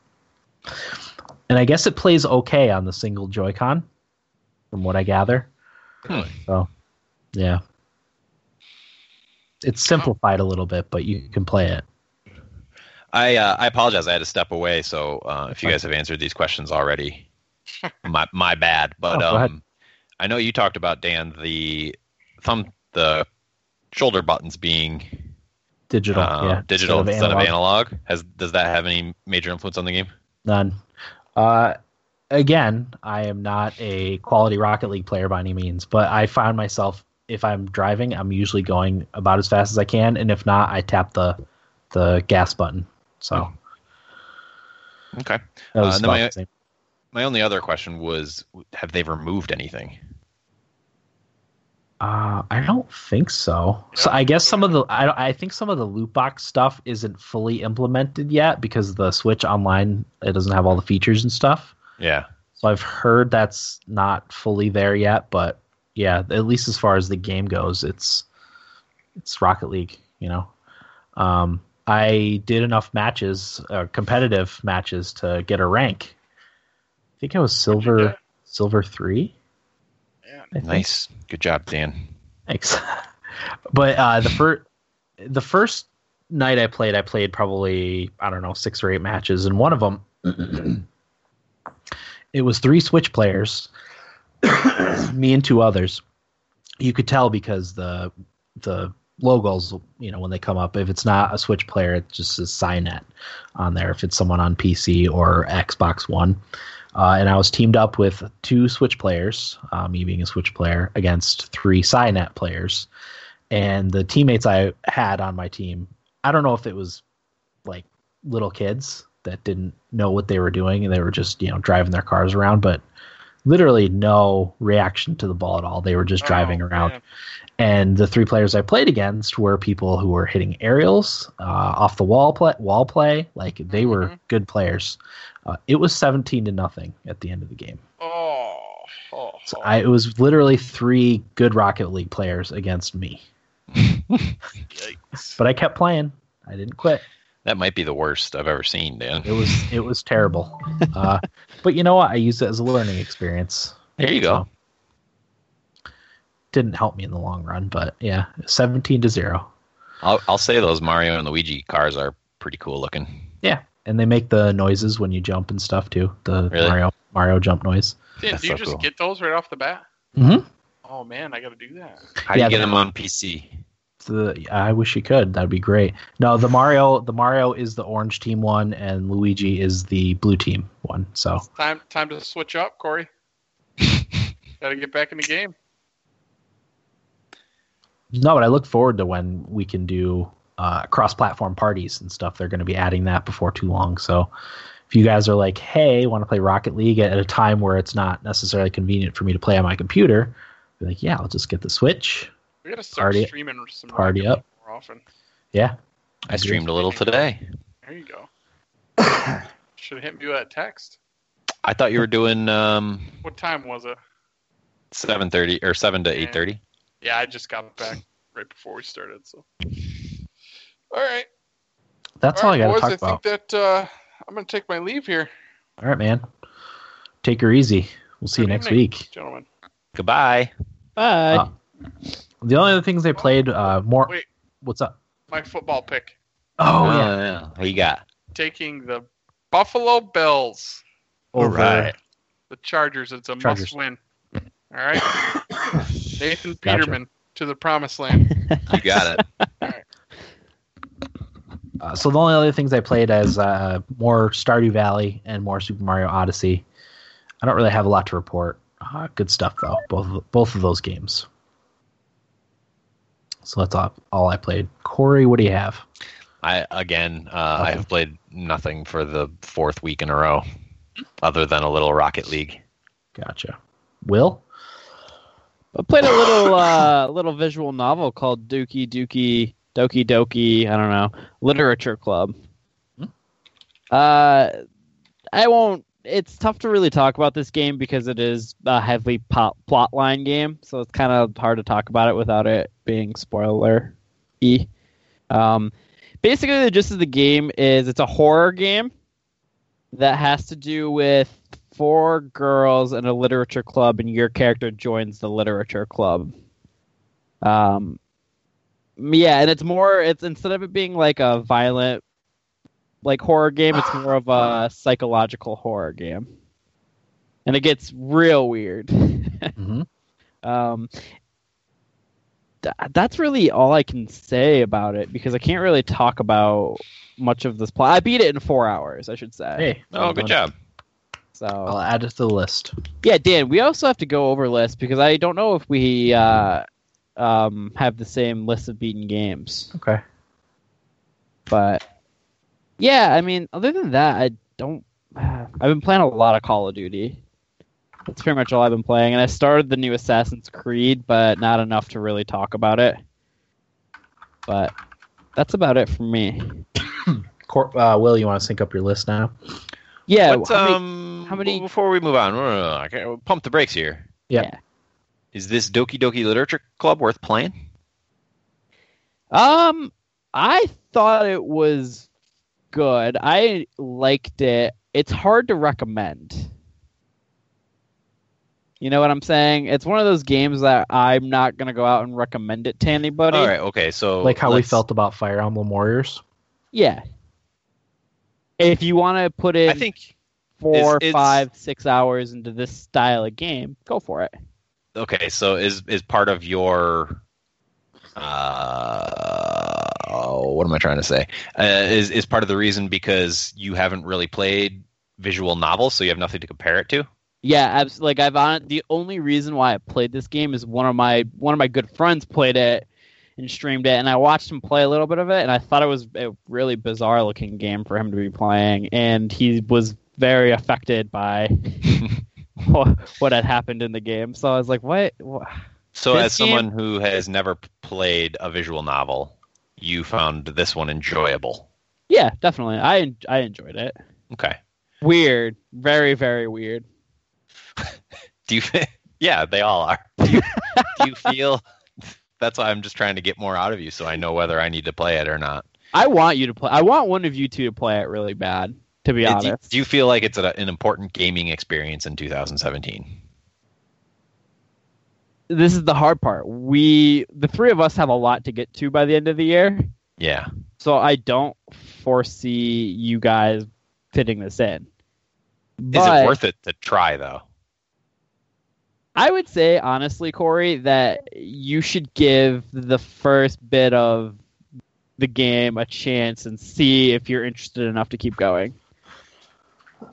C: And I guess it plays okay on the single Joy-Con, from what I gather.
E: Hmm.
C: So, yeah. It's simplified a little bit, but you can play it.
E: I uh, I apologize. I had to step away. So uh, if you guys have answered these questions already, my my bad. But
C: Oh, go ahead.
E: um, I know you talked about Dan the thumb the shoulder buttons being
C: Digital,
E: uh,
C: yeah.
E: digital instead of analog.
C: analog.
E: Has does that have any major influence on the game?
C: None. Uh, again, I am not a quality Rocket League player by any means, but I find myself if I'm driving, I'm usually going about as fast as I can, and if not, I tap the the gas button. So
E: Okay.
C: that was
E: Hmm. Uh, no,
C: about
E: my-
C: the same.
E: My only other question was, have they removed anything?
C: Uh, I don't think so. So
D: Yeah.
C: I guess some of the I, don't- I think some of the loot box stuff isn't fully implemented yet because the Switch Online it doesn't have all the features and stuff.
E: Yeah.
C: So I've heard that's not fully there yet, but yeah, at least as far as the game goes, it's it's Rocket League, you know. Um, I did enough matches, uh, competitive matches, to get a rank. I think I was silver,
D: get?
C: silver three.
D: Yeah.
C: I think.
E: Nice. Good job, Dan.
C: Thanks. but uh, the first the first night I played, I played probably I don't know six or eight matches, and one of them it was three Switch players, me and two others. You could tell because the the logos, you know, when they come up, if it's not a Switch player, it just says Cynet on there. If it's someone on PC or Xbox One. Uh, and I was teamed up with two Switch players, uh, me being a Switch player, against three Cynet players. And the teammates I had on my team, I don't know if it was like little kids that didn't know what they were doing and they were just, you know, driving their cars around, but literally no reaction to the ball at all. They were just driving
D: Oh,
C: around
D: man.
C: and the three players I played against were people who were hitting aerials, uh, off the wall play, wall play. Like they were
E: Mm-hmm.
D: Mhm.
C: good players. Uh, it was seventeen to nothing at the end of the game.
D: Oh, oh,
C: So
D: oh.
C: I, it was literally three good Rocket League players against me.
D: Yikes.
C: But I kept playing. I didn't quit.
E: That might be the worst I've ever seen, Dan.
C: It was it was terrible. Uh, but you know what? I used it as a learning experience.
E: There you go.
C: Didn't help me in the long run, but yeah, seventeen to zero.
E: I'll I'll say those Mario and Luigi cars are pretty cool looking.
C: Yeah, and they make the noises when you jump and stuff too. The
E: Really?
C: Mario Mario jump noise.
D: Dan,
E: That's
D: do you
E: so
D: just
E: cool.
D: get those right off the bat?
C: Mm-hmm.
D: Oh man, I got to do that.
E: How do
C: Yeah,
E: you get
C: they-
E: them on PC?
C: the I wish you could. That'd be great. No, the Mario the Mario is the orange team one and Luigi is the blue team one. So
D: Time, time to switch up, Corey. got to get back in the game.
C: no, but I look forward to when we can do uh, cross platform parties and stuff. They're going to be adding that before too long. So if you guys are like, hey, want to play Rocket League at, at a time where it's not necessarily convenient for me to play on my computer, be like, yeah, I'll just get the Switch.
D: We got to start
C: Party-
D: streaming some
C: party
D: Rocket
C: up.
D: League more often.
C: Yeah,
E: I streamed a little today.
D: There you go. Should have hit me with that text.
E: I thought you were doing um,
D: What time was it?
E: seven thirty or seven to
D: Yeah.
E: eight thirty.
D: Yeah, I just got back right before we started. So, all right,
C: that's all,
D: all right,
C: I got to
D: boys.
C: talk
D: I
C: about.
D: think that uh, I'm going to take my leave here,
C: all right, man. Take her easy. We'll see you
D: Good
C: next
D: evening.
C: week.
D: gentlemen.
E: Goodbye.
F: Bye.
C: Uh, The only other things they played uh, more.
D: Wait.
C: What's up?
D: My football pick
C: Oh
E: Uh,
C: yeah,
E: yeah. What you got?
D: taking the Buffalo Bills,
C: over
E: Alright.
D: the Chargers. It's a
C: Chargers.
D: must-win. All right, Nathan
C: Gotcha.
D: Peterman to the promised land.
E: You got it.
C: Uh, so the only other things I played as uh, more Stardew Valley and more Super Mario Odyssey. I don't really have a lot to report. Uh, good stuff though. Both of, both of those games. So that's all, all I played. Corey, what do you have?
E: I again. Uh, I
C: Okay.
E: have played nothing for the fourth week in a row, other than a little Rocket League.
C: Gotcha. Will?
F: I played a little uh, little visual novel called Dookie Dookie Doki Doki, I don't know, Literature Club. Uh, I won't. It's tough to really talk about this game because it is a heavily pop, plot line game, so it's kind of hard to talk about it without it being spoiler y. Um, basically, the gist of the game is it's a horror game that has to do with four girls in a literature club, and your character joins the literature club. Um, yeah, and it's more. It's instead of it being like a violent, like horror game, it's more of a psychological horror game, and it gets real weird.
C: Mhm.
F: um, th- that's really all I can say about it because I can't really talk about much of this plot. I beat it in four hours, I should say.
C: Hey,
E: Oh, good job.
F: So
C: I'll add it to the list.
F: yeah, Dan, we also have to go over lists because I don't know if we uh, um, have the same list of beaten games.
C: Okay.
F: But yeah, I mean, other than that, I don't. I've been playing a lot of Call of Duty. That's pretty much all I've been playing, and I started the new Assassin's Creed, but not enough to really talk about it. But that's about it for me.
C: Cor- uh, Will, you want to sync up your list now?
F: Yeah,
E: What's,
F: how many-
E: um,
F: how many-
E: Before we move on, no, no, no, no, okay, we'll pump the brakes here.
C: Yeah.
F: Yeah.
E: Is this Doki Doki Literature Club worth playing?
F: Um, I thought it was good. I liked it. It's hard to recommend. You know what I'm saying? It's one of those games that I'm not gonna go out and recommend it to anybody.
E: All right. Okay. So
C: like how we
E: let's-
C: felt about Fire Emblem Warriors.
F: Yeah. If you want to put in
E: I think
F: four,
E: it's- it's-
F: five, six hours into this style of game, go for it.
E: okay so is is part of your uh oh, what am i trying to say uh, is is part of the reason because you haven't really played visual novels so you have nothing to compare it to
F: Yeah, absolutely. Like I've on the only reason why I played this game is one of my one of my good friends played it and streamed it, and I watched him play a little bit of it, and I thought it was a really bizarre looking game for him to be playing, and he was very affected by what what had happened in the game. So I was like, what? Wha-
E: so
F: This
E: as someone who has never p- played a visual novel you found this one enjoyable
F: Yeah, definitely. I en- I enjoyed it.
E: okay
F: Weird, very very weird.
E: do you yeah they all are do you, do you feel that's why i'm just trying to get more out of you so i know whether i need to play it or not
F: I want you to play. I want one of you two to play it really bad. To be
E: Do you,
F: honest,
E: do you feel like it's a, an important gaming experience in 2017?
F: this is the hard part. We the three of us have a lot to get to by the end of the year,
E: Yeah.
F: so I don't foresee you guys fitting this in.
E: Is
F: But
E: it worth it to try though?
F: I would say honestly, Corey, that you should give the first bit of the game a chance and see if you're interested enough to keep going.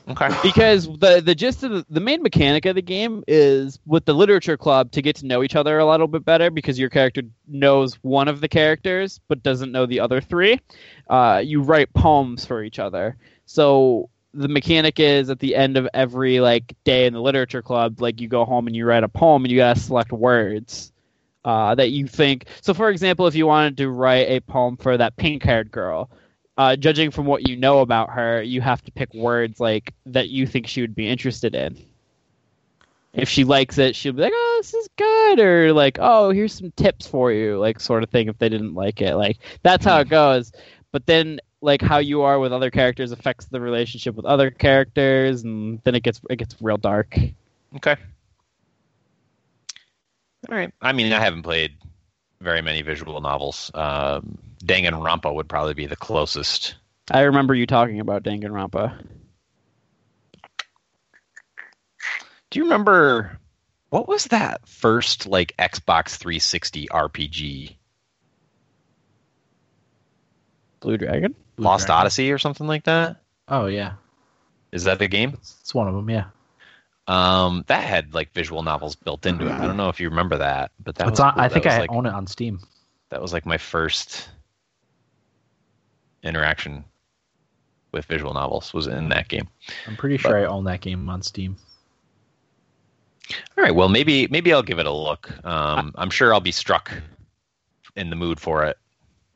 E: Okay.
F: because the the gist of the, the main mechanic of the game is with the literature club to get to know each other a little bit better because your character knows one of the characters but doesn't know the other three uh, you write poems for each other so the mechanic is at the end of every like day in the literature club like you go home and you write a poem and you gotta select words uh, that you think so for example if you wanted to write a poem for that pink haired girl uh, judging from what you know about her, you have to pick words like that you think she would be interested in. If she likes it, she'll be like, "Oh, this is good," or like, "Oh, here's some tips for you," like sort of thing. If they didn't like it, like that's how it goes. But then, like how you are with other characters affects the relationship with other characters, and then it gets it gets real dark.
E: Okay. All right. I mean, I haven't played very many visual novels. Um, Danganronpa would probably be the closest.
F: I remember you talking about Danganronpa.
E: Do you remember what was that first like Xbox 360 RPG?
F: Blue Dragon.
E: Lost
C: Dragon.
E: Odyssey or something like that?
C: Oh yeah,
E: Is that the game?
C: it's, it's one of them. Yeah,
E: Um, that had like visual novels built into it. I don't know if you remember that, but that
C: it's
E: was
C: on,
E: cool.
C: I
E: That
C: think
E: was,
C: I
E: like,
C: own it on Steam.
E: that was like my first interaction with visual novels was in that game.
C: I'm pretty sure I own that game on Steam.
E: All right, well maybe maybe I'll give it a look. Um, I'm sure I'll be struck in the mood for it.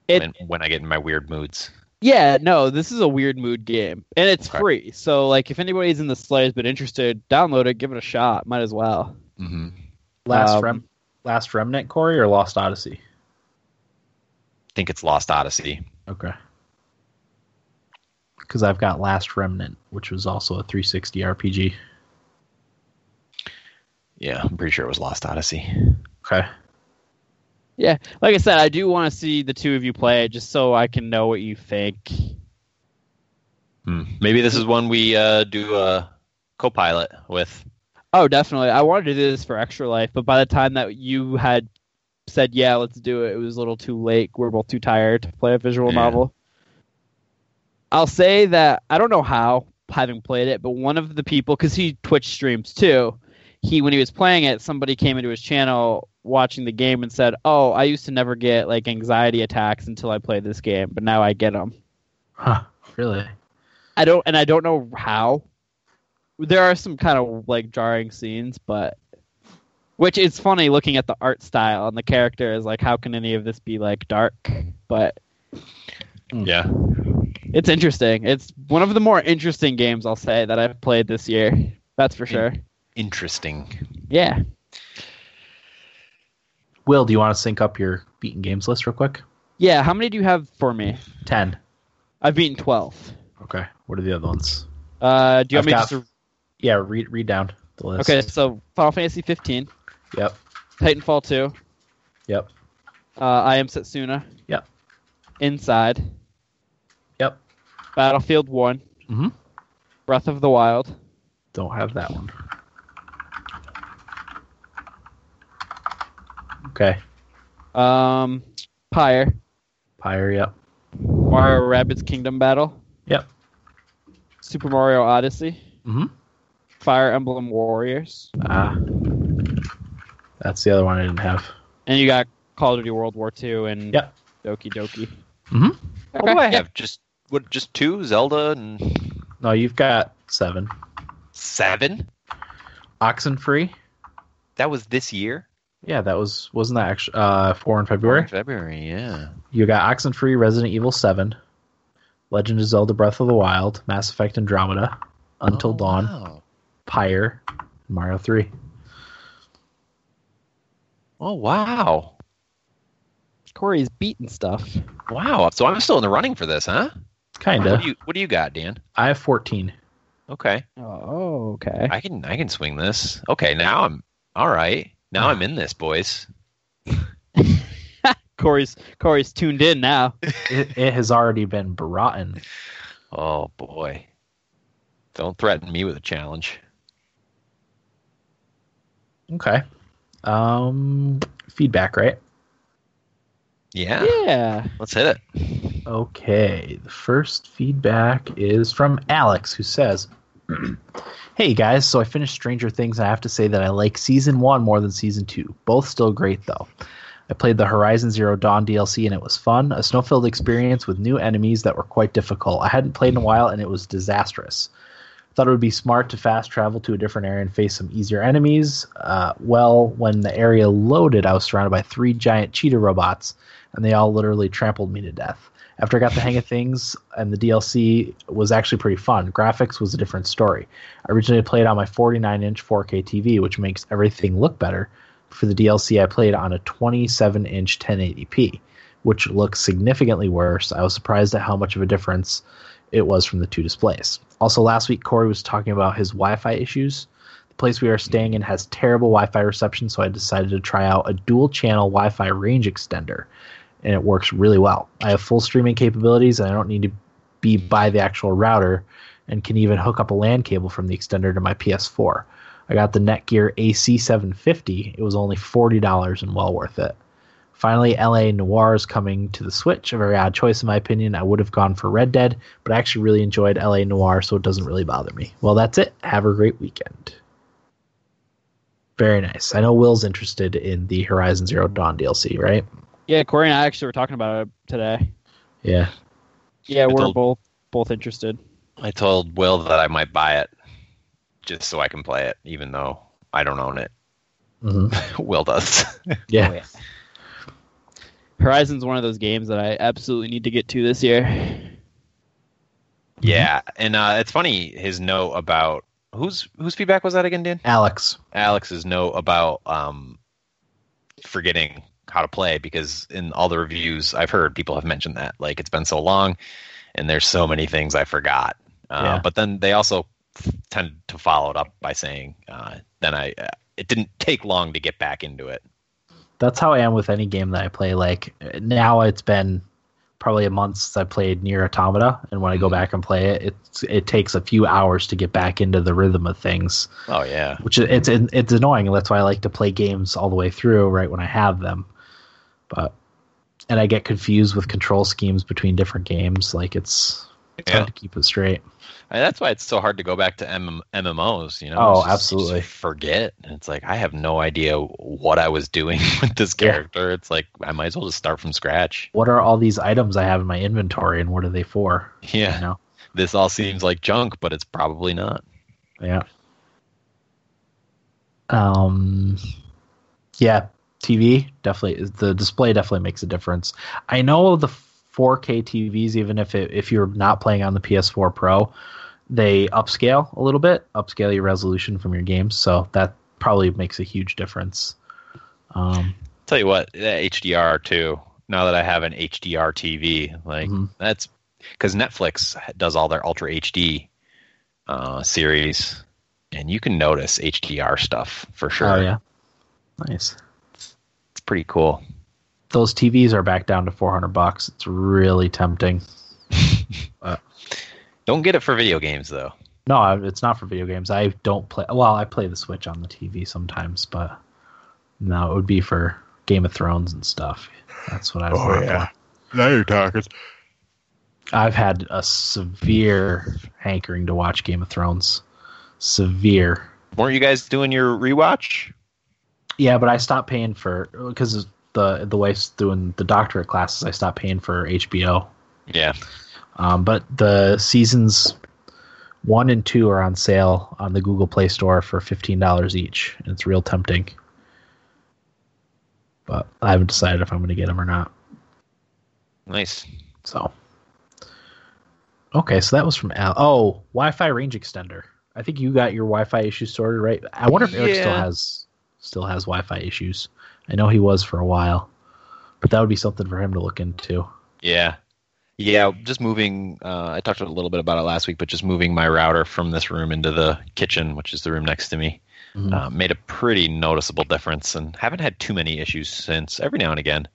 F: It-
E: when, when I get in my weird moods.
F: Yeah, no, this is a weird mood game, and it's
E: Okay.
F: free. So, like, if anybody's in the slayer's been interested, download it, give it a shot. Might as well.
E: Mm-hmm.
C: Last
F: Um,
C: rem, Last Remnant, Corey, or Lost Odyssey?
E: think it's Lost Odyssey.
C: Okay. Because I've got Last Remnant, which was also a 360 RPG.
E: Yeah, I'm pretty sure it was Lost Odyssey.
C: Okay.
F: Like I said, I do want to see the two of you play it, just so I can know what you think.
E: Hmm. Maybe this is one we uh, do a co-pilot with.
F: Oh, definitely. I wanted to do this for Extra Life, but by the time that you had said, "Yeah, let's do it," it was a little too late. We're both too tired to play a visual
E: Yeah.
F: novel. I'll say that I don't know how, having played it, but one of the people, because he Twitch streams too, he when he was playing it, somebody came into his channel watching the game and said, "Oh, I used to never get like anxiety attacks until I played this game, but now I get them."
C: Huh. Really?
F: I don't, and I don't know how. There are some kind of like jarring scenes, but which is funny looking at the art style and the characters. Like, how can any of this be like dark? But
E: Yeah.
F: it's interesting. It's one of the more interesting games I'll say that I've played this year. That's for sure.
E: Interesting.
F: Yeah.
C: Will, do you want to sync up your beaten games list real quick?
F: Yeah. How many do you have for me?
C: 10.
F: I've beaten twelve.
C: Okay. What are the other ones?
F: Uh, do you want
C: I've
F: me
C: got-
F: just to...
C: Yeah, read read down the list.
F: Okay, so Final Fantasy 15,
C: Yep.
F: Titanfall 2,
C: Yep.
F: uh, I Am Setsuna,
C: Yep.
F: Inside,
C: Yep.
F: Battlefield One,
C: Mhm.
F: Breath of the Wild,
C: Don't have that one. Okay.
F: um, Pyre,
C: Pyre, yep.
F: Mario Rabbids Kingdom Battle,
C: Yep.
F: Super Mario Odyssey,
C: Mhm.
F: Fire Emblem Warriors,
C: Ah. That's the other one I didn't have.
F: and you got Call of Duty World War Two and
C: Yep.
F: Doki Doki.
C: Mhm.
E: What do I
F: Okay.
E: have? Just what? Just two Zelda and
C: No, you've got seven.
E: seven.
C: Oxenfree.
E: That was this year.
C: Yeah, that was wasn't that actually uh, four in February.
E: February. Yeah.
C: You got Oxenfree, Resident Evil Seven, Legend of Zelda: Breath of the Wild, Mass Effect Andromeda, Until
E: Oh,
C: Dawn,
E: wow.
C: Pyre, Mario Three.
E: Oh wow.
F: Corey's beating stuff.
E: Wow. So I'm still in the running for this, huh? What
C: Kinda.
E: do you What do you got, Dan?
C: I have fourteen.
E: Okay.
F: Oh, okay.
E: I can I can swing this. Okay. Now I'm all right. Now I'm in this, boys.
F: Corey's Corey's tuned in now.
C: It, it has already been rotten.
E: Oh boy. Don't threaten me with a challenge.
C: Okay. Um, feedback, right?
E: Yeah.
F: Yeah.
E: Let's hit it.
C: Okay, the first feedback is from Alex, who says, Hey guys, so I finished Stranger Things, and I have to say that I like season one more than season two. Both still great, though. I played the Horizon Zero Dawn DLC, and it was fun, a snow filled experience with new enemies that were quite difficult. I hadn't played in a while, and it was disastrous. Thought it would be smart to fast travel to a different area and face some easier enemies. Uh, well, when the area loaded, I was surrounded by three giant cheetah robots, and they all literally trampled me to death. After I got the hang of things, and the DLC was actually pretty fun. Graphics was a different story. I originally played on my 49 inch 4K TV, which makes everything look better. For the DLC, I played on a 27 inch 1080p, which looks significantly worse. I was surprised at how much of a difference it was from the two displays. Also, last week, Corey was talking about his Wi Fi issues. The place we are staying in has terrible Wi Fi reception, so I decided to try out a dual channel Wi Fi range extender, and it works really well. I have full streaming capabilities, and I don't need to be by the actual router, and can even hook up a LAN cable from the extender to my PS4. I got the Netgear AC750. It was only $40 and well worth it. Finally, LA Noir is coming to the Switch. A very odd choice, in my opinion. I would have gone for Red Dead, but I actually really enjoyed LA Noir, so it doesn't really bother me. Well, that's it. Have a great weekend. Very nice. I know Will's interested in the Horizon Zero Dawn DLC, right?
F: Yeah, Corey and I actually were talking about it today.
C: Yeah.
F: Yeah,
E: Good
F: we're
E: old-
F: both both interested.
E: I told Will that I might buy it just so I can play it, even though
C: Mm-hmm.
E: I don't own it.
C: hmm
E: Will does.
C: Yeah.
F: Horizon's one of those games that I absolutely need to get to this year.
E: Yeah, and uh, it's funny his note about whose whose feedback was that again, Dan?
C: Alex.
E: Alex's note about um, forgetting how to play because in all the reviews I've heard, people have mentioned that like it's been so long, and there's so many things I forgot. Uh,
C: Yeah.
E: But then they also tend to follow it up by saying, uh, "Then I uh, it didn't take long to get back into it."
C: That's how I am with any game that I play. Like now, it's been probably a month since I played Near Automata, and when I go
E: Mm-hmm.
C: back and play it, it's, it takes a few hours to get back into the rhythm of things.
E: Oh yeah,
C: which is, it's it's annoying. That's why I like to play games all the way through, right when I have them. But and I get confused with control schemes between different games. Like it's it's
E: Yeah.
C: hard to keep it straight.
E: And that's why it's so hard to go back to MM- MMOs. You know,
C: Oh,
E: It's just-
C: absolutely.
E: just forget. And it's like I have no idea what I was doing with this
C: Yeah.
E: character. It's like I might as well just start from scratch.
C: What are all these items I have in my inventory, and what are they for?
E: Yeah,
C: You know,
E: this all seems like junk, but it's probably not.
C: yeah. Um, yeah, TV definitely is- the display definitely makes a difference. I know the 4K TVs, even if it, if you're not playing on the PS4 Pro, they upscale a little bit, upscale your resolution from your games, so that probably makes a huge difference. Um,
E: Tell you what, that HDR too. Now that I have an HDR TV, like
C: Mhm.
E: that's because Netflix does all their Ultra HD uh, series, and you can notice HDR stuff for sure.
C: Oh yeah, nice.
E: It's pretty cool.
C: Those TVs are back down to 400 bucks. It's really tempting.
E: Don't get it for video games though.
C: No, I- it's not for video games. I don't play. Well, I play the Switch on the TV sometimes, but no, it would be for Game of Thrones and stuff. That's what I. Oh yeah,
A: Now you're talking.
C: I've had a severe hankering to watch Game of Thrones. Severe.
E: Weren't you guys doing your rewatch?
C: Yeah, but I stopped paying for because the the wife's doing the doctorate classes. I stopped paying for HBO.
E: Yeah.
C: Um, but the seasons one and two are on sale on the Google Play Store for fifteen dollars each, and it's real tempting. But I haven't decided if I'm going to get them or not.
E: Nice.
C: So, okay, so that was from Al. Oh, Wi-Fi range extender. I think you got your Wi-Fi issues sorted, right? I wonder if Eric still
E: Yeah.
C: has still has Wi-Fi issues. I know he was for a while, but that would be something for him to look into.
E: Yeah. Yeah, just moving. Uh, I talked a little bit about it last week, but just moving my router from this room into the kitchen, which is the room next to me,
C: Mhm.
E: uh, made a pretty noticeable difference, and haven't had too many issues since. Every now and again,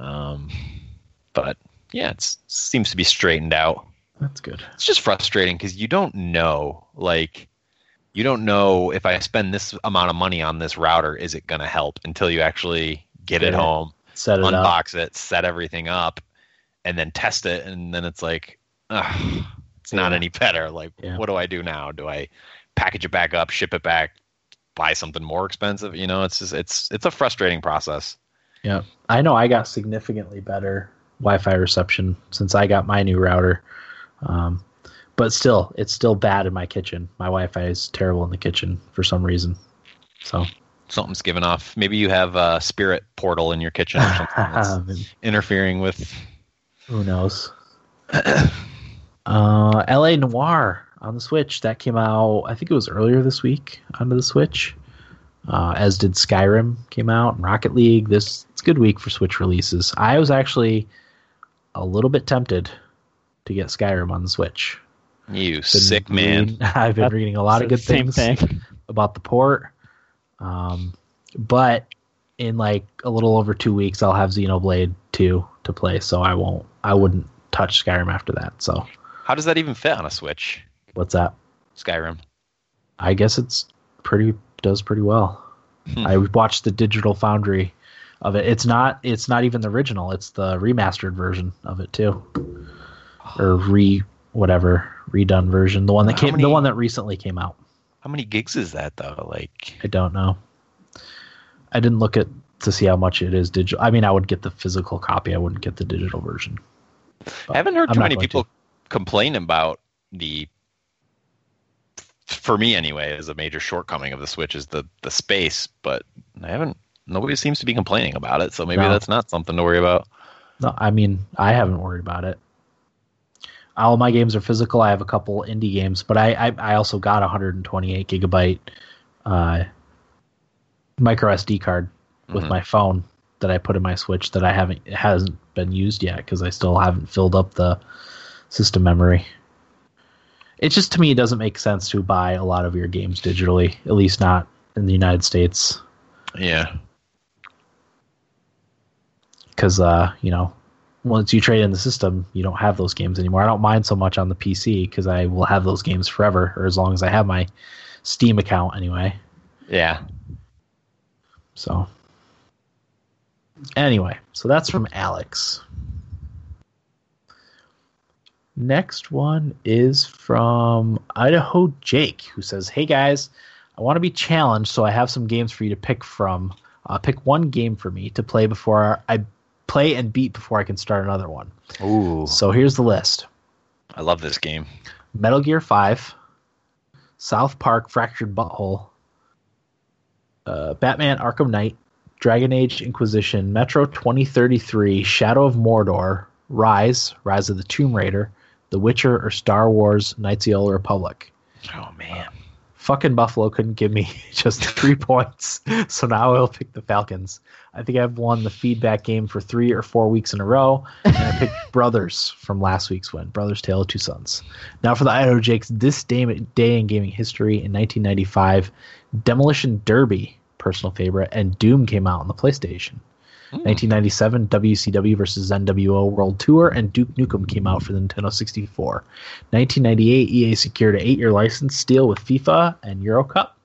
E: um, but yeah, it seems to be straightened out.
C: That's good.
E: It's just frustrating because you don't know, like, you don't know if I spend this amount of money on this router, is it going to help until you actually get it
C: Yeah.
E: home
C: Set it up.
E: unbox it, set everything up, and then test it, and then it's like, ugh, it's not
C: Yeah.
E: any better. Like,
C: Yeah.
E: what do I do now? Do I package it back up, ship it back, buy something more expensive? You know, it's just it's it's a frustrating process.
C: I know I got significantly better Wi-Fi reception since I got my new router, um, but still, it's still bad in my kitchen. My Wi-Fi is terrible in the kitchen for some reason. So
E: Something's giving off. Maybe you have a spirit portal in your kitchen or something that's
C: um,
E: interfering with.
C: who knows? uh, L.A. Noir on the Switch that came out. I think it was earlier this week onto the Switch. Uh, as did Skyrim came out and Rocket League. This it's a good week for Switch releases. I was actually a little bit tempted to get Skyrim on the Switch.
E: You
C: been
E: sick man.
C: reading- I've been
F: That's-
C: reading a lot of good
F: Same
C: things
F: thing.
C: about the port. Um, but in like a little over two weeks, I'll have Xenoblade two to play, so I won't. I wouldn't touch Skyrim after that. So
E: How does that even fit on a Switch?
C: what's that?
E: Skyrim.
C: I guess it's pretty does pretty well.
E: Hmm.
C: I watched the Digital Foundry of it. It's not. It's not even the original. It's the remastered version of it too, or re whatever redone version. The one that
E: How
C: came.
E: many-
C: The one that recently came out.
E: How many gigs is that though? Like,
C: I don't know. I didn't look at to see how much it is digital. I mean, I would get the physical copy. I wouldn't get the digital version.
E: I haven't heard
C: I'm
E: too
C: not
E: many
C: going to.
E: people complain about the. For me, anyway, is a major shortcoming of the Switch is the the space, but I haven't nobody seems to be complaining about it, so maybe
C: No.
E: that's not something to worry about.
C: No, I mean I haven't worried about it. All my games are physical. I have a couple indie games, but I I, I also got a 128 gigabyte uh, micro SD card with
E: Mhm.
C: my phone that I put in my Switch that I haven't it hasn't been used yet because I still haven't filled up the system memory. It just to me it doesn't make sense to buy a lot of your games digitally, at least not in the United States
E: Yeah.
C: because uh, you know once you trade in the system you don't have those games anymore i don't mind so much on the pc because i will have those games forever or as long as i have my steam account anyway
E: Yeah.
C: so anyway so that's from alex next one is from idaho jake who says hey guys i want to be challenged so i have some games for you to pick from uh, pick one game for me to play before i play and beat before i can start another one
E: Ooh.
C: so here's the list
E: I love this game.
C: Metal Gear 5, South Park Fractured Butthole, uh, Batman Arkham Knight, Dragon Age Inquisition, Metro 2033, Shadow of Mordor, Rise, Rise of the Tomb Raider, The Witcher, or Star Wars Knights of the Old Republic.
E: Oh man.
C: Fucking Buffalo couldn't give me just three points, so now I'll pick the Falcons. I think I've won the feedback game for three or four weeks in a row, and I picked Brothers from last week's win, Brothers Tale of Two Sons. Now for the Idaho Jakes, this day, day in gaming history in 1995, Demolition Derby, personal favorite, and Doom came out on the PlayStation. 1997, WCW versus NWO World Tour, and Duke Nukem came out for the Nintendo 64. 1998, EA E secured an eight-year license deal with FIFA and Euro Cup.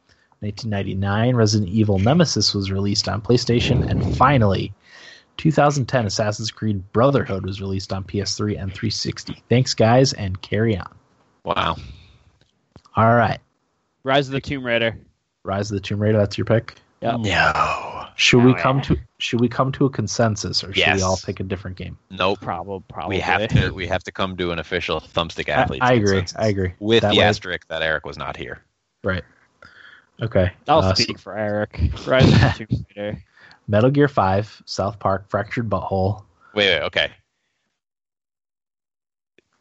C: 1999, Resident Evil Nemesis was released on PlayStation, and finally, 2010, Assassin's Creed Brotherhood was released on PS3 and 360. Thanks, guys, and carry on.
E: Wow.
C: All right,
F: Rise of the Tomb Raider.
C: Rise of the Tomb Raider. That's your pick.
F: Yep.
E: No.
C: Should we
D: Oh,
C: come to Should we come to a consensus, or should
E: Yes.
C: we all pick a different game?
E: Nope.
F: Probably, probably.
E: We have to we have to come to an official thumbstick
C: I,
E: athlete.
C: I agree. I agree.
E: With
C: That
E: the
C: way-
E: asterisk that Eric was not here.
C: right. Okay.
F: I'll
C: uh, so-
F: speak for Eric. Rise of the Tomb Raider.
C: Metal Gear Five, South Park, Fractured Butthole.
E: Wait, wait, okay.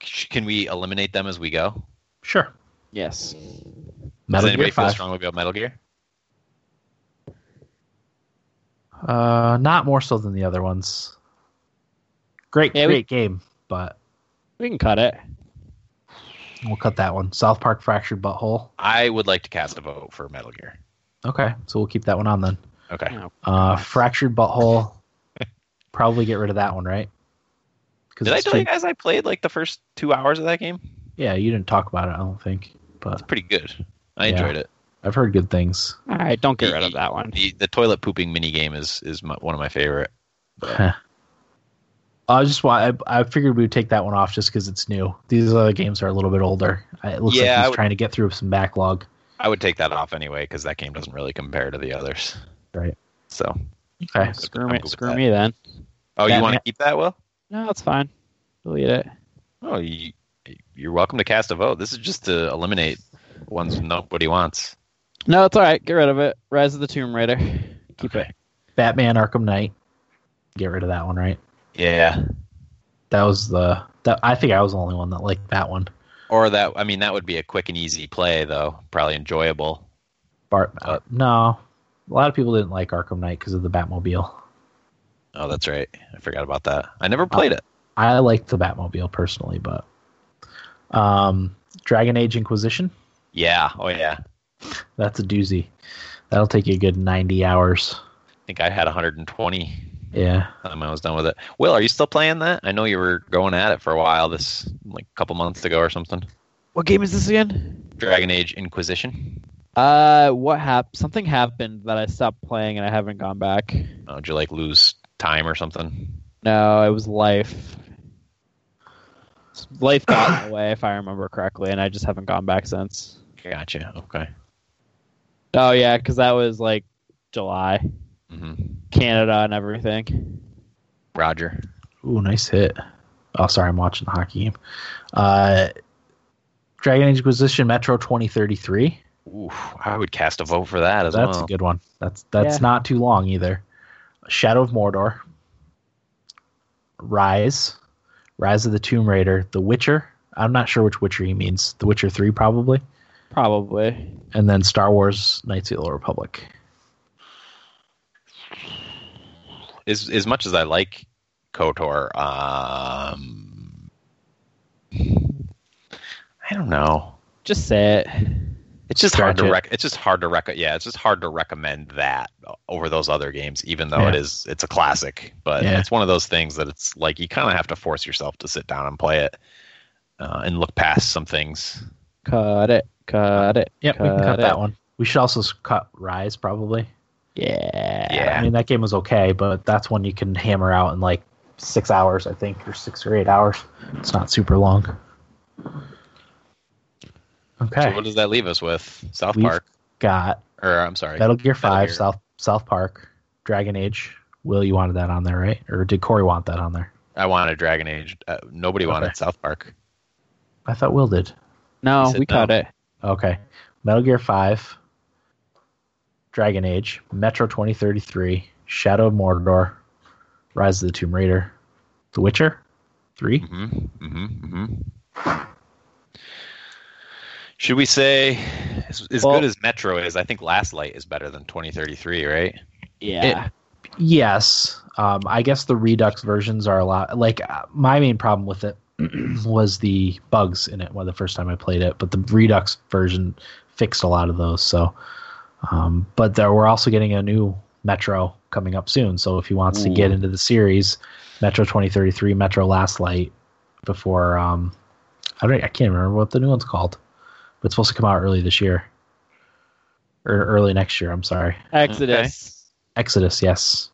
E: Sh- Can we eliminate them as we go?
C: Sure.
F: Yes.
C: Metal
E: Does anybody
C: Gear
E: feel
C: Five.
E: strongly about Metal Gear?
C: Uh, not more so than the other ones. Great,
F: Yeah, we-
C: great game, but
F: We can cut it.
C: we'll cut that one. South Park Fractured Butthole.
E: I would like to cast a vote for Metal Gear.
C: Okay, so we'll keep that one on then.
E: Okay.
F: No.
C: Uh, Fractured Butthole. probably get rid of that one, right? Because
E: Did I tell you guys I played like the first two hours of that game?
C: Yeah, you didn't talk about it. I don't think, but
E: It's pretty good. I
C: Uh, Yeah.
E: enjoyed it.
C: I've heard good things.
F: All right, don't get rid of that one.
E: The the toilet pooping mini game is is my, one of my favorite.
C: Huh. I was just why I, I figured we would take that one off just because it's new. These other games are a little bit older. I- It looks
E: Yeah,
C: like
E: I
C: he's
E: would-
C: trying to get through some backlog.
E: I would take that off anyway because that game doesn't really compare to the others.
C: Right.
E: So,
C: Okay,
F: Screw
E: I'm
F: me,
E: good with
F: screw
E: that.
F: me then.
E: oh,
C: That
E: you want
C: ma-
E: to keep that? Will?
F: No, it's fine. Delete it.
E: Oh, you, you're welcome to cast a vote. This is just to eliminate ones nobody wants.
F: No, it's all right. Get rid of it. Rise of the Tomb Raider. Keep it.
C: Batman Arkham Knight. Get rid of that one, right?
E: Yeah.
C: That was the that I think I was the only one that liked that one.
E: Or that. I mean, that would be a quick and easy play, though. Probably enjoyable.
C: Bart, uh, no, a lot of people didn't like Arkham Knight because of the Batmobile.
E: Oh, that's right. I forgot about that. I never played it.
C: I liked the Batmobile personally, but um, Dragon Age Inquisition.
E: Yeah. Oh, yeah.
C: That's a doozy. That'll take you a good ninety hours.
E: I think I had 120
C: Yeah,
E: time I was done with it. Will, are you still playing that? I know you were going at it for a while. This like a couple months ago or something.
F: What game is this again?
E: Dragon Age Inquisition.
F: Uh, what hap- Something happened that I stopped playing and I haven't gone back.
E: Oh, did you like lose time or something?
F: No, it was life. Life got in the way, if I remember correctly, and I just haven't gone back since.
E: Gotcha. Okay.
F: Oh yeah, because that was like July,
E: hmm
F: Canada and everything.
E: Roger.
C: Ooh, nice hit. Oh, sorry, I'm watching the hockey game. Uh, Dragon Age Inquisition Metro 2033.
E: Ooh, I would cast a vote for that as
C: That's
E: well.
C: a good one. That's that's
F: Yeah.
C: not too long either. Shadow of Mordor, Rise, Rise of the Tomb Raider, The Witcher. I'm not sure which Witcher he means. The Witcher 3, probably.
F: Probably.
C: And then Star Wars Knights of the Old Republic.
E: As as much as I like Kotor, um, I don't know.
F: Just say it.
E: It's just hard
C: Stretch it.
E: to rec- it's just hard to rec- yeah, it's just hard to recommend that over those other games even though it
C: Yeah.
E: is it's a classic, but
C: Yeah.
E: it's one of those things that it's like you kind of have to force yourself to sit down and play it uh, and look past some things.
F: Cut it. Cut it.
C: Yep, we can cut
F: it.
C: that one. We should also s- cut Rise, probably.
F: Yeah.
E: Yeah.
C: I mean, that game was okay, but that's one you can hammer out in like six hours, I think, or six or eight hours. It's not super long.
E: So
C: Okay.
E: what does that leave us with? South
C: We've
E: Park
C: got
E: or I'm sorry.
C: Metal Gear Five,
E: Gear.
C: South South Park, Dragon Age. Will you wanted that on there, right? Or did Corey want that on there?
E: I wanted Dragon Age. Uh, nobody wanted
C: Okay.
E: South Park.
C: I thought Will did.
F: No,
E: He said
F: we cut
E: no.
F: it.
C: Okay. Metal Gear Five, Dragon Age, Metro twenty thirty three, Shadow of Mordor, Rise of the Tomb Raider, The Witcher, 3
E: hmm hmm hmm Should we say as, as
F: Well-
E: good as Metro is? I think Last Light is better than 2033, right?
F: Yeah.
C: Yes. Um, I guess the Redux versions are a lot. Like uh, my main problem with it was the bugs in it. Well, the first time I played it, but the Redux version fixed a lot of those. So, um, but there we're also getting a new Metro coming up soon. So if he wants to get
F: Ooh.
C: into the series, Metro twenty thirty three, Metro Last Light, before um, I don't, I can't remember what the new one's called, but it's supposed to come out early this year or early next year. I'm sorry.
F: Exodus.
C: Exodus, yes.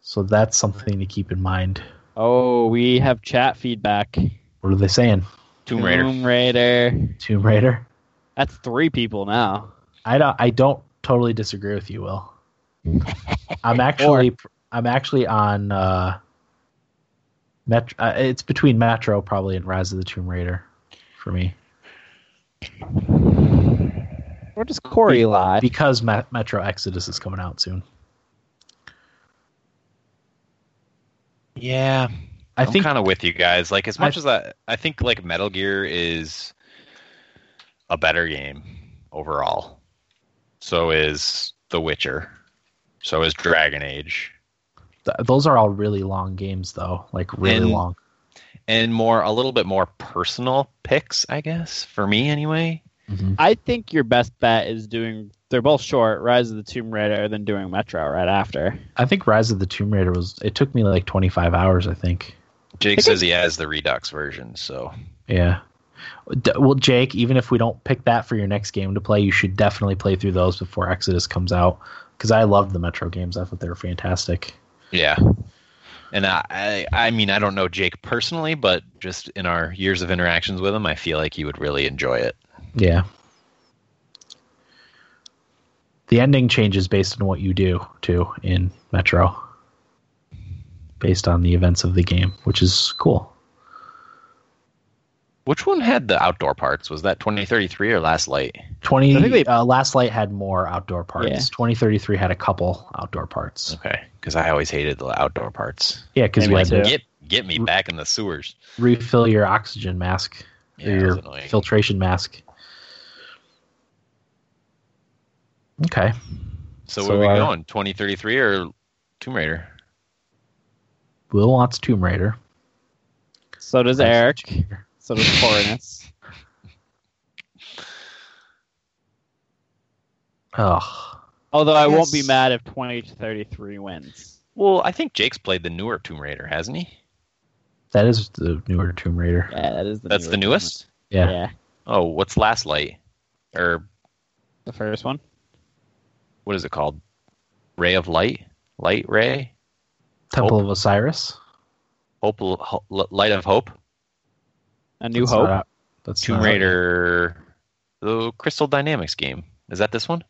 C: So that's something to keep in mind.
F: Oh, we have chat feedback.
C: What are they saying?
E: Tomb Raider.
F: Tomb Raider.
C: Tomb Raider?
F: That's three people now.
C: I don't I don't totally disagree with you, Will. I'm actually I'm actually on uh Met- uh, it's between Metro probably and Rise of the Tomb Raider for me
F: Where does Corey lie?
C: because Ma- Metro Exodus is coming out soon.
E: Yeah,
C: I
E: I'm
C: think
E: kind of with you guys. Like as
C: I-
E: much as I, I think like Metal Gear is a better game overall. So is The Witcher. So is Dragon Age.
C: th- those are all really long games though, like really
E: And-
C: long.
E: And more a little bit more personal picks, I guess, for me anyway.
C: Mm-hmm.
F: I think your best bet is doing. They're both short. Rise of the Tomb Raider, then doing Metro right after.
C: I think Rise of the Tomb Raider was it took me like 25 hours I think.
E: Jake says he has the Redux version, so
C: Yeah. D- well, Jake, even if we don't pick that for your next game to play, you should definitely play through those before Exodus comes out. Because I loved the Metro games. I thought they were fantastic.
E: yeah. And I, I, I mean, I don't know Jake personally, but just in our years of interactions with him, I feel like he would really enjoy it.
C: Yeah. The ending changes based on what you do, too, in Metro. Based on the events of the game, which is cool.
E: Which one had the outdoor parts? Was that 2033 or Last Light?
C: 20,
F: I think they-
C: uh, Last Light had more outdoor parts.
F: Yeah.
C: 2033 had a couple outdoor parts.
E: Okay, because I always hated the outdoor parts.
C: Yeah, because you
F: Maybe
C: had
F: I
C: to
F: do.
E: Get get me back in the sewers.
C: refill your oxygen mask
E: Yeah,
C: or
E: that was
C: your
E: annoying.
C: filtration mask. Okay.
E: So,
C: So
E: where are
C: our-
E: we going? 2033 or Tomb Raider?
C: Will wants Tomb Raider.
F: So does Eric. So does Corinus.
C: Ugh.
F: Although I won't be
E: Yes.
F: mad if 20 to 33 wins.
E: Well, I think Jake's played the newer Tomb Raider, hasn't he?
C: That is the newer Tomb Raider.
F: Yeah, that is the
E: That's the newest.
C: Yeah.
F: Yeah.
E: Oh, what's Last Light? Or
F: the first one.
E: what is it called? Ray of Light, Light Ray,
C: Temple of Osiris.
E: Hope, Ho- Light of Hope,
F: A New
C: That's
F: Hope.
C: not out- That's
E: Tomb
C: not out.
E: Raider, the Crystal Dynamics game. Is that this one?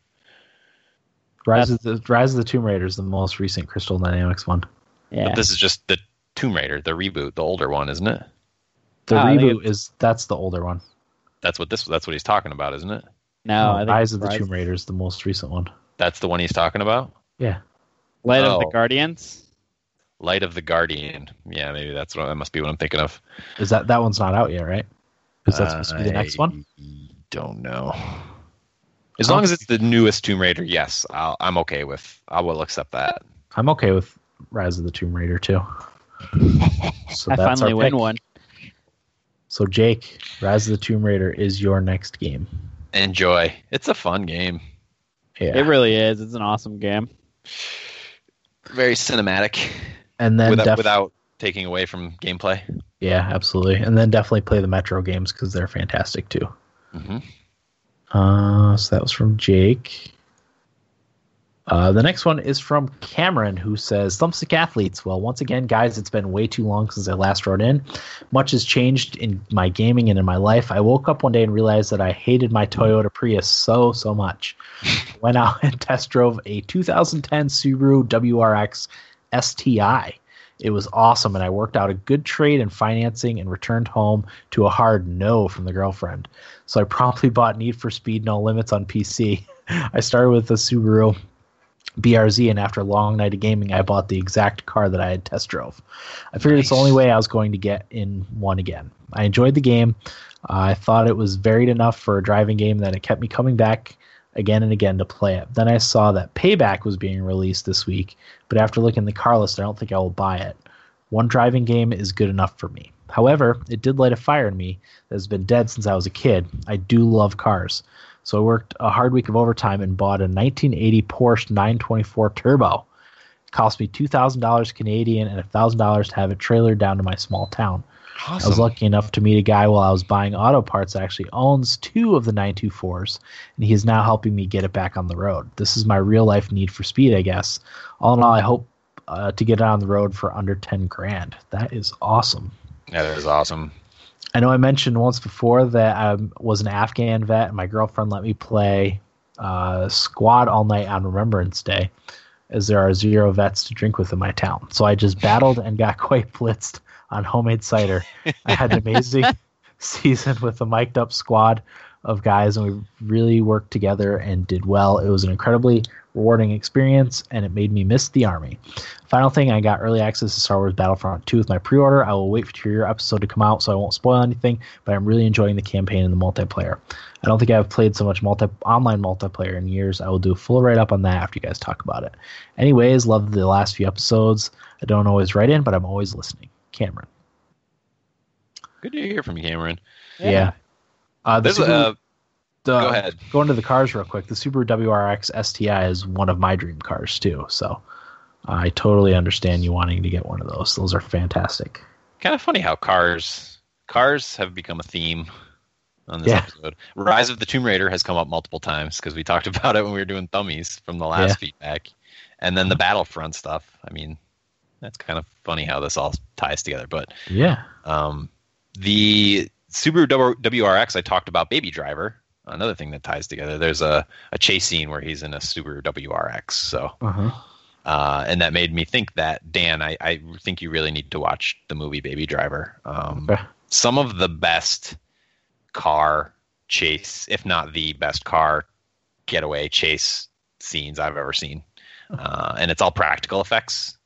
C: Rise of the Rise of the Tomb Raider is the most recent Crystal Dynamics one.
F: yeah.
E: But this is just the Tomb Raider, the reboot, the older one, isn't it?
C: The
F: Ah, I think
C: reboot is that's the older one.
E: That's what this. That's what he's talking about, isn't it?
F: no, Oh, I think
C: Rise of the
F: Rise-
C: Tomb Raider is the most recent one.
E: That's the one he's talking about.
C: Yeah.
F: Light of the
E: Oh.
F: Guardians.
E: Light of the Guardian. Yeah, maybe that's what that must be what I'm thinking of.
C: Is that that one's not out yet, right? Because that's supposed to be the next one.
E: I Don't know. As long as it's the newest Tomb Raider, yes, I'll, I'm okay with. I will accept that.
C: I'm okay with Rise of the Tomb Raider too. So
F: I
C: that's our
F: finally win
C: pick.
F: one.
C: So Jake, Rise of the Tomb Raider is your next game.
E: Enjoy. It's a fun game.
C: Yeah.
F: It really is. It's an awesome game.
E: Very cinematic.
C: and then
E: without,
C: def-
E: without taking away from gameplay.
C: yeah, absolutely. And then definitely play the Metro games because they're fantastic too.
E: Mm-hmm.
C: Uh, so that was from Jake. Uh, the next one is from Cameron, who says, Thumbstick Athletes. Well, once again, guys, it's been way too long since I last wrote in. Much has changed in my gaming and in my life. I woke up one day and realized that I hated my Toyota Prius so, so much. Went out and test drove a 2010 Subaru WRX STI. It was awesome, and I worked out a good trade in financing and returned home to a hard no from the girlfriend so I promptly bought Need for Speed No Limits on PC. I started with the Subaru BRZ, and after a long night of gaming, I bought the exact car that I had test drove. I figured it's the only way I was going to get in one again. I enjoyed the game. Uh, I thought it was varied enough for a driving game that it kept me coming back again and again to play it. Then I saw that Payback was being released this week, but after looking at the car list, I don't think I will buy it. One driving game is good enough for me. However, it did light a fire in me that has been dead since I was a kid. I do love cars. So I worked a hard week of overtime and bought a 1980 Porsche 924 Turbo. It cost me $2,000 Canadian and $1,000 to have it trailered down to my small town. I was lucky enough to meet a guy while I was buying auto parts that actually owns two of the 924s, and he is now helping me get it back on the road. This is my real life need for speed, I guess. All in all, I hope uh, to get it on the road for under 10 grand. That is awesome.
E: That is awesome.
C: I know I mentioned once before that I was an Afghan vet, and my girlfriend let me play uh, squad all night on Remembrance Day, as there are zero vets to drink with in my town. So I just battled and got quite blitzed on homemade cider. I had an amazing season with a mic'd up squad of guys, and we really worked together and did well. It was an incredibly rewarding experience, and it made me miss the army. Final thing, I got early access to Star Wars Battlefront 2 with my pre order. I will wait for your episode to come out so I won't spoil anything, but I'm really enjoying the campaign and the multiplayer. I don't think I've played so much multi- online multiplayer in years. I will do a full write up on that after you guys talk about it. Anyways, love the last few episodes. I don't always write in, but I'm always listening. Cameron.
E: Good to hear from you, Cameron.
C: Yeah. Uh, the
E: This is,
C: Subaru-
E: uh,
C: the,
E: go ahead.
C: Going to the cars real quick. The Subaru WRX STI is one of my dream cars too, so I totally understand you wanting to get one of those. Those are fantastic.
E: kind of funny how cars cars have become a theme on this
C: Yeah.
E: episode. Rise of the Tomb Raider has come up multiple times because we talked about it when we were doing thummies from the last feedback, and then the Battlefront stuff. I mean, that's kind of funny how this all ties together. But
C: Yeah.
E: um, the Subaru W- WRX I talked about, Baby Driver, another thing that ties together. There's a a chase scene where he's in a Subaru WRX, so
C: Uh-huh.
E: uh, and that made me think that Dan, I, I think you really need to watch the movie Baby Driver. Um,
C: Okay.
E: Some of the best car chase, if not the best car getaway chase scenes I've ever seen, uh, and it's all practical effects.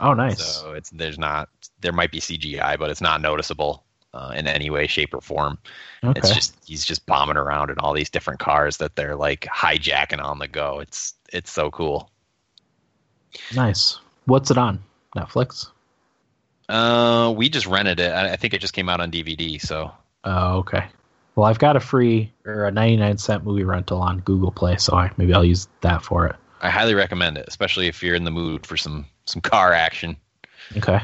C: Oh, nice.
E: So it's there's not there might be CGI, but it's not noticeable uh, in any way, shape, or form.
C: okay.
E: It's just he's just bombing around in all these different cars that they're like hijacking on the go. It's it's so cool.
C: nice. What's it on? Netflix.
E: Uh, we just rented it. I I think it just came out on DVD. So
C: Oh, okay. Well, I've got a free or a 99 cent movie rental on Google Play, so I, maybe I'll use that for it.
E: I highly recommend it, especially if you're in the mood for some some car action.
C: Okay.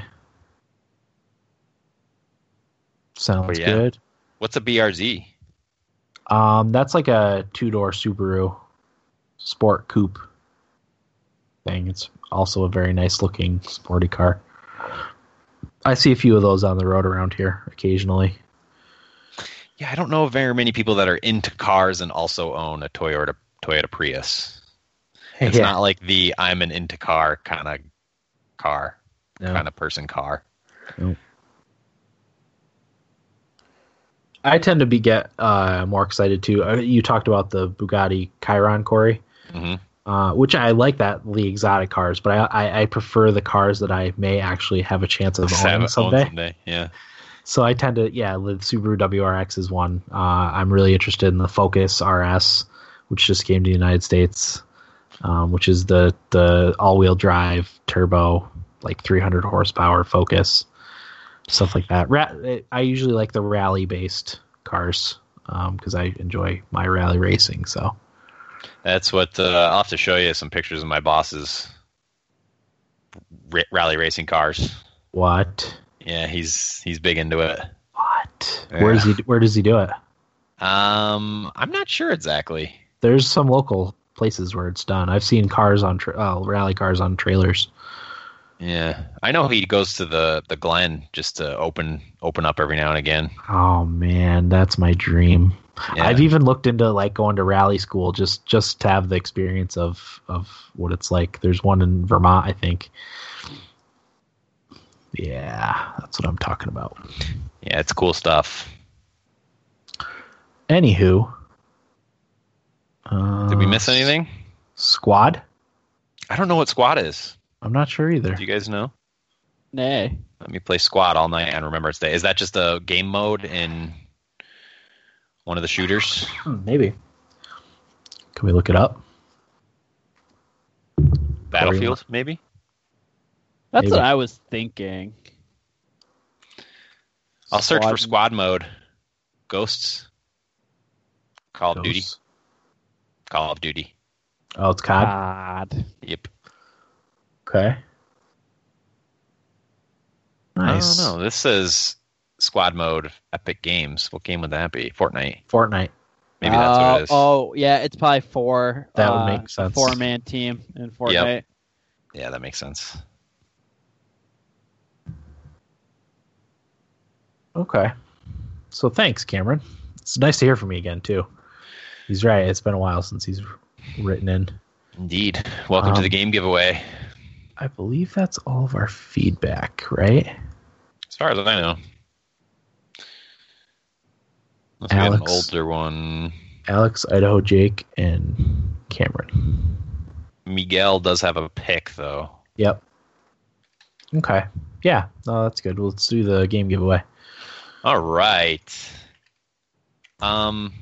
C: Sounds
E: Oh, yeah.
C: good.
E: What's a BRZ?
C: Um, that's like a two door Subaru sport coupe thing. It's also a very nice looking sporty car. I see a few of those on the road around here occasionally.
E: Yeah, I don't know very many people that are into cars and also own a Toyota Toyota Prius. It's
C: Yeah.
E: not like the I'm an into car kind of car
C: No.
E: kind of person car.
C: I tend to be get uh, more excited too. Uh, You talked about the Bugatti Chiron, Corey.
E: Mhm.
C: uh, which I like that the exotic cars, but I, I, I prefer the cars that I may actually have a chance of
E: Seven-
C: owning someday.
E: Yeah.
C: So I tend to yeah, the Subaru WRX is one. Uh, I'm really interested in the Focus RS, which just came to the United States, um, which is the the all wheel drive turbo, like 300 horsepower Focus, stuff like that. Ra- I usually like the rally based cars because I enjoy my rally racing. So
E: That's what uh, I'll have to show you some pictures of my boss's r- rally racing cars.
C: what
E: Yeah, he's he's big into it.
C: what where does he where does he do it?
E: Um, I'm not sure exactly.
C: There's some local places where it's done. I've seen cars on tra- uh, rally cars on trailers.
E: Yeah, I know he goes to the the Glen just to open open up every now and again.
C: Oh man, that's my dream.
E: Yeah.
C: I've even looked into like going to rally school just just to have the experience of of what it's like. There's one in Vermont, I think. Yeah, that's what I'm talking about.
E: yeah, it's cool stuff.
C: Anywho, uh,
E: Did we miss anything?
C: Squad?
E: I don't know what squad is.
C: I'm not sure either.
E: Do you guys know?
F: Nay.
E: Let me play squad all night on Remembrance Day. Is that just a game mode in one of the shooters?
C: Hmm, maybe. Can we look it up?
E: Battlefield, maybe?
F: That's
C: Maybe.
F: what I was thinking.
E: I'll search for
F: Squad-
E: squad mode. Ghosts. Call of Duty.
C: Ghosts.
E: Call of Duty.
C: Oh, it's
E: Uh,
C: COD.
F: God.
E: Yep.
C: okay. Nice.
E: I don't know. This says squad mode Epic Games. What game would that be? Fortnite.
C: Fortnite.
E: Maybe that's
F: Uh,
E: what it is.
F: Oh yeah, it's probably four.
C: That would
F: uh,
C: make sense.
F: Four man team in Fortnite.
E: Yeah, that makes sense.
C: Okay. So thanks, Cameron. It's nice to hear from you again too. He's right. It's been a while since he's written in.
E: Indeed. Welcome to
C: Um,
E: the game giveaway.
C: I believe that's all of our feedback, right?
E: As far as I know. Unless we had an
C: Alex.
E: older one.
C: Alex, Idaho, Jake, and Cameron.
E: Miguel does have a pick though.
C: Yep. Okay. Yeah. No, that's good. Well, let's do the game giveaway.
E: All right. Um.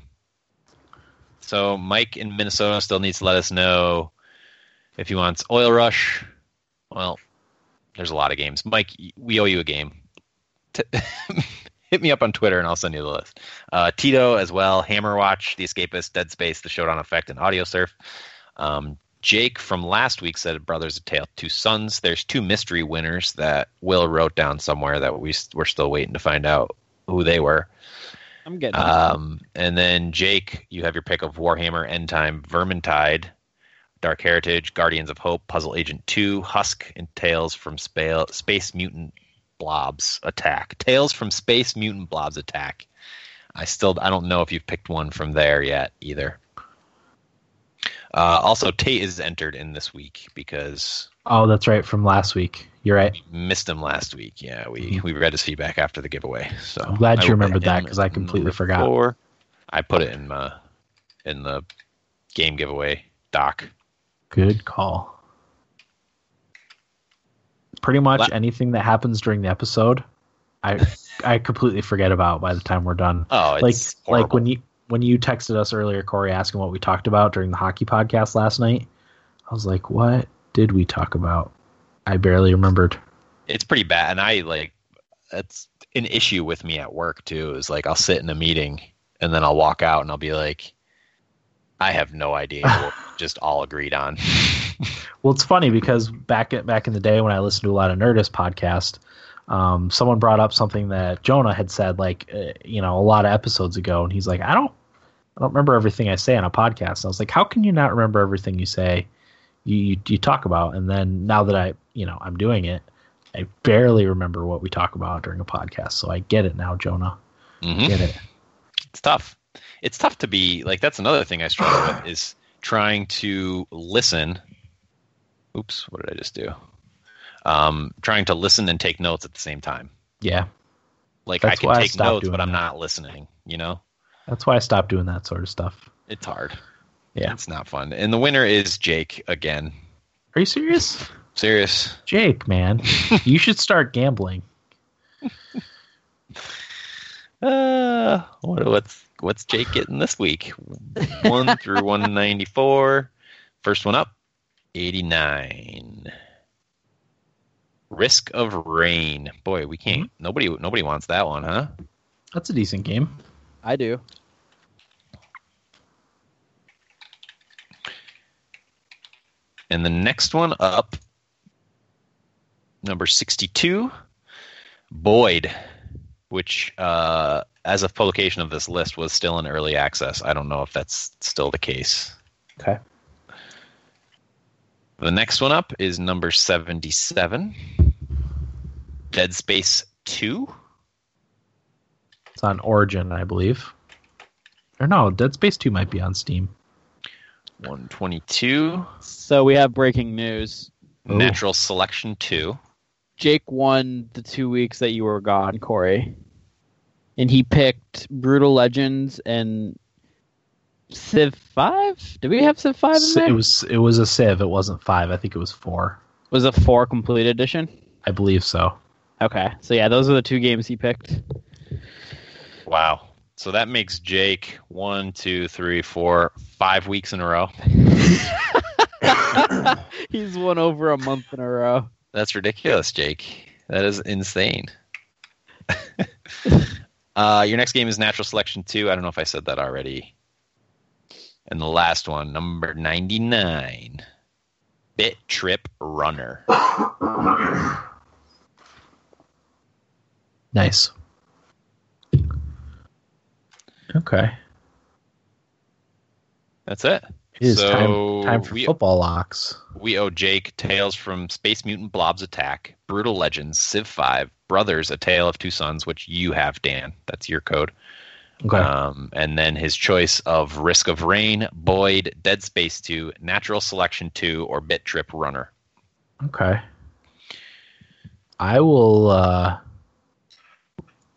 E: So Mike in Minnesota still needs to let us know if he wants Oil Rush. Well, there's a lot of games. Mike, we owe you a game. T- Hit me up on Twitter and I'll send you the list. Uh, Tito as well, Hammer Watch, The Escapist, Dead Space, The Showdown Effect, and Audio Surf. Um, Jake from last week said Brothers A Tale of Two Sons. There's two mystery winners that Will wrote down somewhere that we, s- we're still waiting to find out who they were.
F: I'm getting.
E: Um, and then Jake, you have your pick of Warhammer, End Time, Vermintide, Dark Heritage, Guardians of Hope, Puzzle Agent 2, Husk, and Tales from Spa- Space Mutant Blobs Attack. Tales from Space Mutant Blobs Attack. I still I don't know if you've picked one from there yet either. Uh, also, Tate is entered in this week because
C: Oh, that's right from last week. You're right.
E: missed him last week. Yeah, we we read his feedback after the giveaway. So
C: Mm-hmm. I'm glad
E: I
C: you
E: will put
C: remembered that
E: him
C: 'cause I
E: at
C: completely
E: number
C: forgot.
E: four. I put it in uh, in the game giveaway doc.
C: Good call. Pretty much
E: La-
C: anything that happens during the episode, I I completely forget about by the time we're done.
E: Oh,
C: like
E: it's
C: like when you when you texted us earlier, Corey, asking what we talked about during the hockey podcast last night. I was like, "What did we talk about?" I barely remembered.
E: it's pretty bad, and I like that's an issue with me at work too. Is like I'll sit in a meeting and then I'll walk out and I'll be like, I have no idea what we just all agreed on.
C: Well, it's funny because back at, back in the day when I listened to a lot of Nerdist podcast, um, someone brought up something that Jonah had said, like uh, you know, a lot of episodes ago, and he's like, "I don't, I don't remember everything I say on a podcast." And I was like, "How can you not remember everything you say, you you, you talk about?" And then now that I, you know, I'm doing it, I barely remember what we talk about during a podcast. So I get it now, Jonah.
E: Mhm.
C: Get it.
E: it's tough. It's tough to be like that's another thing I struggle with is trying to listen. Oops, what did I just do? Um, trying to listen and take notes at the same time.
C: Yeah,
E: Like I
C: That's
E: can
C: why I
E: take
C: stopped
E: notes,
C: doing
E: but I'm
C: that.
E: not listening. You know,
C: that's why I stopped doing that sort of stuff.
E: it's hard.
C: Yeah.
E: It's not fun. And the winner is Jake again.
C: Are you serious?
E: Serious.
C: Jake, man, you should start gambling.
E: Uh, what, what's what's Jake getting this week? One through one ninety four. First one up, eighty nine. Risk of rain. Boy, we can't. Nobody nobody wants that one, huh?
C: That's a decent game.
F: I do.
E: And the next one up, number 62, Boyd, which uh, as of publication of this list was still in early access. I don't know if that's still the case.
C: Okay.
E: The next one up is number 77, Dead Space 2.
C: It's on Origin, I believe. Or no, Dead Space 2 might be on Steam.
E: 122
F: So we have breaking news.
C: Ooh.
E: natural selection 2
F: Jake won the two weeks that you were gone, Corey, and he picked Brutal Legends and Civ Five. Did we have Civ Five in
C: So
F: there?
C: it was it was a Civ. It wasn't five. I think it was four.
F: was a four complete edition.
C: I believe so.
F: Okay, so yeah, those are the two games he picked.
E: wow so that makes jake one two three four five weeks in a row
F: He's won over a month in a row.
E: That's ridiculous, Jake. That is insane. uh, your next game is Natural Selection 2. I don't know if I said that already. And the last one, number 99, Bit Trip Runner.
C: Nice. Okay.
E: That's it.
C: It is
E: So
C: time, time for
E: we-
C: football locks.
E: We owe Jake Tales from Space Mutant Blob's Attack, Brutal Legends, Civ 5, Brothers, A Tale of Two Sons, which you have, Dan. That's your code.
C: Okay.
E: Um, and then his choice of Risk of Rain, Boyd, Dead Space 2, Natural Selection 2, or Bit Trip Runner.
C: Okay. I will uh,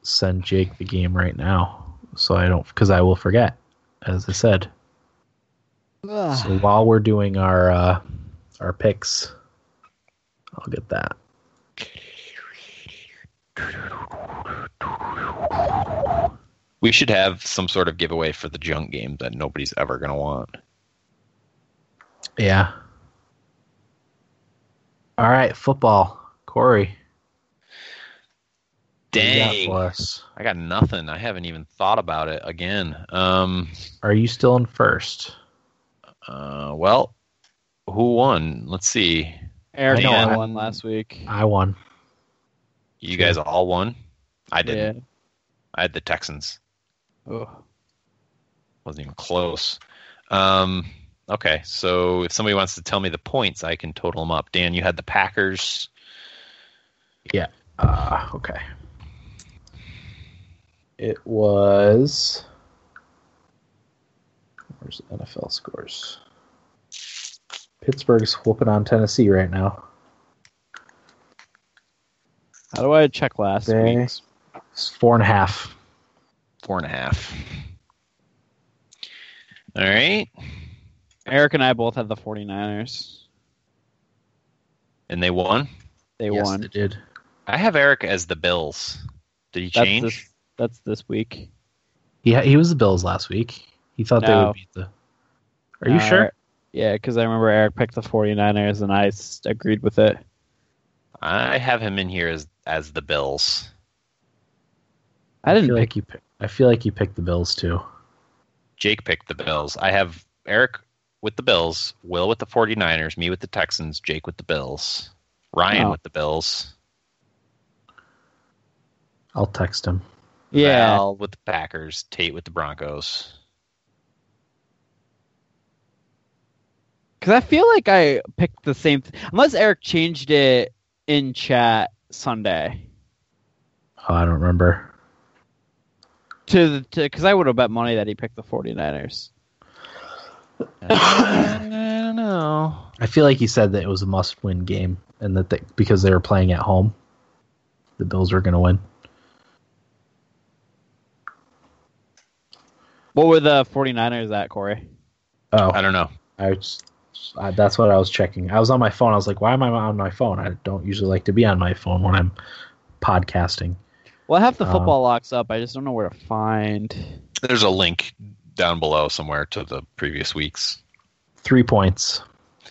C: send Jake the game right now, so I don't because I will forget, as I said. So while we're doing our uh, our picks, I'll get that.
E: We should have some sort of giveaway for the junk game that nobody's ever going to want.
C: Yeah. All right, football. Corey. what do you got
E: Dang.
C: for us?
E: I got nothing. I haven't even thought about it again. Um,
C: Are you still in first?
E: uh, well, who won? Let's see.
F: Eric
E: Hang
F: and I
E: on.
F: won last week.
C: I won.
E: You guys all won? I didn't. I had the
F: Yeah.
E: Texans.
F: Ugh.
E: Wasn't even close. Um, okay, so if somebody wants to tell me the points, I can total them up. Dan, you had the Packers.
C: Uh, okay. It was. Where's the NFL scores? Pittsburgh's whooping on Tennessee right now.
F: How do I check last
C: They-
F: week's?
C: It's four and a half.
E: Four and a half. All right.
F: Eric and I both had the 49ers.
E: And they won.
F: They
C: yes,
F: won.
C: they did.
E: I have Eric as the Bills. Did he
F: That's
E: change?
F: this that's this week.
C: He ha- he was the Bills last week. He thought they
F: No.
C: would beat the. Are you
F: Uh,
C: sure?
F: Yeah, because I remember Eric picked the 49ers and I s- agreed with it.
E: I have him in here as as the Bills.
F: I
C: I
F: didn't
C: feel
F: pick.
C: like you. Pick, I feel like you picked the Bills too.
E: Jake picked the Bills. I have Eric with the Bills, Will with the 49ers, me with the Texans, Jake with the Bills, Ryan
F: Oh.
E: with the Bills,
C: I'll text him.
F: Yeah.
E: Val with the Packers, Tate with the Broncos.
F: Because I feel like I picked the same. Th- Unless Eric changed it in chat Sunday
C: Oh, I don't remember.
F: to the because I would have bet money that he picked the 49ers.
E: I don't know.
C: I feel like he said that it was a must-win game, and that they, because they were playing at home, the Bills were going to win.
F: What were the 49ers at, Corey?
C: Oh,
E: I don't know.
C: I was, I, that's what I was checking. I was on my phone. I was like, why am I on my phone? I don't usually like to be on my phone when I'm podcasting.
F: Well, I have the
C: Uh,
F: football locks up. I just don't know where to find.
E: There's a link down below somewhere to the previous weeks.
C: Three points.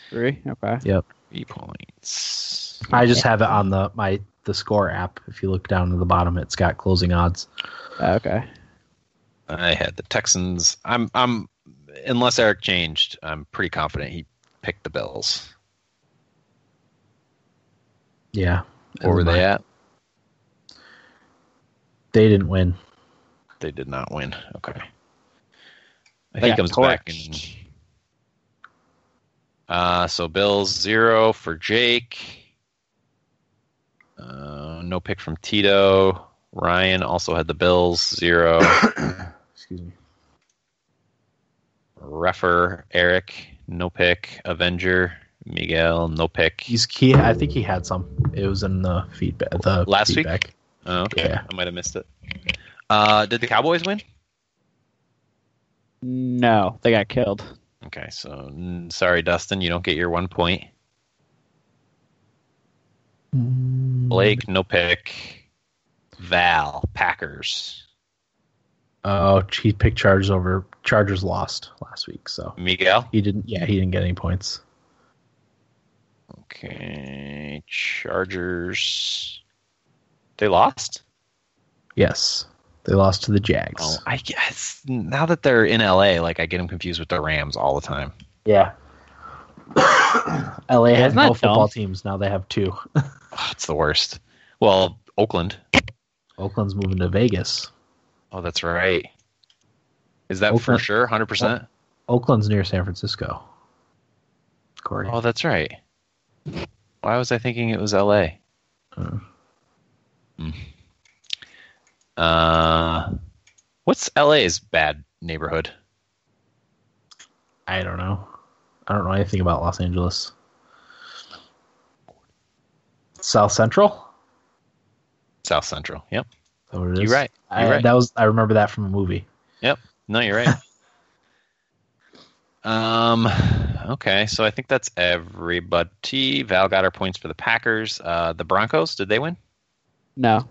F: Three. Okay.
C: Yep.
E: Three points.
C: I just have it on the my the score app. If you look down to the bottom, it's got closing odds.
F: Ah, Okay.
E: I had the Texans. I'm I'm unless Eric changed, I'm pretty confident he picked the Bills.
C: Yeah.
E: Where were they at?
C: They didn't win.
E: They did not win. Okay.
F: They
E: I
F: got
E: think comes back and
F: torched.
E: uh so Bills zero for Jake. Uh no pick from Tito. Ryan also had the Bills zero.
C: Excuse me.
E: Refer Eric, no pick. Avenger, Miguel, no pick.
C: He's he. I think he had some. It was in the feedback. The
E: Last week?
C: feedback.
E: Oh, okay.
C: Yeah.
E: I might have missed it. Uh, did the Cowboys win?
F: No, they got killed.
E: Okay, so mm, sorry, Dustin, you don't get your one point. Blake, no pick. Val, Packers.
C: Oh, he picked Chargers over. Chargers lost last week, so
E: Miguel.
C: he didn't. Yeah, he didn't get any points.
E: Okay, Chargers. They lost.
C: Yes, they lost to the Jags.
E: Oh, I guess now that they're in LA, like I get them confused with the Rams all the time.
C: Yeah. LA has
F: Isn't that
C: no football
F: dumb?
C: teams now. They have two.
E: Ugh, Oh, it's the worst. Well, Oakland.
C: Oakland's moving to Vegas.
E: Oh, that's right. Is that for
C: Oakland.
E: sure? Hundred percent.
C: Oakland's near San Francisco. Corey,
E: Oh, that's right. Why was I thinking it was L.A.?
C: Uh.
E: Hmm. Uh, what's L.A.'s bad neighborhood?
C: I don't know. I don't know anything about Los Angeles. South Central.
E: South Central. Yep.
C: Is that what it
E: You're
C: is?
E: right.
C: I,
E: You're right.
C: That was I remember that from a movie.
E: No, you're right. um. Okay, so I think that's everybody. Val got our points for the Packers. Uh, the Broncos. Did they win?
F: No.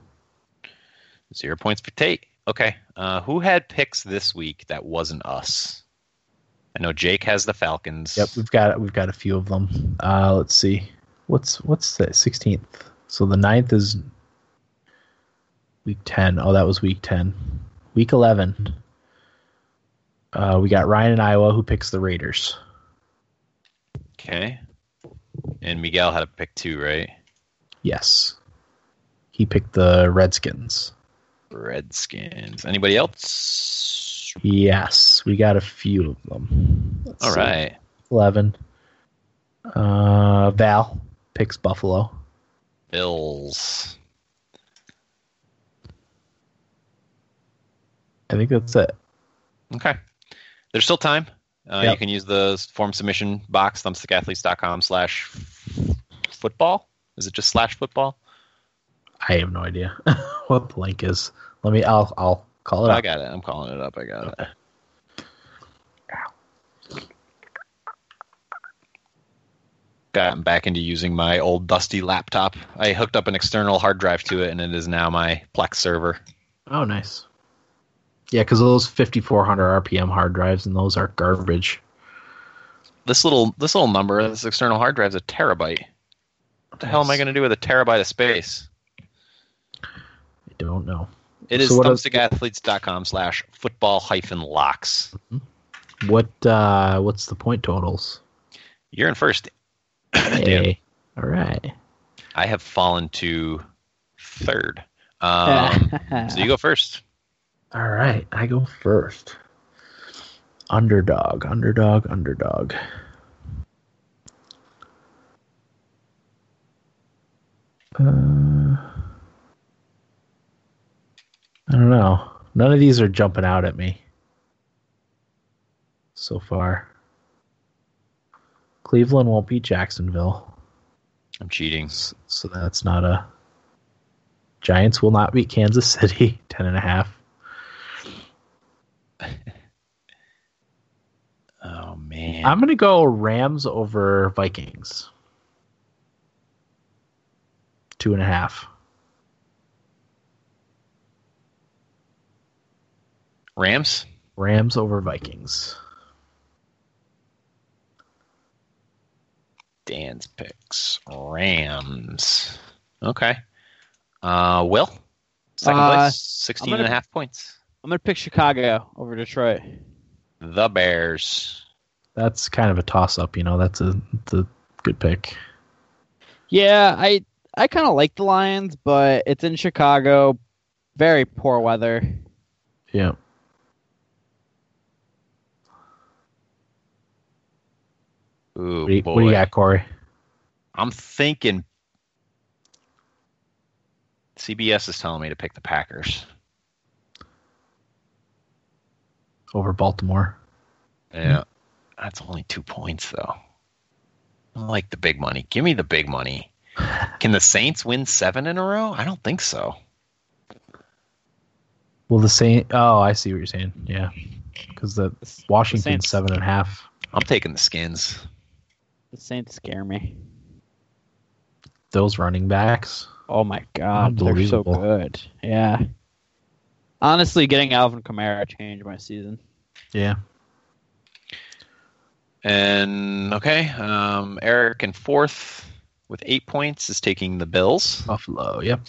E: Zero points for Tate. Okay. Uh, who had picks this week that wasn't us? I know Jake has the Falcons.
C: Yep, we've got we've got a few of them. Uh, let's see. What's what's the sixteenth? So the 9th is week ten. Oh, that was week ten. Week eleven. Uh, we got Ryan in Iowa who picks the Raiders.
E: Okay. And Miguel had a pick two, right?
C: Yes. He picked the Redskins.
E: Redskins. Anybody else?
C: Yes, we got a few of them. Let's
E: All
C: see.
E: right.
C: Eleven. Uh, Val picks Buffalo.
E: Bills.
C: I think that's it.
E: Okay. There's still time. Uh, You
C: Yep.
E: can use the form submission box, thumbstickathletes.com slash football. Is it just slash football?
C: I have no idea what the link is. Let me. I'll. I'll call it.
E: Oh, I
C: out.
E: got it. I'm calling it up. I got it. Gotten back into using my old dusty laptop. I hooked up an external hard drive to it, and it is now my Plex server.
C: Oh, nice. Yeah, because those 5400 RPM hard drives and those are garbage.
E: This little this little number, this external hard drive is a terabyte. What the hell am I
C: Nice.
E: going to do with a terabyte of space?
C: I don't know.
E: It is
C: So what are-
E: thumbstickathletes.com slash football hyphen locks.
C: What? uh What's the point totals?
E: You're in first.
C: Hey. All right.
E: I have fallen to third. Um, so you go first.
C: All right. I go first. Underdog. Underdog. Underdog. Uh, I don't know. None of these are jumping out at me so far. Cleveland won't beat Jacksonville,
E: I'm cheating.
C: s- so that's not a. Giants will not beat Kansas City, ten and a half.
E: Oh man, Man.
C: I'm gonna go Rams over Vikings. Two and a half.
E: Rams?
C: Rams over Vikings.
E: Dan's picks. Rams. Okay. Uh, Will? Second
F: Uh,
E: place. 16 and
F: gonna-
E: a half points.
F: I'm gonna pick Chicago over Detroit.
E: The Bears.
C: That's kind of a toss up, you know. That's a, it's a good pick.
F: Yeah, I I kind of like the Lions, but it's in Chicago. Very poor weather.
C: Yeah.
E: Ooh,
C: What do you,
E: Oh, boy.
C: what do you got, Corey?
E: I'm thinking CBS is telling me to pick the Packers.
C: Over Baltimore.
E: Yeah.
C: Mm-hmm.
E: That's only two points, though. I like the big money. Give me the big money. Can the Saints win seven in a row? I don't think so.
C: Well, the same. Oh, I see what you're saying. Yeah, because the Washington's
F: Saints.
C: seven and a half.
E: I'm taking the Skins.
F: The Saints scare me.
C: Those running backs.
F: Oh my god, they're so
C: Unbelievable.
F: good. Yeah. Honestly, getting Alvin Kamara changed my season.
C: Yeah.
E: And okay, um, Eric in fourth with eight points is taking the Bills.
C: Buffalo. Yep.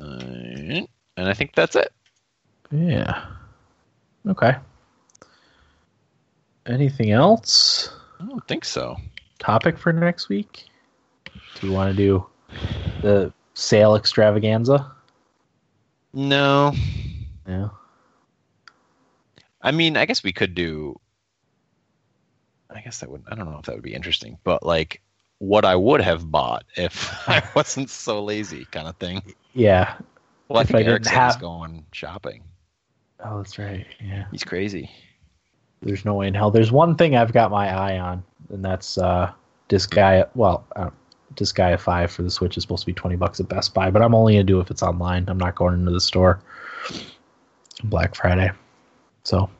E: Uh, and I think that's it.
C: Yeah. Okay. Anything else?
E: I don't think so.
C: Topic for next week? Do we want to do the sale extravaganza?
E: No,
C: Yeah.
E: I mean, I guess we could do. I guess that would. I don't know if that would be interesting, but like what I would have bought if I wasn't so lazy, kind of thing.
C: Yeah.
E: Well, I
C: If I
E: think
C: didn't
E: Eric has
C: have-
E: going shopping.
C: Oh, that's right. Yeah.
E: He's crazy.
C: There's no way in hell. There's one thing I've got my eye on, and that's uh, Disgaea. Well, uh, Disgaea Five for the Switch is supposed to be twenty bucks at Best Buy, but I'm only gonna do it if it's online. I'm not going into the store. Black Friday. So,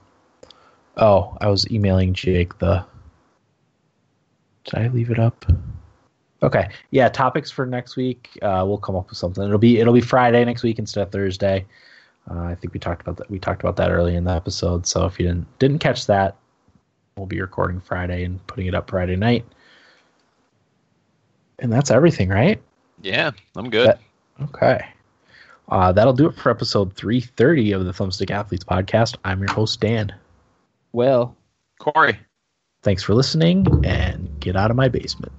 C: oh, I was emailing Jake the. Did I leave it up? Okay, yeah. Topics for next week. Uh, we'll come up with something. It'll be it'll be Friday next week instead of Thursday. Uh, I think we talked about that. We talked about that early in the episode. So if you didn't didn't catch that, we'll be recording Friday and putting it up Friday night. And that's everything, right?
E: Yeah, I'm good.
C: That- Okay. Uh, that'll do it for episode 330 of the Thumbstick Athletes podcast. I'm your host, Dan.
F: Well,
E: Corey.
C: Thanks for listening and get out of my basement.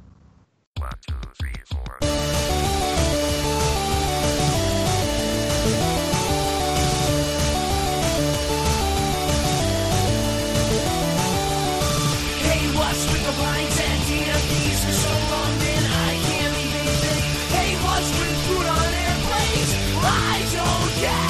B: Hey, what's with the blinds and DFDs for so long? Then I can't even think. Hey, what's with food on airplanes? I don't get